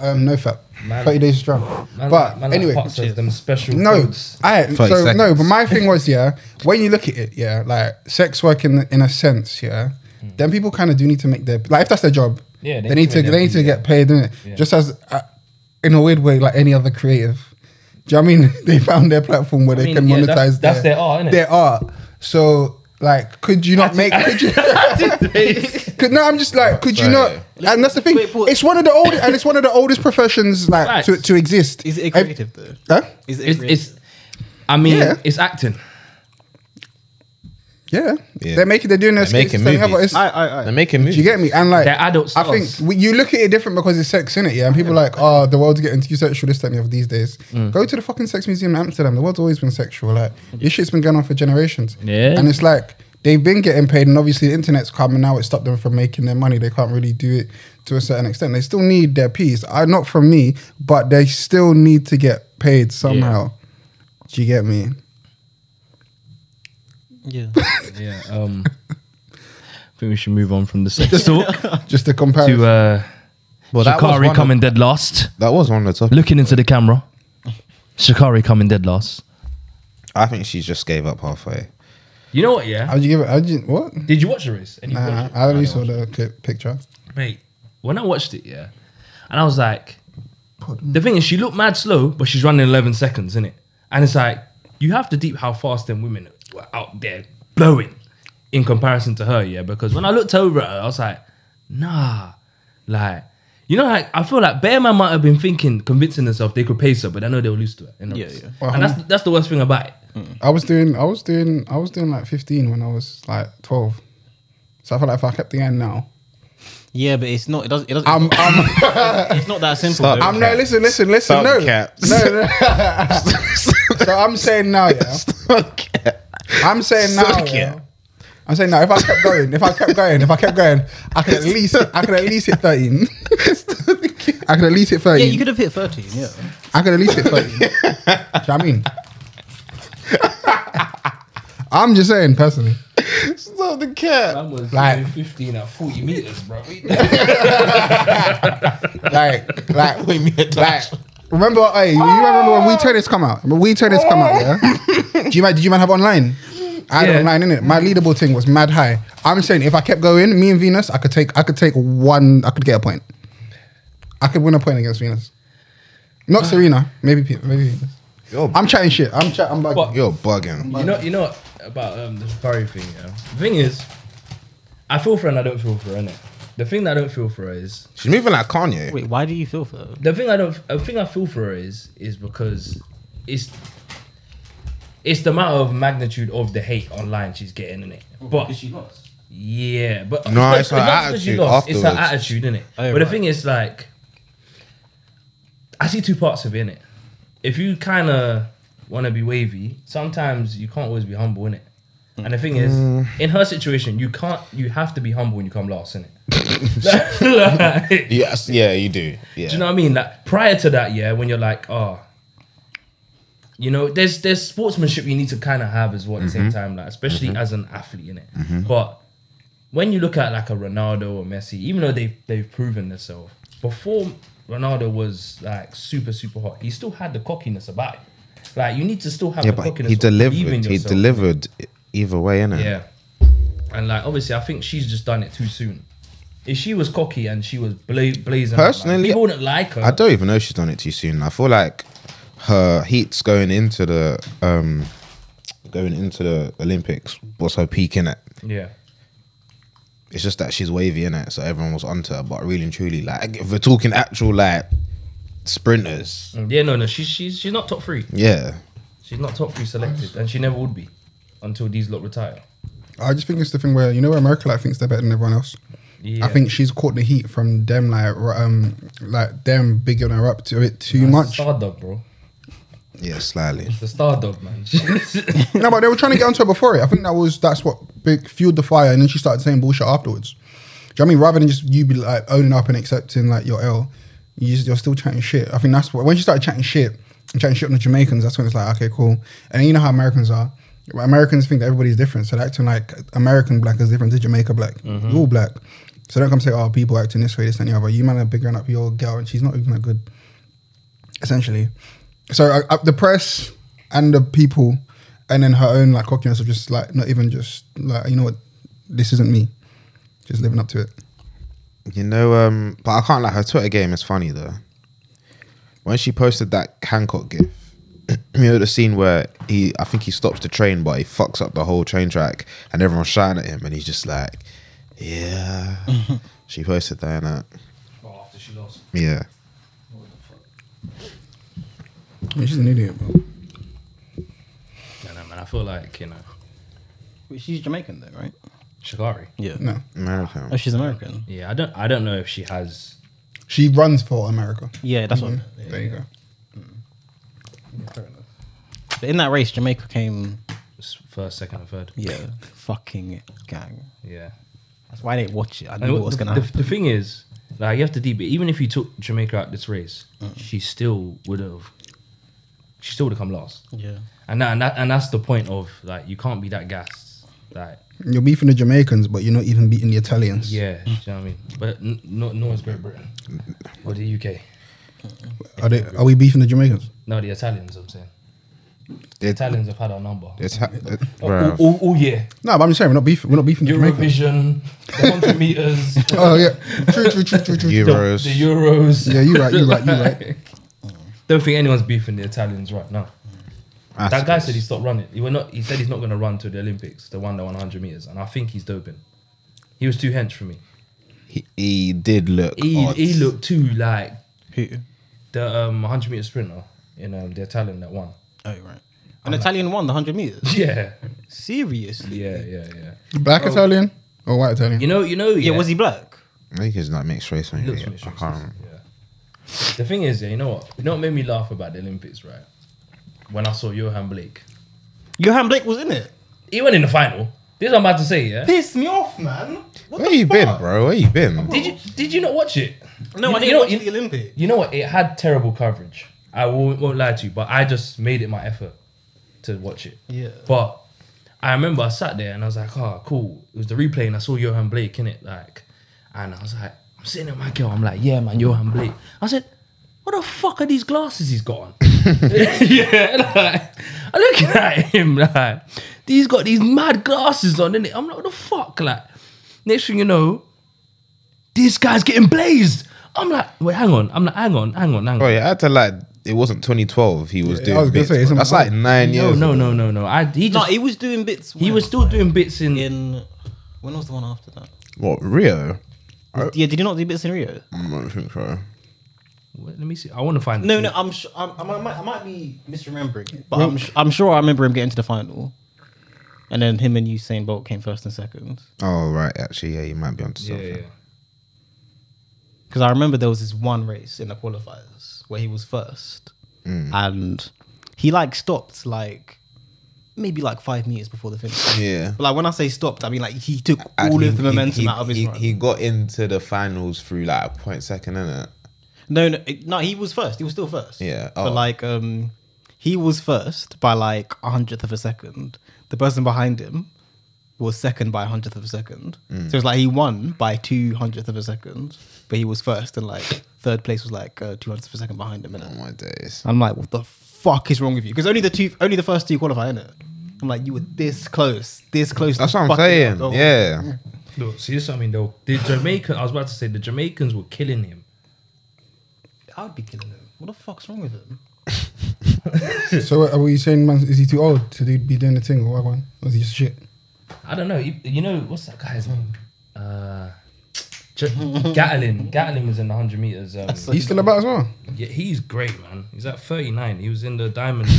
[SPEAKER 4] Um, no fap.
[SPEAKER 1] Man-
[SPEAKER 4] Thirty days strong.
[SPEAKER 1] Man,
[SPEAKER 4] but
[SPEAKER 1] man,
[SPEAKER 4] anyway,
[SPEAKER 1] Pops has them special
[SPEAKER 4] no,
[SPEAKER 1] codes.
[SPEAKER 4] I so
[SPEAKER 5] 30 seconds.
[SPEAKER 4] no. But my thing was yeah. When you look at it, yeah, like sex work in in a sense, yeah. Then people kind of do need to make their like if that's their job,
[SPEAKER 1] Hmm. Yeah,
[SPEAKER 4] they,
[SPEAKER 1] they
[SPEAKER 4] need
[SPEAKER 1] need
[SPEAKER 4] to
[SPEAKER 1] to make
[SPEAKER 4] they
[SPEAKER 1] their
[SPEAKER 4] need to
[SPEAKER 1] fee,
[SPEAKER 4] get paid, innit?
[SPEAKER 1] Yeah.
[SPEAKER 4] Just as uh, in a weird way, like any other creative. Do you know what I mean? they found their platform where they
[SPEAKER 1] mean,
[SPEAKER 4] can
[SPEAKER 1] yeah, that's-
[SPEAKER 4] monetize their,
[SPEAKER 1] that's their art, innit?
[SPEAKER 4] Their art. So like, could you not make? Could you? could, no, I'm just like, could you
[SPEAKER 5] Right.
[SPEAKER 4] not? And that's the thing.
[SPEAKER 2] Wait, pause.
[SPEAKER 4] It's one of the oldest, and it's one of the oldest professions like to,
[SPEAKER 1] Facts.
[SPEAKER 4] to exist.
[SPEAKER 2] is it a
[SPEAKER 4] Ev-
[SPEAKER 2] creative though?
[SPEAKER 4] Huh?
[SPEAKER 2] Is it? A
[SPEAKER 1] It's,
[SPEAKER 2] creative?
[SPEAKER 1] it's I mean,
[SPEAKER 4] Yeah.
[SPEAKER 1] it's acting.
[SPEAKER 4] Yeah.
[SPEAKER 5] Yeah.
[SPEAKER 4] they're making, they're doing their
[SPEAKER 5] They're
[SPEAKER 4] skits,
[SPEAKER 5] making
[SPEAKER 4] they're having-
[SPEAKER 5] movies.
[SPEAKER 4] it's-
[SPEAKER 2] I, I,
[SPEAKER 5] They're
[SPEAKER 2] I.
[SPEAKER 5] making movies.
[SPEAKER 4] do you get me? And like,
[SPEAKER 1] They're adult
[SPEAKER 4] I think
[SPEAKER 1] stars.
[SPEAKER 4] we, you look at it different because it's sex in it. Yeah, and people are like, oh, the world's getting too sexual this time of these days.
[SPEAKER 1] Mm.
[SPEAKER 4] Go to the fucking sex museum in Amsterdam. The world's always been sexual. Like, your shit's been going on for generations.
[SPEAKER 1] Yeah.
[SPEAKER 4] and it's like they've been getting paid, and obviously the internet's come, and now it stopped them from making their money. They can't really do it to a certain extent. They still need their piece, I, not from me, but they still need to get paid somehow. Do you get me?
[SPEAKER 2] Yeah.
[SPEAKER 1] Yeah. Um, I think we should move on from the sex talk
[SPEAKER 4] Just to compare.
[SPEAKER 1] to uh,
[SPEAKER 3] Well, that was one
[SPEAKER 1] Shikari
[SPEAKER 3] of-
[SPEAKER 1] coming dead last.
[SPEAKER 3] That was one of the topics.
[SPEAKER 1] Looking into the camera. Shikari coming dead last.
[SPEAKER 5] I think she just gave up halfway.
[SPEAKER 1] You know what? Yeah.
[SPEAKER 4] How'd you give it? How'd you, what?
[SPEAKER 1] Did you watch the race? Any
[SPEAKER 4] Nah, Uh-huh. I only saw the clip, picture.
[SPEAKER 1] mate, when I watched it, yeah, and I was like, the thing is, she looked mad slow, but she's running 11 seconds, innit? And it's like, you have to deep how fast them women were out there blowing in comparison to her, yeah? Because when I looked over at her, I was like, nah, like, you know, like I feel like Bearman might have been thinking, convincing herself they could pace her, but I know they'll lose to her. in the
[SPEAKER 2] Yeah,
[SPEAKER 1] race.
[SPEAKER 2] yeah.
[SPEAKER 1] And that's that's the worst thing about it.
[SPEAKER 4] I was doing, I was doing, I was doing like 15 when I was like 12. So I feel like if I kept the end now,
[SPEAKER 2] Yeah, but it's not. It doesn't. It doesn't.
[SPEAKER 4] I'm, I'm,
[SPEAKER 2] it's not that simple.
[SPEAKER 5] Stop.
[SPEAKER 2] though.
[SPEAKER 4] I'm Um, no. Listen, listen, listen.
[SPEAKER 5] Stop the
[SPEAKER 4] No, no,
[SPEAKER 5] cap.
[SPEAKER 4] no. So I'm saying now, yeah.
[SPEAKER 5] okay.
[SPEAKER 4] I'm saying now.
[SPEAKER 5] Suck
[SPEAKER 4] yeah.
[SPEAKER 5] it.
[SPEAKER 4] I'm saying now. If I kept going, if I kept going, if I kept going, I could at least, I could at least hit 13. I could at least hit 13.
[SPEAKER 2] Yeah, you could have hit 13. Yeah.
[SPEAKER 4] I could at least hit 13. Do you know what I mean? I'm just saying, personally.
[SPEAKER 5] Stop the cat.
[SPEAKER 1] That was
[SPEAKER 4] Like-
[SPEAKER 1] 15 at 40 meters, bro.
[SPEAKER 4] Like, like,
[SPEAKER 5] Wait me a
[SPEAKER 4] like. Remember, hey, you remember when We Tennis come out? When We Tennis come out, yeah? Do you man, did you man have online? I had
[SPEAKER 1] Yeah. Mm.
[SPEAKER 4] online in it. My leaderboard thing was mad high. I'm saying if I kept going, me and Venus, I could take, I could take one, I could get a point. I could win a point against Venus.
[SPEAKER 1] Ah.
[SPEAKER 4] Not Serena, maybe, Pe- maybe. Venus.
[SPEAKER 5] Yo,
[SPEAKER 4] I'm chatting shit. I'm chatting. I'm bugging.
[SPEAKER 1] But-
[SPEAKER 5] you're bugging.
[SPEAKER 1] You know, you know what about um, the Shikari thing. Yeah? The thing is, I feel for her and I don't feel for her. Innit? The thing that I don't feel for her is
[SPEAKER 5] She's moving like Kanye.
[SPEAKER 2] Wait, why do you feel for her?
[SPEAKER 1] the thing I don't. The thing I feel for her is is because it's it's the matter of magnitude of the hate online she's getting in it. But
[SPEAKER 2] Oh, lost.
[SPEAKER 1] yeah, but
[SPEAKER 5] No,
[SPEAKER 1] but-
[SPEAKER 5] it's her
[SPEAKER 1] but not because
[SPEAKER 5] attitude
[SPEAKER 1] It's her
[SPEAKER 5] afterwards.
[SPEAKER 1] attitude, innit?
[SPEAKER 2] Oh,
[SPEAKER 1] but the
[SPEAKER 2] right.
[SPEAKER 1] thing is, like, I see two parts of it, innit? If you kind of want to be wavy, sometimes you can't always be humble, innit?
[SPEAKER 2] Hmm.
[SPEAKER 1] And the thing is,
[SPEAKER 5] Mm.
[SPEAKER 1] in her situation, you can't. You have to be humble when you come last, innit? Like-
[SPEAKER 5] Yes, yeah, you do. Yeah.
[SPEAKER 1] do you know what I mean? Like prior to that, yeah, when you're like, oh, you know, there's there's sportsmanship you need to kind of have as well at the
[SPEAKER 5] Mm-hmm.
[SPEAKER 1] same time, like especially as an athlete in it. But when you look at like a Ronaldo or Messi, even though they've they've proven themselves before, Ronaldo was like super super hot. He still had the cockiness about it. Like you need to still have
[SPEAKER 5] yeah,
[SPEAKER 1] the
[SPEAKER 5] but
[SPEAKER 1] cockiness.
[SPEAKER 5] he
[SPEAKER 1] of believing
[SPEAKER 5] delivered. He
[SPEAKER 1] yourself.
[SPEAKER 5] delivered either way, innit?
[SPEAKER 1] Yeah. And like obviously, I think she's just done it too soon. If she was cocky and she was bla- blazing, out, like,
[SPEAKER 5] Personally,
[SPEAKER 1] people wouldn't like her.
[SPEAKER 5] I don't even know if she's done it too soon. I feel like her heat's going into the um going into the Olympics was her peak in it.
[SPEAKER 1] Yeah.
[SPEAKER 5] It's just that she's wavy in it, so everyone was onto her. But really and truly, like if we're talking actual like sprinters,
[SPEAKER 1] Yeah, no, no, she's she's she's not top three.
[SPEAKER 5] yeah,
[SPEAKER 1] She's not top three selected, and she never would be until these lot retire.
[SPEAKER 4] I just think it's the thing where you know where America like thinks they're better than everyone else.
[SPEAKER 1] Yeah.
[SPEAKER 4] I think she's caught the heat from them like r- um like them bigging her up to it too
[SPEAKER 1] It's the
[SPEAKER 4] much.
[SPEAKER 1] star dog, bro.
[SPEAKER 5] yeah, slightly.
[SPEAKER 1] It's the star dog, man.
[SPEAKER 4] No, but they were trying to get onto her before it. I think that was that's what big fueled the fire, and then she started saying bullshit afterwards. Do you know what I mean? Rather than just you be like owning up and accepting like your L, you just, you're still chatting shit. I think that's what when she started chatting shit and chatting shit on the Jamaicans. That's when it's like okay, cool. And you know how Americans are. Americans think that everybody's different, so they're acting like American black is different to Jamaica black. You're all black, so don't come say oh people acting this way, this and the other. You man are bigging up your girl, and she's not even that good essentially. So uh, uh, the press and the people, and then her own like cockiness of just like not even just like you know what, this isn't me, just living up to it.
[SPEAKER 5] You know, um, but I can't like her Twitter game is funny though. When she posted that Hancock gif, you know the scene where he, I think he stops the train, but he fucks up the whole train track, and everyone's shouting at him, and he's just like, "Yeah." she posted that, innit?
[SPEAKER 1] after she lost.
[SPEAKER 5] Yeah.
[SPEAKER 4] I mean, she's an idiot, bro.
[SPEAKER 1] No, no, man. I feel like you know,
[SPEAKER 2] Wait, she's Jamaican though, right?
[SPEAKER 1] Shikari.
[SPEAKER 2] Yeah.
[SPEAKER 4] No,
[SPEAKER 5] American.
[SPEAKER 2] Oh, she's American.
[SPEAKER 1] Yeah, I don't, I don't know if she has.
[SPEAKER 4] she runs for America.
[SPEAKER 2] Yeah, that's what. I
[SPEAKER 4] Mm,
[SPEAKER 2] meant.
[SPEAKER 4] There you go.
[SPEAKER 2] But in that race, Jamaica came
[SPEAKER 1] s- first, second, and third.
[SPEAKER 2] Yeah, fucking gang.
[SPEAKER 1] Yeah.
[SPEAKER 2] That's why I didn't watch it. I
[SPEAKER 1] And
[SPEAKER 2] knew what was
[SPEAKER 1] the,
[SPEAKER 2] gonna
[SPEAKER 1] the,
[SPEAKER 2] happen.
[SPEAKER 1] the thing is, like you have to deep it. Even if you took Jamaica out this race, she still would have. She still would have come last.
[SPEAKER 2] Yeah,
[SPEAKER 1] And that, and that and that's the point of like you can't be that gassed. Like
[SPEAKER 4] You're beefing the Jamaicans, but you're not even beating the Italians.
[SPEAKER 2] Mm.
[SPEAKER 1] yeah, do you know what I mean. But n- no, no one's Great Britain or the UK.
[SPEAKER 4] Are, they, are we beefing the Jamaicans?
[SPEAKER 1] No, the Italians. I'm saying the
[SPEAKER 3] It-
[SPEAKER 1] Italians have had our number.
[SPEAKER 3] It's ha- it-
[SPEAKER 1] All,
[SPEAKER 3] bruh.
[SPEAKER 1] all, all, all year,
[SPEAKER 4] No, but I'm just saying we're not beefing. We're not beefing the Jamaicans.
[SPEAKER 1] Eurovision, the hundred meters, the,
[SPEAKER 4] Oh yeah, true, true, true, true, true.
[SPEAKER 1] the
[SPEAKER 3] Euros.
[SPEAKER 1] Euros.
[SPEAKER 4] Yeah, you're right, you're right, you're right.
[SPEAKER 1] Don't think anyone's beefing the Italians right now.
[SPEAKER 3] That's-
[SPEAKER 1] That guy said he stopped running. He were not. He said he's not going to run to the Olympics, the one that 100 meters, and I think he's doping. He was too hench for me.
[SPEAKER 3] he, he did look.
[SPEAKER 1] He
[SPEAKER 3] odd.
[SPEAKER 1] he looked too like
[SPEAKER 2] who?
[SPEAKER 1] the um 100 meter sprinter in um, the Italian that won.
[SPEAKER 2] Oh right, an Italian won the hundred meters.
[SPEAKER 1] Yeah,
[SPEAKER 2] Seriously?
[SPEAKER 1] yeah, yeah, yeah.
[SPEAKER 4] Black Italian or white Italian?
[SPEAKER 1] You know, you know. Yeah,
[SPEAKER 2] Yeah, was he black?
[SPEAKER 3] I think it's like mixed race.
[SPEAKER 1] He
[SPEAKER 3] Maybe.
[SPEAKER 1] looks
[SPEAKER 3] I
[SPEAKER 1] mixed
[SPEAKER 3] can't
[SPEAKER 1] race,
[SPEAKER 3] remember.
[SPEAKER 1] yeah. uh-huh. The thing is, yeah, you know what? You know what made me laugh about the Olympics, right? When I saw Johan Blake,
[SPEAKER 2] Johan Blake was in it.
[SPEAKER 1] he went in the final. This is what I'm about to say. Yeah.
[SPEAKER 2] Pissed me off, man. What
[SPEAKER 3] Where
[SPEAKER 2] the
[SPEAKER 3] you
[SPEAKER 2] fuck?
[SPEAKER 3] been, bro? Where you been?
[SPEAKER 1] Did you did you not watch it?
[SPEAKER 2] No,
[SPEAKER 1] you,
[SPEAKER 2] I didn't
[SPEAKER 1] you know,
[SPEAKER 2] watch
[SPEAKER 1] you-
[SPEAKER 2] the Olympics.
[SPEAKER 1] You know what? It had terrible coverage. I won't, won't lie to you, but I just made it my effort to watch it.
[SPEAKER 2] Yeah.
[SPEAKER 1] But I remember I sat there and I was like, oh, cool. It was the replay and I saw Johan Blake in it, like, and I was like, I'm sitting there with my girl. I'm like, yeah, man, Johan Blake. I said, what the fuck are these glasses he's got on? yeah, like, I look at him like he's got these mad glasses on, innit? I'm like, what the fuck? Like, next thing you know, this guy's getting blazed. I'm like, wait, hang on. I'm like, hang on, hang on, hang on.
[SPEAKER 3] Bro, you Oh, had to like. It wasn't 2012. He was
[SPEAKER 4] Yeah, I
[SPEAKER 3] doing.
[SPEAKER 4] was gonna
[SPEAKER 3] bits,
[SPEAKER 4] say,
[SPEAKER 3] bro.
[SPEAKER 4] it's
[SPEAKER 3] That's
[SPEAKER 4] not-
[SPEAKER 3] like nine
[SPEAKER 1] no,
[SPEAKER 3] years.
[SPEAKER 1] no,
[SPEAKER 3] ago.
[SPEAKER 1] no, no, no. I he
[SPEAKER 2] No,
[SPEAKER 1] just
[SPEAKER 2] he was doing bits.
[SPEAKER 1] he
[SPEAKER 2] when-
[SPEAKER 1] was still doing bits in.
[SPEAKER 2] in. When was the one after that?
[SPEAKER 3] What Rio? Mm,
[SPEAKER 2] Yeah, did he not do bits in Rio?
[SPEAKER 3] I don't think so.
[SPEAKER 1] Wait, let me see. I want to find.
[SPEAKER 2] No, no, I'm sure. I'm, I'm, I, might, I might be misremembering, it, but I'm, su- I'm sure I remember him getting to the final, and then him and Usain Bolt came first and second.
[SPEAKER 3] Oh right, actually, yeah, you might be onto
[SPEAKER 1] Yeah,
[SPEAKER 3] something.
[SPEAKER 1] yeah.
[SPEAKER 2] Because I remember there was this one race in the qualifiers where he was first,
[SPEAKER 3] Mm.
[SPEAKER 2] and he like stopped like maybe like five meters before the finish.
[SPEAKER 3] Yeah.
[SPEAKER 2] But like when I say stopped, I mean like he took
[SPEAKER 3] And
[SPEAKER 2] all
[SPEAKER 3] he-
[SPEAKER 2] of the
[SPEAKER 3] he-
[SPEAKER 2] momentum
[SPEAKER 3] he-
[SPEAKER 2] out of his
[SPEAKER 3] he,
[SPEAKER 2] run.
[SPEAKER 3] he got into the finals through like a point second, innit?
[SPEAKER 2] No, no, it- no. He was first. He was still first.
[SPEAKER 3] Yeah, oh.
[SPEAKER 2] But like, um, he was first by like a hundredth of a second. The person behind him was second by a hundredth of a second.
[SPEAKER 3] Mm.
[SPEAKER 2] So it's like he won by two hundredth of a second, but he was first, and like third place was like uh, two hundredth of a second behind him.
[SPEAKER 3] Oh
[SPEAKER 2] Innit?
[SPEAKER 3] my days.
[SPEAKER 2] I'm like, what the fuck is wrong with you? Because only the two, only the first two qualify, innit? I'm like, you were this close, this close. to
[SPEAKER 3] That's what I'm
[SPEAKER 2] fucking
[SPEAKER 3] saying.
[SPEAKER 2] goal.
[SPEAKER 3] Yeah.
[SPEAKER 1] Look, see this. is what I mean, though, the Jamaican. I was about to say the Jamaicans were killing him.
[SPEAKER 2] I would be killing him. What the fuck's wrong with him?
[SPEAKER 4] So are we saying, man, is he too old to do, be doing the thing or what? One? Or is he just shit?
[SPEAKER 1] I don't know. You, you know what's that guy's name? Uh, J- Gatlin. Gatlin was in the hundred meters. Um,
[SPEAKER 4] He's still about as well.
[SPEAKER 1] yeah, he's great, man. He's at thirty nine. He was in the diamond.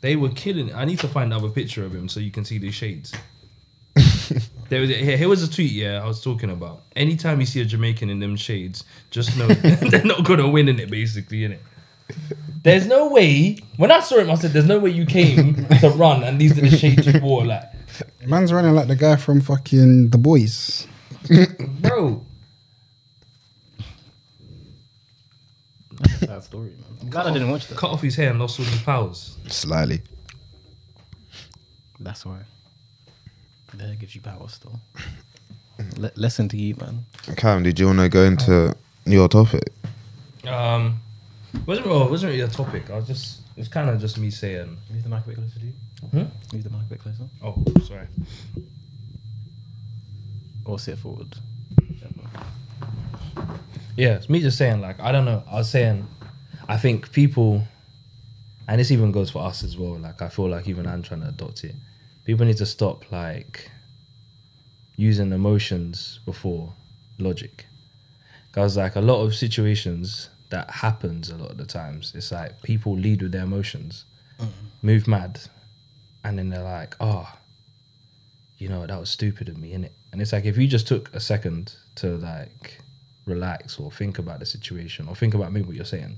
[SPEAKER 1] they were killing. I need to find another picture of him so you can see the shades. there was here, here was a tweet. Yeah, I was talking about. Anytime you see a Jamaican in them shades, just know they're not gonna win in it. Basically, in it. There's no way. When I saw him, I said, "There's no way you came to run, and these are the shades you wore." Like,
[SPEAKER 4] Man's running like the guy from fucking The Boys.
[SPEAKER 1] bro.
[SPEAKER 2] Sad story, man. I'm glad I didn't watch that.
[SPEAKER 1] cut off his hair and lost all his powers.
[SPEAKER 3] Slightly.
[SPEAKER 2] That's why. That gives you power still. L- listen to you, man.
[SPEAKER 3] Cam, did you want to go into your topic?
[SPEAKER 1] Um, wasn't well, wasn't really a topic. I was just it was kind of just me saying.
[SPEAKER 2] Move the mic a bit closer to you.
[SPEAKER 1] Hmm?
[SPEAKER 2] Move the mic a bit closer.
[SPEAKER 1] Oh, sorry.
[SPEAKER 2] Or sit forward.
[SPEAKER 1] Yeah, it's me just saying like I don't know. I was saying, I think people, and this even goes for us as well. Like I feel like even I'm trying to adopt it. People need to stop like using emotions before logic. Because like a lot of situations that happens a lot of the times, it's like people lead with their emotions, move mad, and then they're like, oh, you know, that was stupid of me, innit? And it's like if you just took a second to like relax or think about the situation or think about maybe what you're saying,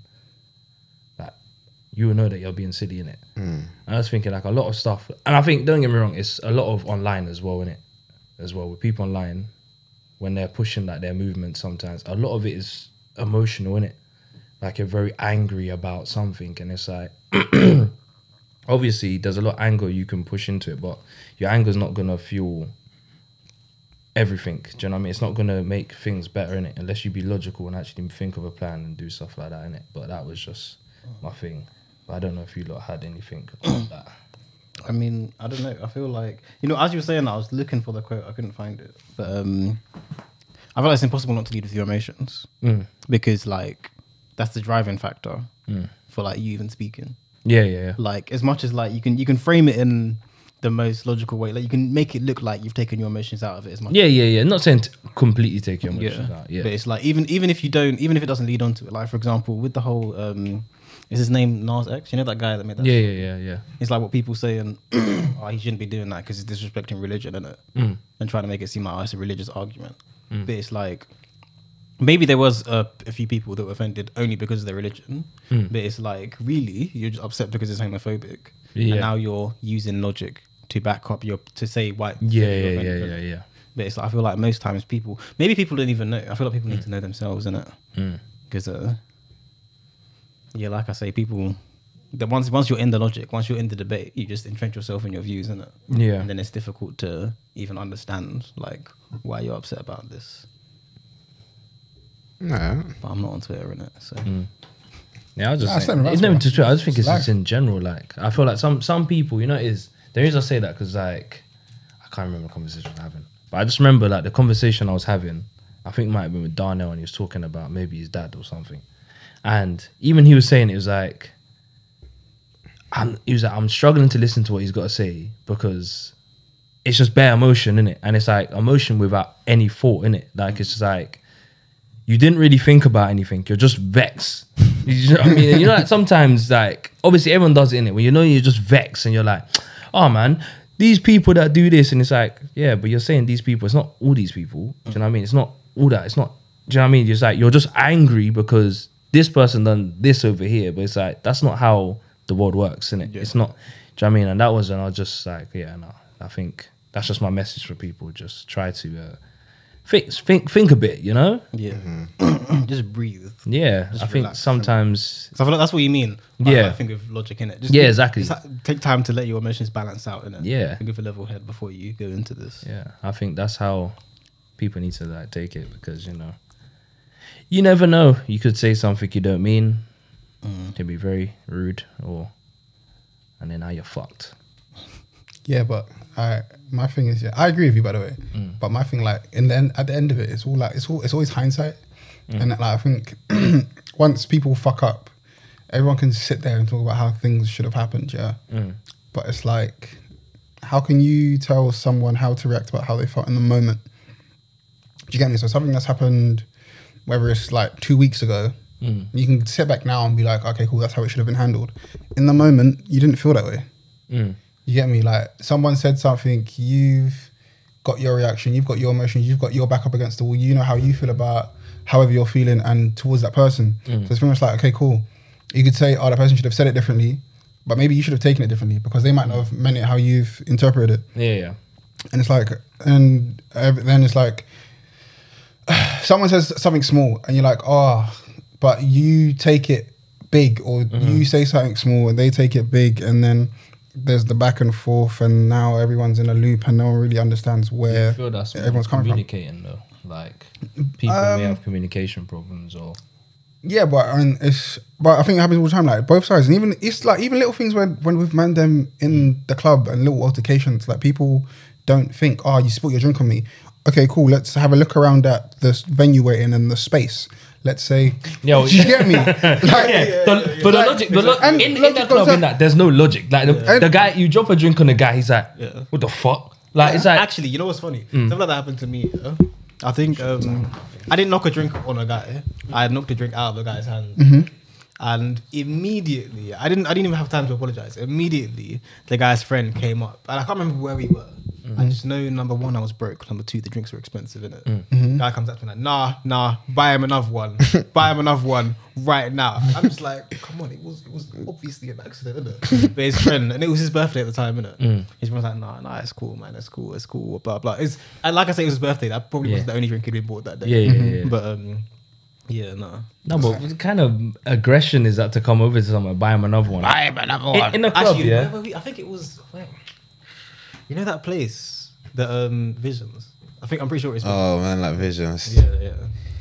[SPEAKER 1] like you you will know that you're being silly in it. And I was thinking like a lot of stuff, and I think don't get me wrong, it's a lot of online as well in it, as well with people online when they're pushing like their movement. Sometimes a lot of it is emotional in it, like you're very angry about something, and it's like obviously there's a lot of anger you can push into it, but your anger's not gonna fuel everything. Do you know what I mean? It's not gonna make things better in it unless you be logical and actually think of a plan and do stuff like that in it. But that was just my thing. But I don't know if you lot had anything like that.
[SPEAKER 2] I mean, I don't know. I feel like you know, as you were saying, that, I was looking for the quote, I couldn't find it. But um I feel like it's impossible not to lead with your emotions because, like, that's the driving factor for like you even speaking.
[SPEAKER 1] Yeah, yeah, yeah.
[SPEAKER 2] Like, as much as like you can, you can frame it in the most logical way. Like, you can make it look like you've taken your emotions out of it as much.
[SPEAKER 1] Yeah, yeah, yeah. Not saying to completely take your emotions
[SPEAKER 2] yeah.
[SPEAKER 1] out. Yeah.
[SPEAKER 2] But it's like even even if you don't, even if it doesn't lead onto it. Like, for example, with the whole um is his name Nas X? You know that guy that made that.
[SPEAKER 1] yeah, yeah, yeah, yeah.
[SPEAKER 2] It's like what people say, and oh, he shouldn't be doing that because it's disrespecting religion, is it? Mm. And trying to make it seem like oh, it's a religious argument.
[SPEAKER 1] Mm.
[SPEAKER 2] But it's like maybe there was a, a few people that were offended only because of their religion.
[SPEAKER 1] Mm.
[SPEAKER 2] But it's like really, you're just upset because it's homophobic,
[SPEAKER 1] Yeah.
[SPEAKER 2] and now you're using logic to back up your to say why.
[SPEAKER 1] Yeah,
[SPEAKER 2] you're
[SPEAKER 1] yeah, yeah,
[SPEAKER 2] offended.
[SPEAKER 1] yeah, yeah.
[SPEAKER 2] But it's like I feel like most times people, maybe people don't even know. I feel like people need to know themselves, innit?
[SPEAKER 1] Hmm.
[SPEAKER 2] Because uh, yeah, like I say, people. The once once you're in the logic, once you're in the debate, you just entrench yourself in your views, innit?
[SPEAKER 1] Yeah.
[SPEAKER 2] And then it's difficult to even understand like why you're upset about this.
[SPEAKER 5] No.
[SPEAKER 2] But I'm not on Twitter, innit? So
[SPEAKER 1] Hmm. Yeah, I was just
[SPEAKER 4] Nah,
[SPEAKER 1] saying,
[SPEAKER 4] same with
[SPEAKER 1] it's
[SPEAKER 4] us,
[SPEAKER 1] never
[SPEAKER 4] man.
[SPEAKER 1] just Twitter. I just think it's,
[SPEAKER 4] It's
[SPEAKER 1] just in general. Like I feel like some some people, you know, it is the reason I say that because like I can't remember the conversation I'm having, but I just remember like the conversation I was having. I think it might have been with Darnell, and he was talking about maybe his dad or something, and even he was saying it was like, I'm, he was like, I'm struggling to listen to what he's got to say because it's just bare emotion in it, and it's like emotion without any thought in it. Like it's just like you didn't really think about anything. You're just vexed. You know what I mean? You know, like sometimes, like obviously everyone does it in it. When you know you're just vexed, and you're like, oh man, these people that do this, and it's like, yeah, but you're saying these people. It's not all these people. Do you know what I mean? It's not all that. It's not. Do you know what I mean? It's like you're just angry because this person done this over here, but it's like that's not how the world works, innit? It's not. Do you know what I mean? And that was, and I was just like, yeah, no. I think that's just my message for people. Just try to uh, think, think, think a bit. You know.
[SPEAKER 2] yeah, just breathe.
[SPEAKER 1] Yeah, I think sometimes.
[SPEAKER 2] So I feel like that's what you mean. by,
[SPEAKER 1] Yeah.
[SPEAKER 2] like, think of logic in it.
[SPEAKER 1] Yeah, exactly.
[SPEAKER 2] Just ha- take time to let your emotions balance out in it.
[SPEAKER 1] Yeah.
[SPEAKER 2] think of a level head before you go into this.
[SPEAKER 1] Yeah, I think that's how people need to like take it because you know, you never know. You could say something you don't mean. It Can be very rude, or and then now you're fucked.
[SPEAKER 4] Yeah, but I my thing is yeah, I agree with you by the way. But my thing like in the end, at the end of it, it's all like it's all it's always hindsight, and like I think once people fuck up, everyone can sit there and talk about how things should have happened. Yeah, but it's like how can you tell someone how to react about how they felt in the moment? Do you get me? So something that's happened, whether it's like two weeks ago, you can sit back now and be like, okay, cool, that's how it should have been handled. In the moment, you didn't feel that way. You get me? Like someone said something, you've got your reaction, you've got your emotions, you've got your back up against the wall. You know how you feel about however you're feeling and towards that person. So it's pretty much like, okay, cool. You could say, oh, that person should have said it differently, but maybe you should have taken it differently because they might not have meant it how you've interpreted it
[SPEAKER 1] Yeah, yeah,
[SPEAKER 4] and it's like and ev- then it's like someone says something small and you're like oh but you take it big or
[SPEAKER 1] Mm-hmm.
[SPEAKER 4] you say something small and they take it big and then there's the back and forth and now everyone's in a loop and no one really understands where
[SPEAKER 1] I feel that's
[SPEAKER 4] everyone's coming from Um,
[SPEAKER 1] communicating though. Like people may have communication problems, or
[SPEAKER 4] Yeah, but I mean, it's but I think it happens all the time, like both sides, and even it's like even little things when when we've man them in the club and little altercations, like people don't think, oh, you spilled your drink on me. Okay, cool. Let's have a look around at the s- venue we're in and the space. Let's say,
[SPEAKER 1] Yeah, well,
[SPEAKER 4] Do you get me? Like,
[SPEAKER 1] the, but
[SPEAKER 4] Like,
[SPEAKER 1] the logic, the lo-
[SPEAKER 4] and
[SPEAKER 1] in, in
[SPEAKER 4] logic
[SPEAKER 1] that club,
[SPEAKER 4] goes
[SPEAKER 1] in
[SPEAKER 4] up.
[SPEAKER 1] that there's no logic. Like the,
[SPEAKER 4] And-
[SPEAKER 1] the guy, you drop a drink on the guy, he's like, what the fuck? Like it's like Mm.
[SPEAKER 2] Actually, you know what's funny? Something like that happened to me. yeah. I think um, I didn't knock a drink on a guy. I knocked a drink out of the guy's hand,
[SPEAKER 1] Mm-hmm.
[SPEAKER 2] and immediately I didn't. I didn't even have time to apologize. Immediately, the guy's friend came up, and I can't remember where we were.
[SPEAKER 1] Mm-hmm.
[SPEAKER 2] I just know number one, I was broke. Number two, the
[SPEAKER 1] Mm.
[SPEAKER 2] Mm-hmm. drinks were expensive, innit? Guy comes up to me like, nah, nah, buy him another one. buy him another one. right now. I'm just like,
[SPEAKER 5] Come on, it was it was obviously an accident, isn't it?
[SPEAKER 2] but his friend, and it was his birthday at the time, innit?
[SPEAKER 1] Mm.
[SPEAKER 2] His friend was like, nah, nah, it's cool, man, it's cool, it's cool, blah, blah. It's, and like I said, it was his birthday. That probably was
[SPEAKER 1] Yeah.
[SPEAKER 2] the only drink he'd been bought that day.
[SPEAKER 1] Yeah, yeah, yeah, yeah.
[SPEAKER 2] But, um, yeah, nah.
[SPEAKER 1] No, but what kind of aggression is that to come over to someone and buy him another one?
[SPEAKER 5] I am another
[SPEAKER 1] In,
[SPEAKER 5] one.
[SPEAKER 1] in a club,
[SPEAKER 2] Actually, you know
[SPEAKER 1] yeah.
[SPEAKER 2] where we- I think it was, where, you know that place, the um, Visions? I think, I'm pretty sure it's,
[SPEAKER 5] Oh man, like visions.
[SPEAKER 2] yeah, yeah.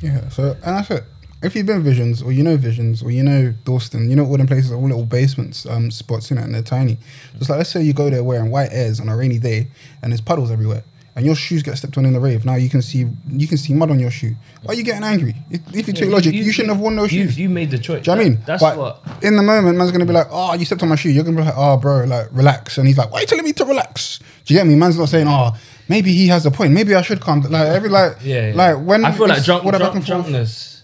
[SPEAKER 4] Yeah, so and that's it. If you've been Visions or you know Visions or you know Dawson, you know all them places are all little basements, um, spots in it, and they're tiny. Just like let's say you go there wearing white airs on a rainy day, and there's puddles everywhere, and your shoes get stepped on in the rave. Now you can see you can see mud on your shoe. Why are you getting angry? If, if you take logic, you, shouldn't have worn those
[SPEAKER 1] you,
[SPEAKER 4] shoes.
[SPEAKER 1] You made the choice.
[SPEAKER 4] do you know what I mean?
[SPEAKER 1] That's
[SPEAKER 4] But
[SPEAKER 1] what.
[SPEAKER 4] In the moment, man's gonna be like, "Oh, you stepped on my shoe." You're gonna be like, "Oh, bro, like relax." And he's like, "Why are you telling me to relax?" Do you get me? Man's not saying, "Oh, maybe he has a point. Maybe I should calm." down." Like every like,
[SPEAKER 1] Yeah, yeah.
[SPEAKER 4] like when
[SPEAKER 1] I feel like
[SPEAKER 4] it's
[SPEAKER 1] drunk,
[SPEAKER 4] what a
[SPEAKER 1] drunk,
[SPEAKER 4] back and forth-
[SPEAKER 1] drunkenness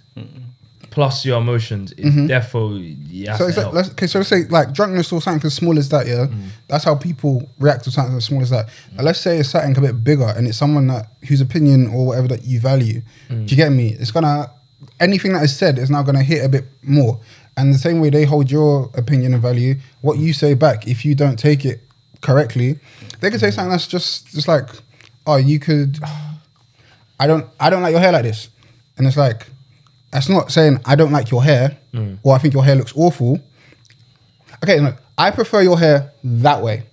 [SPEAKER 1] plus your emotions is therefore yeah.
[SPEAKER 4] Mm-hmm. So it's like, let's, okay, so let's say like drunkenness or something as small as that, yeah. That's how people react to something as small as that. Now, let's say it's something a bit bigger, and it's someone that whose opinion or whatever that you value. Do you get me? It's gonna anything that is said is now gonna hit a bit more. And the same way they hold your opinion and value, what you say back, if you don't take it correctly, they could say something that's just just like, oh, you could. I don't I don't like your hair like this. And it's like, that's not saying I don't like your hair or I think your hair looks awful. Okay, no, I prefer your hair that way.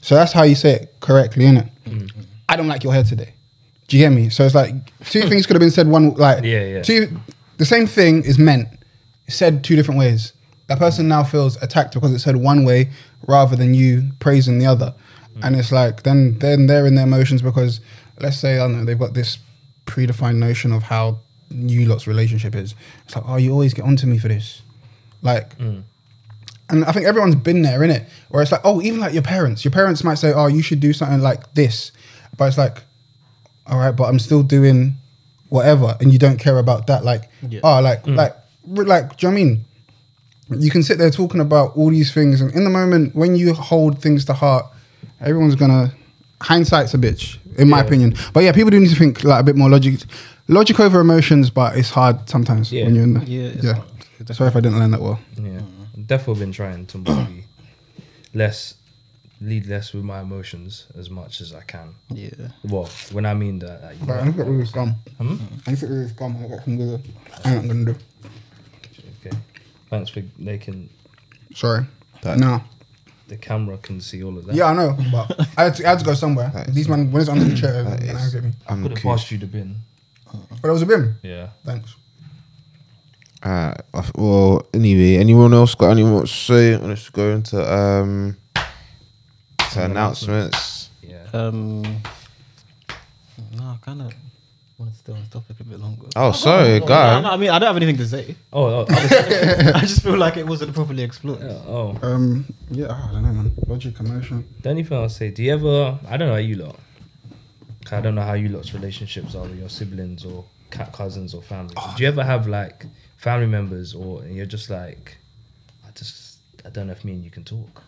[SPEAKER 4] So that's how you say it correctly, innit? I don't like your hair today. Do you get me? So it's like two things could have been said one like
[SPEAKER 1] Yeah, yeah.
[SPEAKER 4] two the same thing is meant said two different ways. That person now feels attacked because it's said one way rather than you praising the other.
[SPEAKER 1] Mm.
[SPEAKER 4] And it's like then then they're in their emotions because let's say I don't know, they've got this predefined notion of how you lot's relationship is. It's like, oh you always get onto me for this. Like
[SPEAKER 1] Mm.
[SPEAKER 4] and I think everyone's been there in it, where it's like, oh, even like your parents. Your parents might say, oh, you should do something like this, but it's like, all right, but I'm still doing whatever, and you don't care about that. Like,
[SPEAKER 2] Yeah. Mm.
[SPEAKER 4] oh, like, like, re- like, do you know what I mean? You can sit there talking about all these things, and in the moment when you hold things to heart, everyone's gonna. Hindsight's a bitch, in my opinion. But yeah, people do need to think like a bit more logic, logic over emotions. But it's hard sometimes
[SPEAKER 1] Yeah.
[SPEAKER 4] when you're in. The,
[SPEAKER 2] Yeah, it's
[SPEAKER 4] yeah.
[SPEAKER 2] hard. It's
[SPEAKER 4] Sorry if I didn't learn that well.
[SPEAKER 1] Yeah, definitely been trying to be less, lead less with my emotions as much as I can.
[SPEAKER 2] Yeah.
[SPEAKER 1] Well, when I mean that, like, you
[SPEAKER 4] But I
[SPEAKER 1] know,
[SPEAKER 4] need to get rid of this gum.
[SPEAKER 1] Hmm?
[SPEAKER 4] um, I need to get rid of this gum. I got some good. I'm not gonna do.
[SPEAKER 1] okay. Thanks for they can
[SPEAKER 4] Sorry. no.
[SPEAKER 1] the camera can see all of that.
[SPEAKER 4] Yeah, I know, but I had to, I had to go somewhere. These man, when it's under the chair, they don't get me.
[SPEAKER 5] I'm
[SPEAKER 1] could have
[SPEAKER 5] cool.
[SPEAKER 1] passed you the bin.
[SPEAKER 4] But it was a bim.
[SPEAKER 1] Yeah.
[SPEAKER 4] Thanks.
[SPEAKER 5] Uh, well, anyway, anyone else got anyone to say? Let's go into um to announcements.
[SPEAKER 1] Yeah.
[SPEAKER 2] Um, no, I kind of want to stay on the topic a bit longer.
[SPEAKER 5] Oh, sorry,
[SPEAKER 2] No,
[SPEAKER 5] guy.
[SPEAKER 2] no, I mean, I don't have anything to say.
[SPEAKER 1] Oh, oh, oh,
[SPEAKER 2] I just feel like it wasn't properly explored.
[SPEAKER 1] oh.
[SPEAKER 4] Um, yeah, oh, I don't know, man. Logic, emotion.
[SPEAKER 1] The only thing I'll say, do you ever? I don't know how you lot. 'cause I don't know how you lot's relationships are with your siblings or cat cousins or family. Do you ever have like family members or and you're just like, I just I don't know if me and you can talk.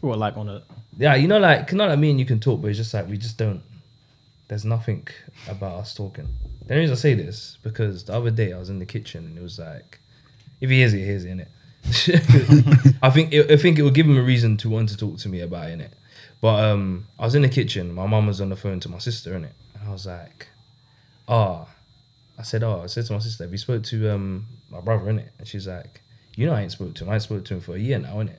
[SPEAKER 2] Well, like on a
[SPEAKER 1] Yeah, you know, like not like me and you can talk, but it's just like we just don't. There's nothing about us talking. The only reason I say this because the other day I was in the kitchen and it was like, if he hears it, he hears it, innit? I think it, I think it would give him a reason to want to talk to me about it, innit? But um, I was in the kitchen. My mum was on the phone to my sister, innit? And I was like, ah, I said, oh, I said to my sister, we spoke to um my brother, innit? And she's like, you know, I ain't spoke to him. I ain't spoke to him for a year now, innit?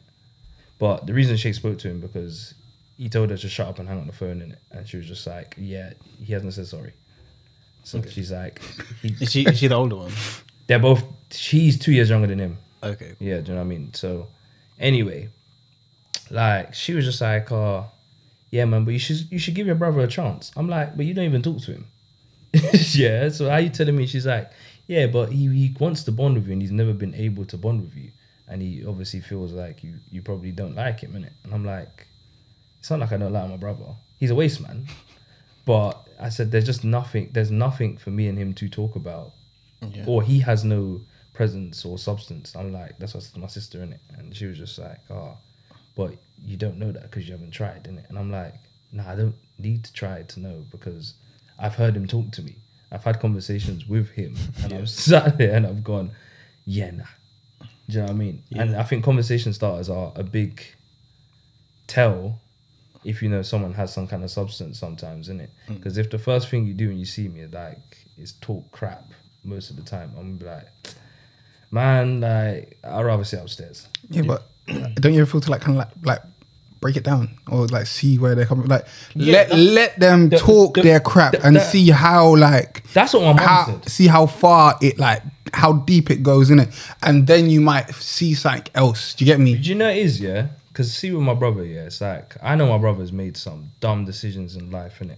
[SPEAKER 1] But the reason she spoke to him because he told her to shut up and hang on the phone, innit? And she was just like, yeah, he hasn't said sorry. So she's like, he,
[SPEAKER 2] is she is she the older one?
[SPEAKER 1] they're both. She's two years younger than him.
[SPEAKER 2] Okay.
[SPEAKER 1] Yeah, do you know what I mean? So, anyway, like she was just like, "Uh, yeah, man, but you should you should give your brother a chance." I'm like, "But you don't even talk to him." yeah. So how you telling me? She's like, "Yeah, but he he wants to bond with you, and he's never been able to bond with you, and he obviously feels like you you probably don't like him, innit?" And I'm like, "It's not like I don't like my brother. He's a waste man." But I said, "There's just nothing. There's nothing for me and him to talk about."
[SPEAKER 2] Yeah.
[SPEAKER 1] or he has no presence or substance. I'm like, that's what I said to my sister in it, and she was just like, oh, but you don't know that because you haven't tried in it. And I'm like, nah, I don't need to try to know because I've heard him talk to me. I've had conversations with him, and I've sat there and I've gone, yeah, nah. Do you know what I mean? And I think conversation starters are a big tell if you know someone has some kind of substance sometimes, isn't it? Because if the first thing you do when you see me like is talk crap most of the time, I'm gonna be like, man, like I'd rather sit upstairs.
[SPEAKER 4] Yeah, but don't you ever feel to like kind of like like break it down or like see where they're coming? Like let
[SPEAKER 1] that-
[SPEAKER 4] let them
[SPEAKER 1] the-
[SPEAKER 4] talk
[SPEAKER 1] the-
[SPEAKER 4] their crap
[SPEAKER 1] the-
[SPEAKER 4] and
[SPEAKER 1] that-
[SPEAKER 4] see how like
[SPEAKER 1] That's what my mum
[SPEAKER 4] how,
[SPEAKER 1] said.
[SPEAKER 4] See how far it like how deep it goes in it, and then you might see something else. Do you get me?
[SPEAKER 1] Do you know it is, yeah? Because see, with my brother, yeah, it's like I know my brother's made some dumb decisions in life, innit?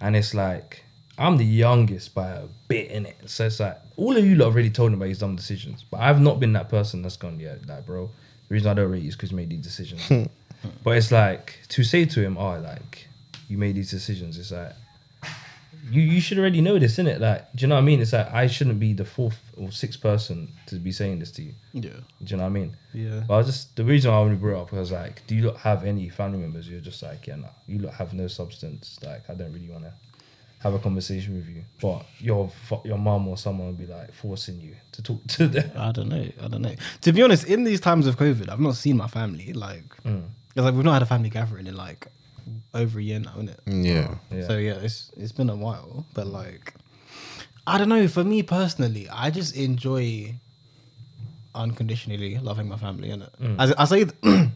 [SPEAKER 1] And it's like I'm the youngest by a bit, innit? So it's like all of you lot have already told him about his dumb decisions, but I've not been that person that's gone, yeah, like, bro, the reason I don't rate you is because you made these decisions. but it's like to say to him, oh, like, you made these decisions, it's like, you, you should already know this, innit? Like, do you know what I mean? It's like I shouldn't be the fourth or sixth person to be saying this to you.
[SPEAKER 2] Yeah.
[SPEAKER 1] Do you know what I mean?
[SPEAKER 2] Yeah.
[SPEAKER 1] But I was just the reason I only brought it up was like, do you lot have any family members? You're just like, yeah, nah, you lot have no substance. Like, I don't really want to have a conversation with you. But your fu- your mum or someone would be like forcing you to talk to them.
[SPEAKER 2] I don't know. I don't know. To be honest, in these times of COVID, I've not seen my family. Like, it's like we've not had a family gathering in like over a year now, isn't it?
[SPEAKER 5] Yeah.
[SPEAKER 1] Yeah.
[SPEAKER 2] So yeah, it's it's been a while, but like, I don't know. For me personally, I just enjoy unconditionally loving my family, innit? As I say,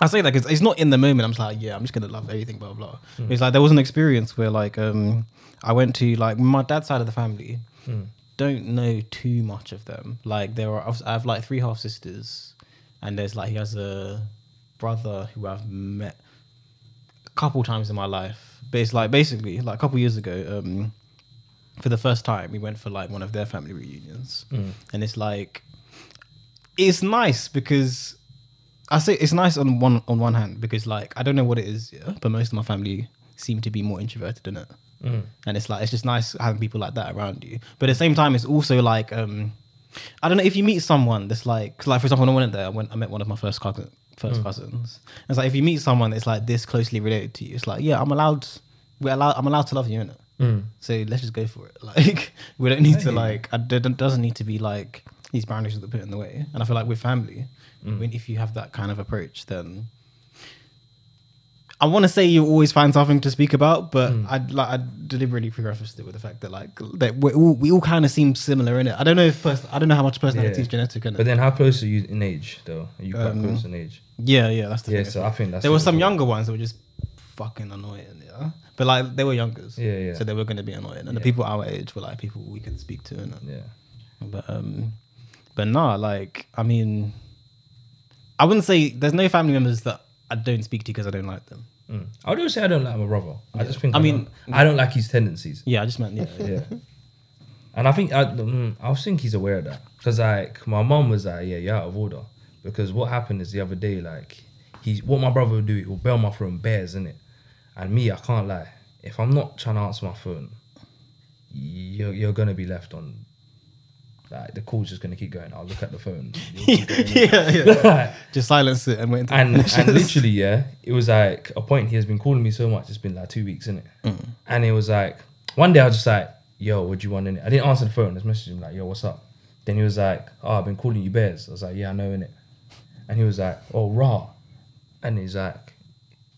[SPEAKER 2] I say like it's, it's not in the moment. I'm just like, yeah, I'm just gonna love everything, blah blah. blah. It's like there was an experience where like um I went to like my dad's side of the family. Don't know too much of them. Like there are, I have like three half sisters, and there's like he has a brother who I've met couple times in my life. But it's like basically like a couple years ago, um, for the first time, we went for like one of their family reunions, and it's like it's nice because I say it's nice on one on one hand because like I don't know what it is, yeah, but most of my family seem to be more introverted in it, and it's like it's just nice having people like that around you. But at the same time, it's also like um, I don't know if you meet someone that's like 'cause, like for example, when I went there, I went I met one of my first cousin first cousins. And it's like if you meet someone that's like this closely related to you, it's like yeah, I'm allowed we're allowed I'm allowed to love you in it.
[SPEAKER 1] Mm.
[SPEAKER 2] So let's just go for it. Like we don't need to like I, there don't- doesn't need to be like these boundaries that put in the way. And I feel like with family,
[SPEAKER 1] Mm.
[SPEAKER 2] when if you have that kind of approach, then I want to say you always find something to speak about, but
[SPEAKER 1] Mm.
[SPEAKER 2] I like I deliberately prefaced it with the fact that like that we all we all kind of seem similar in it. I don't know if pers- I don't know how much personality
[SPEAKER 1] Yeah.
[SPEAKER 2] is genetic in
[SPEAKER 1] But then, how close are you in age, though? Are you quite
[SPEAKER 2] Um,
[SPEAKER 1] close in age?
[SPEAKER 2] yeah, yeah, that's the
[SPEAKER 1] Yeah,
[SPEAKER 2] thing.
[SPEAKER 1] so I think that's
[SPEAKER 2] there were
[SPEAKER 1] what it
[SPEAKER 2] some
[SPEAKER 1] was.
[SPEAKER 2] younger ones that were just fucking annoying, yeah. But like they were youngers,
[SPEAKER 1] Yeah, yeah.
[SPEAKER 2] So they were going to be annoying, and the people our age were like people we could speak to, and
[SPEAKER 1] Yeah.
[SPEAKER 2] but um, but nah, like I mean, I wouldn't say there's no family members that I don't speak to because I don't like them.
[SPEAKER 1] Mm. I would say I don't like my brother. I just think
[SPEAKER 2] I
[SPEAKER 1] I
[SPEAKER 2] mean-
[SPEAKER 1] mean I don't like his tendencies.
[SPEAKER 2] Yeah, I just meant yeah, yeah.
[SPEAKER 1] yeah. And I think I, mm, I think he's aware of that because like my mom was like, yeah, you're out of order because what happened is the other day like he what my brother would do he'll bail my phone bears in it, and me I can't lie if I'm not trying to answer my phone, you're you're gonna be left on. Like the call's just gonna keep going. I'll look at the phone. You'll keep going.
[SPEAKER 2] yeah, yeah. just silence it and wait. Until
[SPEAKER 1] and
[SPEAKER 2] it finishes.
[SPEAKER 1] and literally, yeah, it was like a point. He has been calling me so much. It's been like two weeks, innit? And it was like one day I was just like, "Yo, what do you want in it?" I didn't answer the phone. I was messaging him like, "Yo, what's up?" Then he was like, "Oh, I've been calling you bears." I was like, "Yeah, I know, innit?" And he was like, "Oh, raw," and he's like,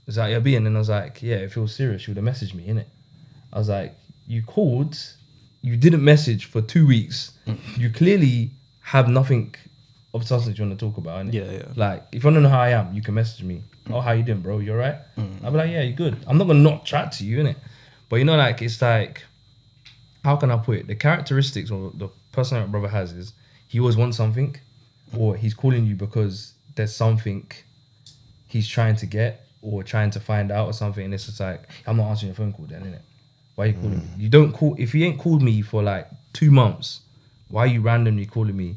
[SPEAKER 1] "Is that your B?" And then I was like, "Yeah, if it was serious, you would have messaged me, innit?" I was like, "You called, you didn't message for two weeks. You clearly have nothing." Of substance you want to talk about, innit?
[SPEAKER 2] Yeah, yeah.
[SPEAKER 1] Like, if you want to know how I am, you can message me. Oh, how you doing, bro? You alright?
[SPEAKER 2] Mm.
[SPEAKER 1] I'll be like, yeah, you good. I'm not gonna not chat to you, innit? But you know, like, it's like, how can I put it? The characteristics or the person that my brother has is he always wants something, or he's calling you because there's something he's trying to get or trying to find out or something, and it's just like, I'm not answering your phone call then, innit? Why are you calling me?
[SPEAKER 2] Mm.
[SPEAKER 1] You don't call if you ain't called me for like two months, why are you randomly calling me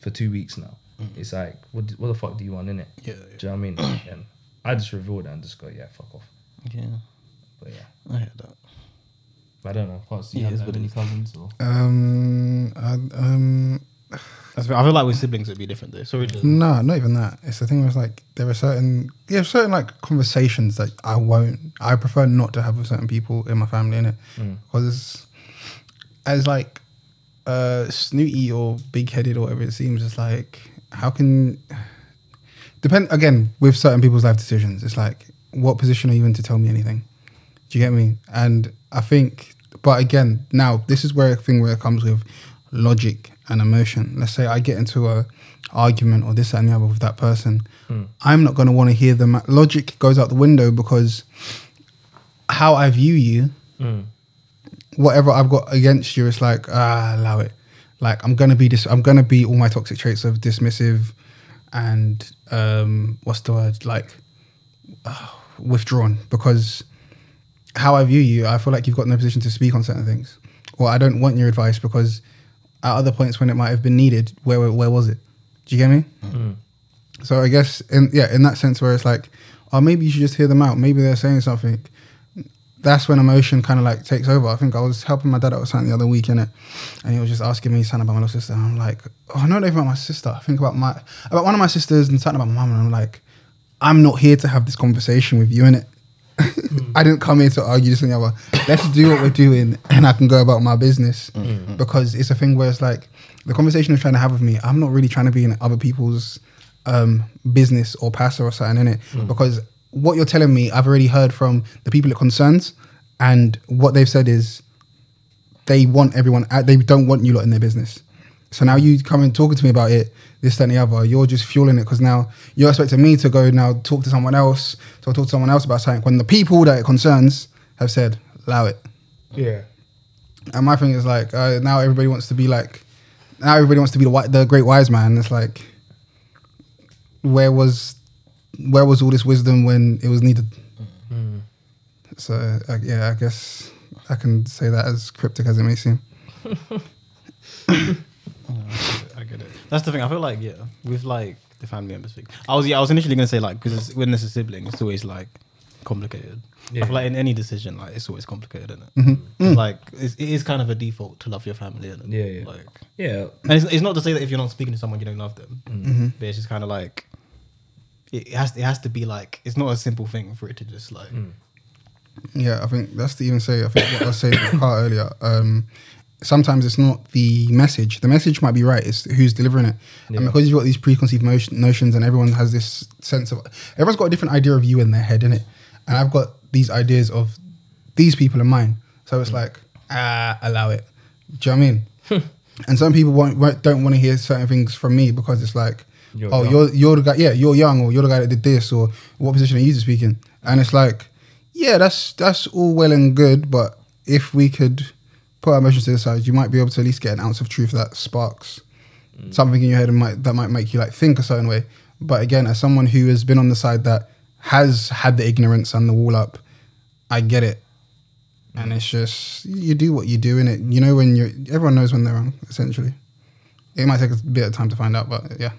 [SPEAKER 1] for two weeks now? It's like, what, what the fuck do you want, innit?
[SPEAKER 2] Mm. Yeah, yeah.
[SPEAKER 1] Do you know what I mean? and I just revealed that and just go, yeah, fuck off.
[SPEAKER 2] yeah,
[SPEAKER 1] But yeah.
[SPEAKER 2] I hear that.
[SPEAKER 1] I don't know. Parts, do you
[SPEAKER 2] Yeah,
[SPEAKER 1] have
[SPEAKER 2] it's
[SPEAKER 1] that
[SPEAKER 2] what it
[SPEAKER 1] many
[SPEAKER 2] is.
[SPEAKER 1] cousins or
[SPEAKER 4] Um, I, um,
[SPEAKER 2] I feel I feel like with siblings it'd be different though. Sorry, to-
[SPEAKER 4] no, not even that. It's the thing where it's like there are certain yeah certain like conversations that I won't. I prefer not to have with certain people in my family in it because it's as like uh, snooty or big headed or whatever it seems, it's like how can depend again with certain people's life decisions. It's like what position are you in to tell me anything? Do you get me? And I think, but again, now this is where a thing where it comes with logic and emotion. Let's say I get into a argument or this that, and the other with that person, I'm not going to want to hear them. Logic goes out the window because how I view you whatever I've got against you, it's like ah, allow it. Like I'm gonna be this. I'm gonna be all my toxic traits of dismissive, and um, what's the word like ah, withdrawn because how I view you, I feel like you've got no position to speak on certain things, or I don't want your advice because at other points when it might have been needed, where where, where was it? Do you get me? So I guess in yeah, in that sense where it's like, oh, maybe you should just hear them out. Maybe they're saying something that's when emotion kind of like takes over. I think I was helping my dad out with something the other week, innit? And he was just asking me something about my little sister. And I'm like, oh, I know nothing about my sister. I think about my about one of my sisters and something about my mum. And I'm like, I'm not here to have this conversation with you, innit? I didn't come here to argue this and the other. Let's do what we're doing, and I can go about my business because it's a thing where it's like the conversation you're trying to have with me. I'm not really trying to be in other people's um, business or pastor or something in it because what you're telling me I've already heard from the people it concerns and what they've said is they want everyone out they don't want you lot in their business so now you come and talking to me about it this that and the other you're just fueling it because now you're expecting me to go now talk to someone else so talk to someone else about something when the people that it concerns have said allow it
[SPEAKER 1] Yeah.
[SPEAKER 4] and my thing is like uh, now everybody wants to be like now everybody wants to be the wi- the great wise man. It's like where was where was all this wisdom when it was needed? So uh, yeah, I guess I can say that as cryptic as it may seem.
[SPEAKER 2] I get it. That's the thing. I feel like yeah, with like the family members thing. I was yeah, I was initially gonna say like because when there's a sibling, it's always like complicated. I
[SPEAKER 1] Yeah.
[SPEAKER 2] feel like in any decision, like it's always complicated, isn't it? Like it's, it is kind of a default to love your family, is
[SPEAKER 1] Yeah, yeah.
[SPEAKER 2] Like,
[SPEAKER 1] Yeah.
[SPEAKER 2] and it's, it's not to say that if you're not speaking to someone, you don't love them, but it's just kind of like it it has it has to be like it's not a simple thing for it to just like
[SPEAKER 4] Yeah, I think that's to even say. I think what I was saying with Carl earlier. Um, sometimes it's not the message. The message might be right. It's who's delivering it. And
[SPEAKER 1] Yeah.
[SPEAKER 4] because you've got these preconceived motion, notions, and everyone has this sense of everyone's got a different idea of you in their head, innit? And I've got these ideas of these people in mind. So
[SPEAKER 1] Mm.
[SPEAKER 4] it's like ah, allow it. Do you know what I mean? and some people won't, won't don't want to hear certain things from me because it's like,
[SPEAKER 1] You're
[SPEAKER 4] oh,
[SPEAKER 1] dumb.
[SPEAKER 4] you're you're the guy, yeah, you're young, or you're the guy that did this, or what position are you speaking? And it's like, yeah, that's that's all well and good, but if we could put our emotions to the side, you might be able to at least get an ounce of truth that sparks something in your head and might that might make you like think a certain way. But again, as someone who has been on the side that has had the ignorance and the wall up, I get it. And it's just you do what you do in it. You know when you everyone knows when they're wrong. Essentially, it might take a bit of time to find out, but yeah,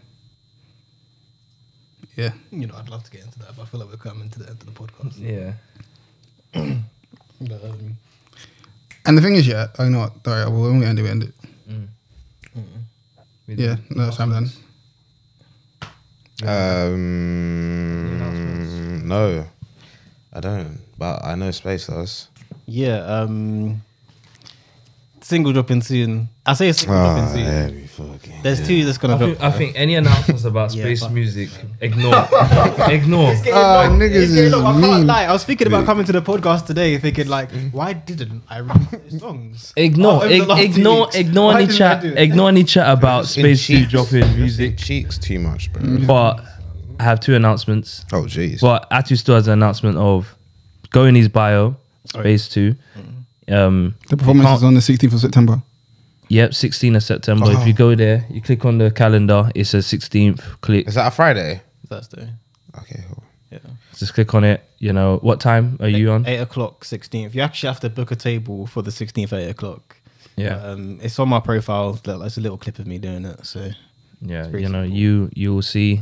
[SPEAKER 4] yeah.
[SPEAKER 2] you know I'd love to get into that, but I feel like we're coming to the end of the podcast.
[SPEAKER 1] Yeah.
[SPEAKER 2] But, um,
[SPEAKER 4] And the thing is, yeah, I know. What, sorry, I will when we end it. We end it.
[SPEAKER 1] Mm. We
[SPEAKER 4] Yeah,
[SPEAKER 1] did
[SPEAKER 4] no, Sam done.
[SPEAKER 5] Um, no, I don't. But I know space does.
[SPEAKER 2] yeah, um, single dropping soon. I say a single
[SPEAKER 5] Ah,
[SPEAKER 4] Ah,
[SPEAKER 2] dropping soon. There's two that's gonna
[SPEAKER 1] I
[SPEAKER 2] drop.
[SPEAKER 1] think, I think any announcements about
[SPEAKER 2] Yeah,
[SPEAKER 1] space
[SPEAKER 2] but-
[SPEAKER 1] music, ignore, ignore.
[SPEAKER 4] Ah, niggas
[SPEAKER 2] It's
[SPEAKER 4] is
[SPEAKER 2] getting long. I can't
[SPEAKER 4] mean. Mm-hmm.
[SPEAKER 2] lie. I was thinking about coming to the podcast today, thinking like, why didn't I write those songs?
[SPEAKER 1] Ignore,
[SPEAKER 2] Oh, over the
[SPEAKER 1] ig-
[SPEAKER 2] last two
[SPEAKER 1] ignore,
[SPEAKER 2] weeks.
[SPEAKER 1] ignore
[SPEAKER 2] Why
[SPEAKER 1] any
[SPEAKER 2] didn't
[SPEAKER 1] chat,
[SPEAKER 2] I do it?
[SPEAKER 1] ignore any chat about space two dropping music. Mm.
[SPEAKER 5] cheeks too much, bro.
[SPEAKER 1] But I have two announcements.
[SPEAKER 5] Oh jeez.
[SPEAKER 1] But Atu still has an announcement of go in his bio, space two. Um,
[SPEAKER 4] The performance
[SPEAKER 1] can't-
[SPEAKER 4] is on the 16th of September.
[SPEAKER 1] yep, 16th of September.
[SPEAKER 4] Oh.
[SPEAKER 1] If you go there, you click on the calendar. It says 16th. Click,
[SPEAKER 5] Is that a Friday?
[SPEAKER 2] Thursday.
[SPEAKER 5] Okay. Cool.
[SPEAKER 2] Yeah.
[SPEAKER 1] just click on it. You know what time are you on?
[SPEAKER 2] Eight o'clock, sixteenth. You actually have to book a table for the sixteenth eight o'clock.
[SPEAKER 1] Yeah.
[SPEAKER 2] Um, it's on my profile. Look, There's a little clip of me doing it. So
[SPEAKER 1] Yeah,
[SPEAKER 2] pretty
[SPEAKER 1] you know, you you will see,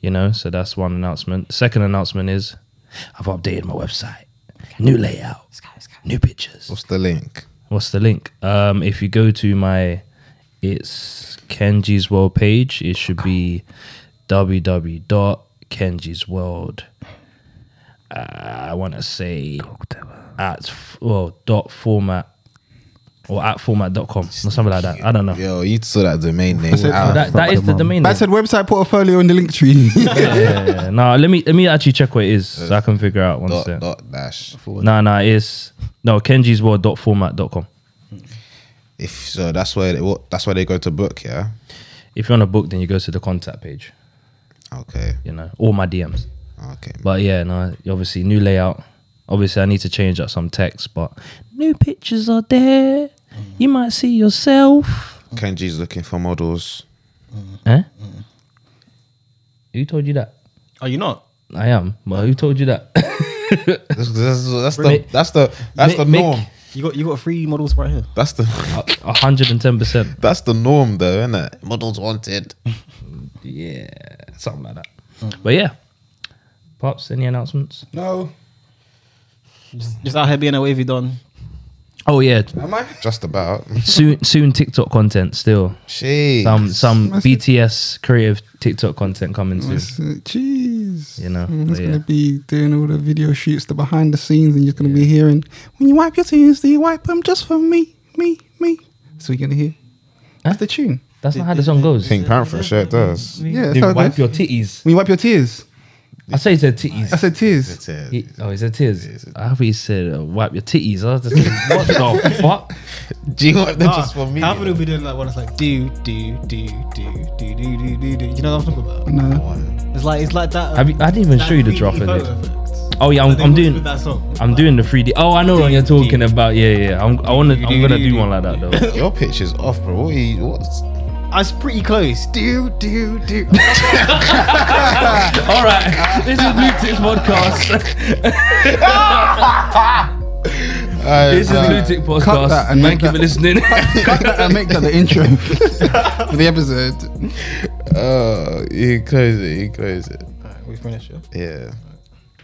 [SPEAKER 1] you know. So that's one announcement. Second announcement is, I've updated my website, new layout, new pictures.
[SPEAKER 5] What's the link?
[SPEAKER 1] What's the link? Um, if you go to my, it's Kenji's World page. It should be www.kenji's World. Uh, I want to say at f- well dot format or at format.com or something like that. I don't know.
[SPEAKER 3] Yo, you saw that domain name.
[SPEAKER 6] it-
[SPEAKER 3] out.
[SPEAKER 1] That, that is the domain.
[SPEAKER 4] That
[SPEAKER 1] name.
[SPEAKER 4] said, website portfolio in the link tree.
[SPEAKER 1] Yeah, yeah, yeah. No, let me let me actually check what it is so I can figure out one
[SPEAKER 3] dot
[SPEAKER 1] step.
[SPEAKER 3] dot dash.
[SPEAKER 1] No, no, it's no Kenji's World dot format dot com.
[SPEAKER 3] If so, that's where they, what that's where they go to book. Yeah.
[SPEAKER 1] If you want a book, then you go to the contact page.
[SPEAKER 3] Okay.
[SPEAKER 1] You know, all my DMs.
[SPEAKER 3] Okay.
[SPEAKER 1] But yeah, no, obviously new layout. Obviously, I need to change up some text, but new pictures are there. You might see yourself.
[SPEAKER 3] Kenji's looking for models.
[SPEAKER 1] Huh? Who told you that?
[SPEAKER 2] Are you Oh, not?
[SPEAKER 1] I am. But who told you that?
[SPEAKER 3] That's, that's, that's the
[SPEAKER 1] Mick-
[SPEAKER 3] that's the that's the
[SPEAKER 1] Mick-
[SPEAKER 3] norm.
[SPEAKER 2] You got you got three models right here.
[SPEAKER 3] That's the
[SPEAKER 1] A hundred and ten percent.
[SPEAKER 3] that's the norm though, isn't it? Models wanted.
[SPEAKER 1] Yeah, something like that. Mm. But yeah, pops. Any announcements?
[SPEAKER 4] no,
[SPEAKER 2] Just, just out here being a wavy don.
[SPEAKER 1] Oh yeah,
[SPEAKER 4] am I?
[SPEAKER 3] Just about.
[SPEAKER 1] soon soon TikTok content still.
[SPEAKER 3] She.
[SPEAKER 1] Some some BTS creative TikTok content coming soon.
[SPEAKER 4] uh, Jeez.
[SPEAKER 1] You know,
[SPEAKER 4] He's
[SPEAKER 1] but yeah.
[SPEAKER 4] gonna be doing all the video shoots, the behind the scenes, and you're gonna be hearing when you wipe your tears, do you wipe them just for me, me, me? So you're gonna hear. That's the tune.
[SPEAKER 1] That's not how the song goes.
[SPEAKER 3] Pink Panther sure it does.
[SPEAKER 4] Yeah, that's
[SPEAKER 1] You
[SPEAKER 4] how it
[SPEAKER 1] wipe
[SPEAKER 4] goes.
[SPEAKER 1] your titties.
[SPEAKER 4] When you wipe your tears,
[SPEAKER 1] I say he said
[SPEAKER 4] I
[SPEAKER 1] titties.
[SPEAKER 4] said tears.
[SPEAKER 3] That's it.
[SPEAKER 1] He- oh, he said tears. I thought he said uh, wipe your titties. I was just like, what the fuck?
[SPEAKER 3] Do you want that just
[SPEAKER 1] Ah,
[SPEAKER 3] for me?
[SPEAKER 2] Ah, How would it be doing like one? It's like do do do do do do do do do. You know what I'm talking about?
[SPEAKER 4] No,
[SPEAKER 2] It's like it's like that.
[SPEAKER 1] Have you, I didn't even show you the drop of it. Oh yeah, I'm, I'm doing.
[SPEAKER 2] that song.
[SPEAKER 1] I'm doing the 3D. Oh, I know what you're talking about. Yeah, yeah. I'm, I want to. I'm gonna do one like that though.
[SPEAKER 3] Your picture's off, bro. What? Are you, what?
[SPEAKER 2] I was pretty close. Do do do.
[SPEAKER 1] All right, this is Luke Tick's podcast. This is Luke Tick
[SPEAKER 4] cut
[SPEAKER 1] podcast.
[SPEAKER 4] that and
[SPEAKER 1] Thank
[SPEAKER 4] make
[SPEAKER 1] you
[SPEAKER 4] that-
[SPEAKER 1] for listening.
[SPEAKER 4] I make that the intro for the episode.
[SPEAKER 3] Oh, you close it. You close it.
[SPEAKER 2] We finished. yeah?
[SPEAKER 3] Yeah.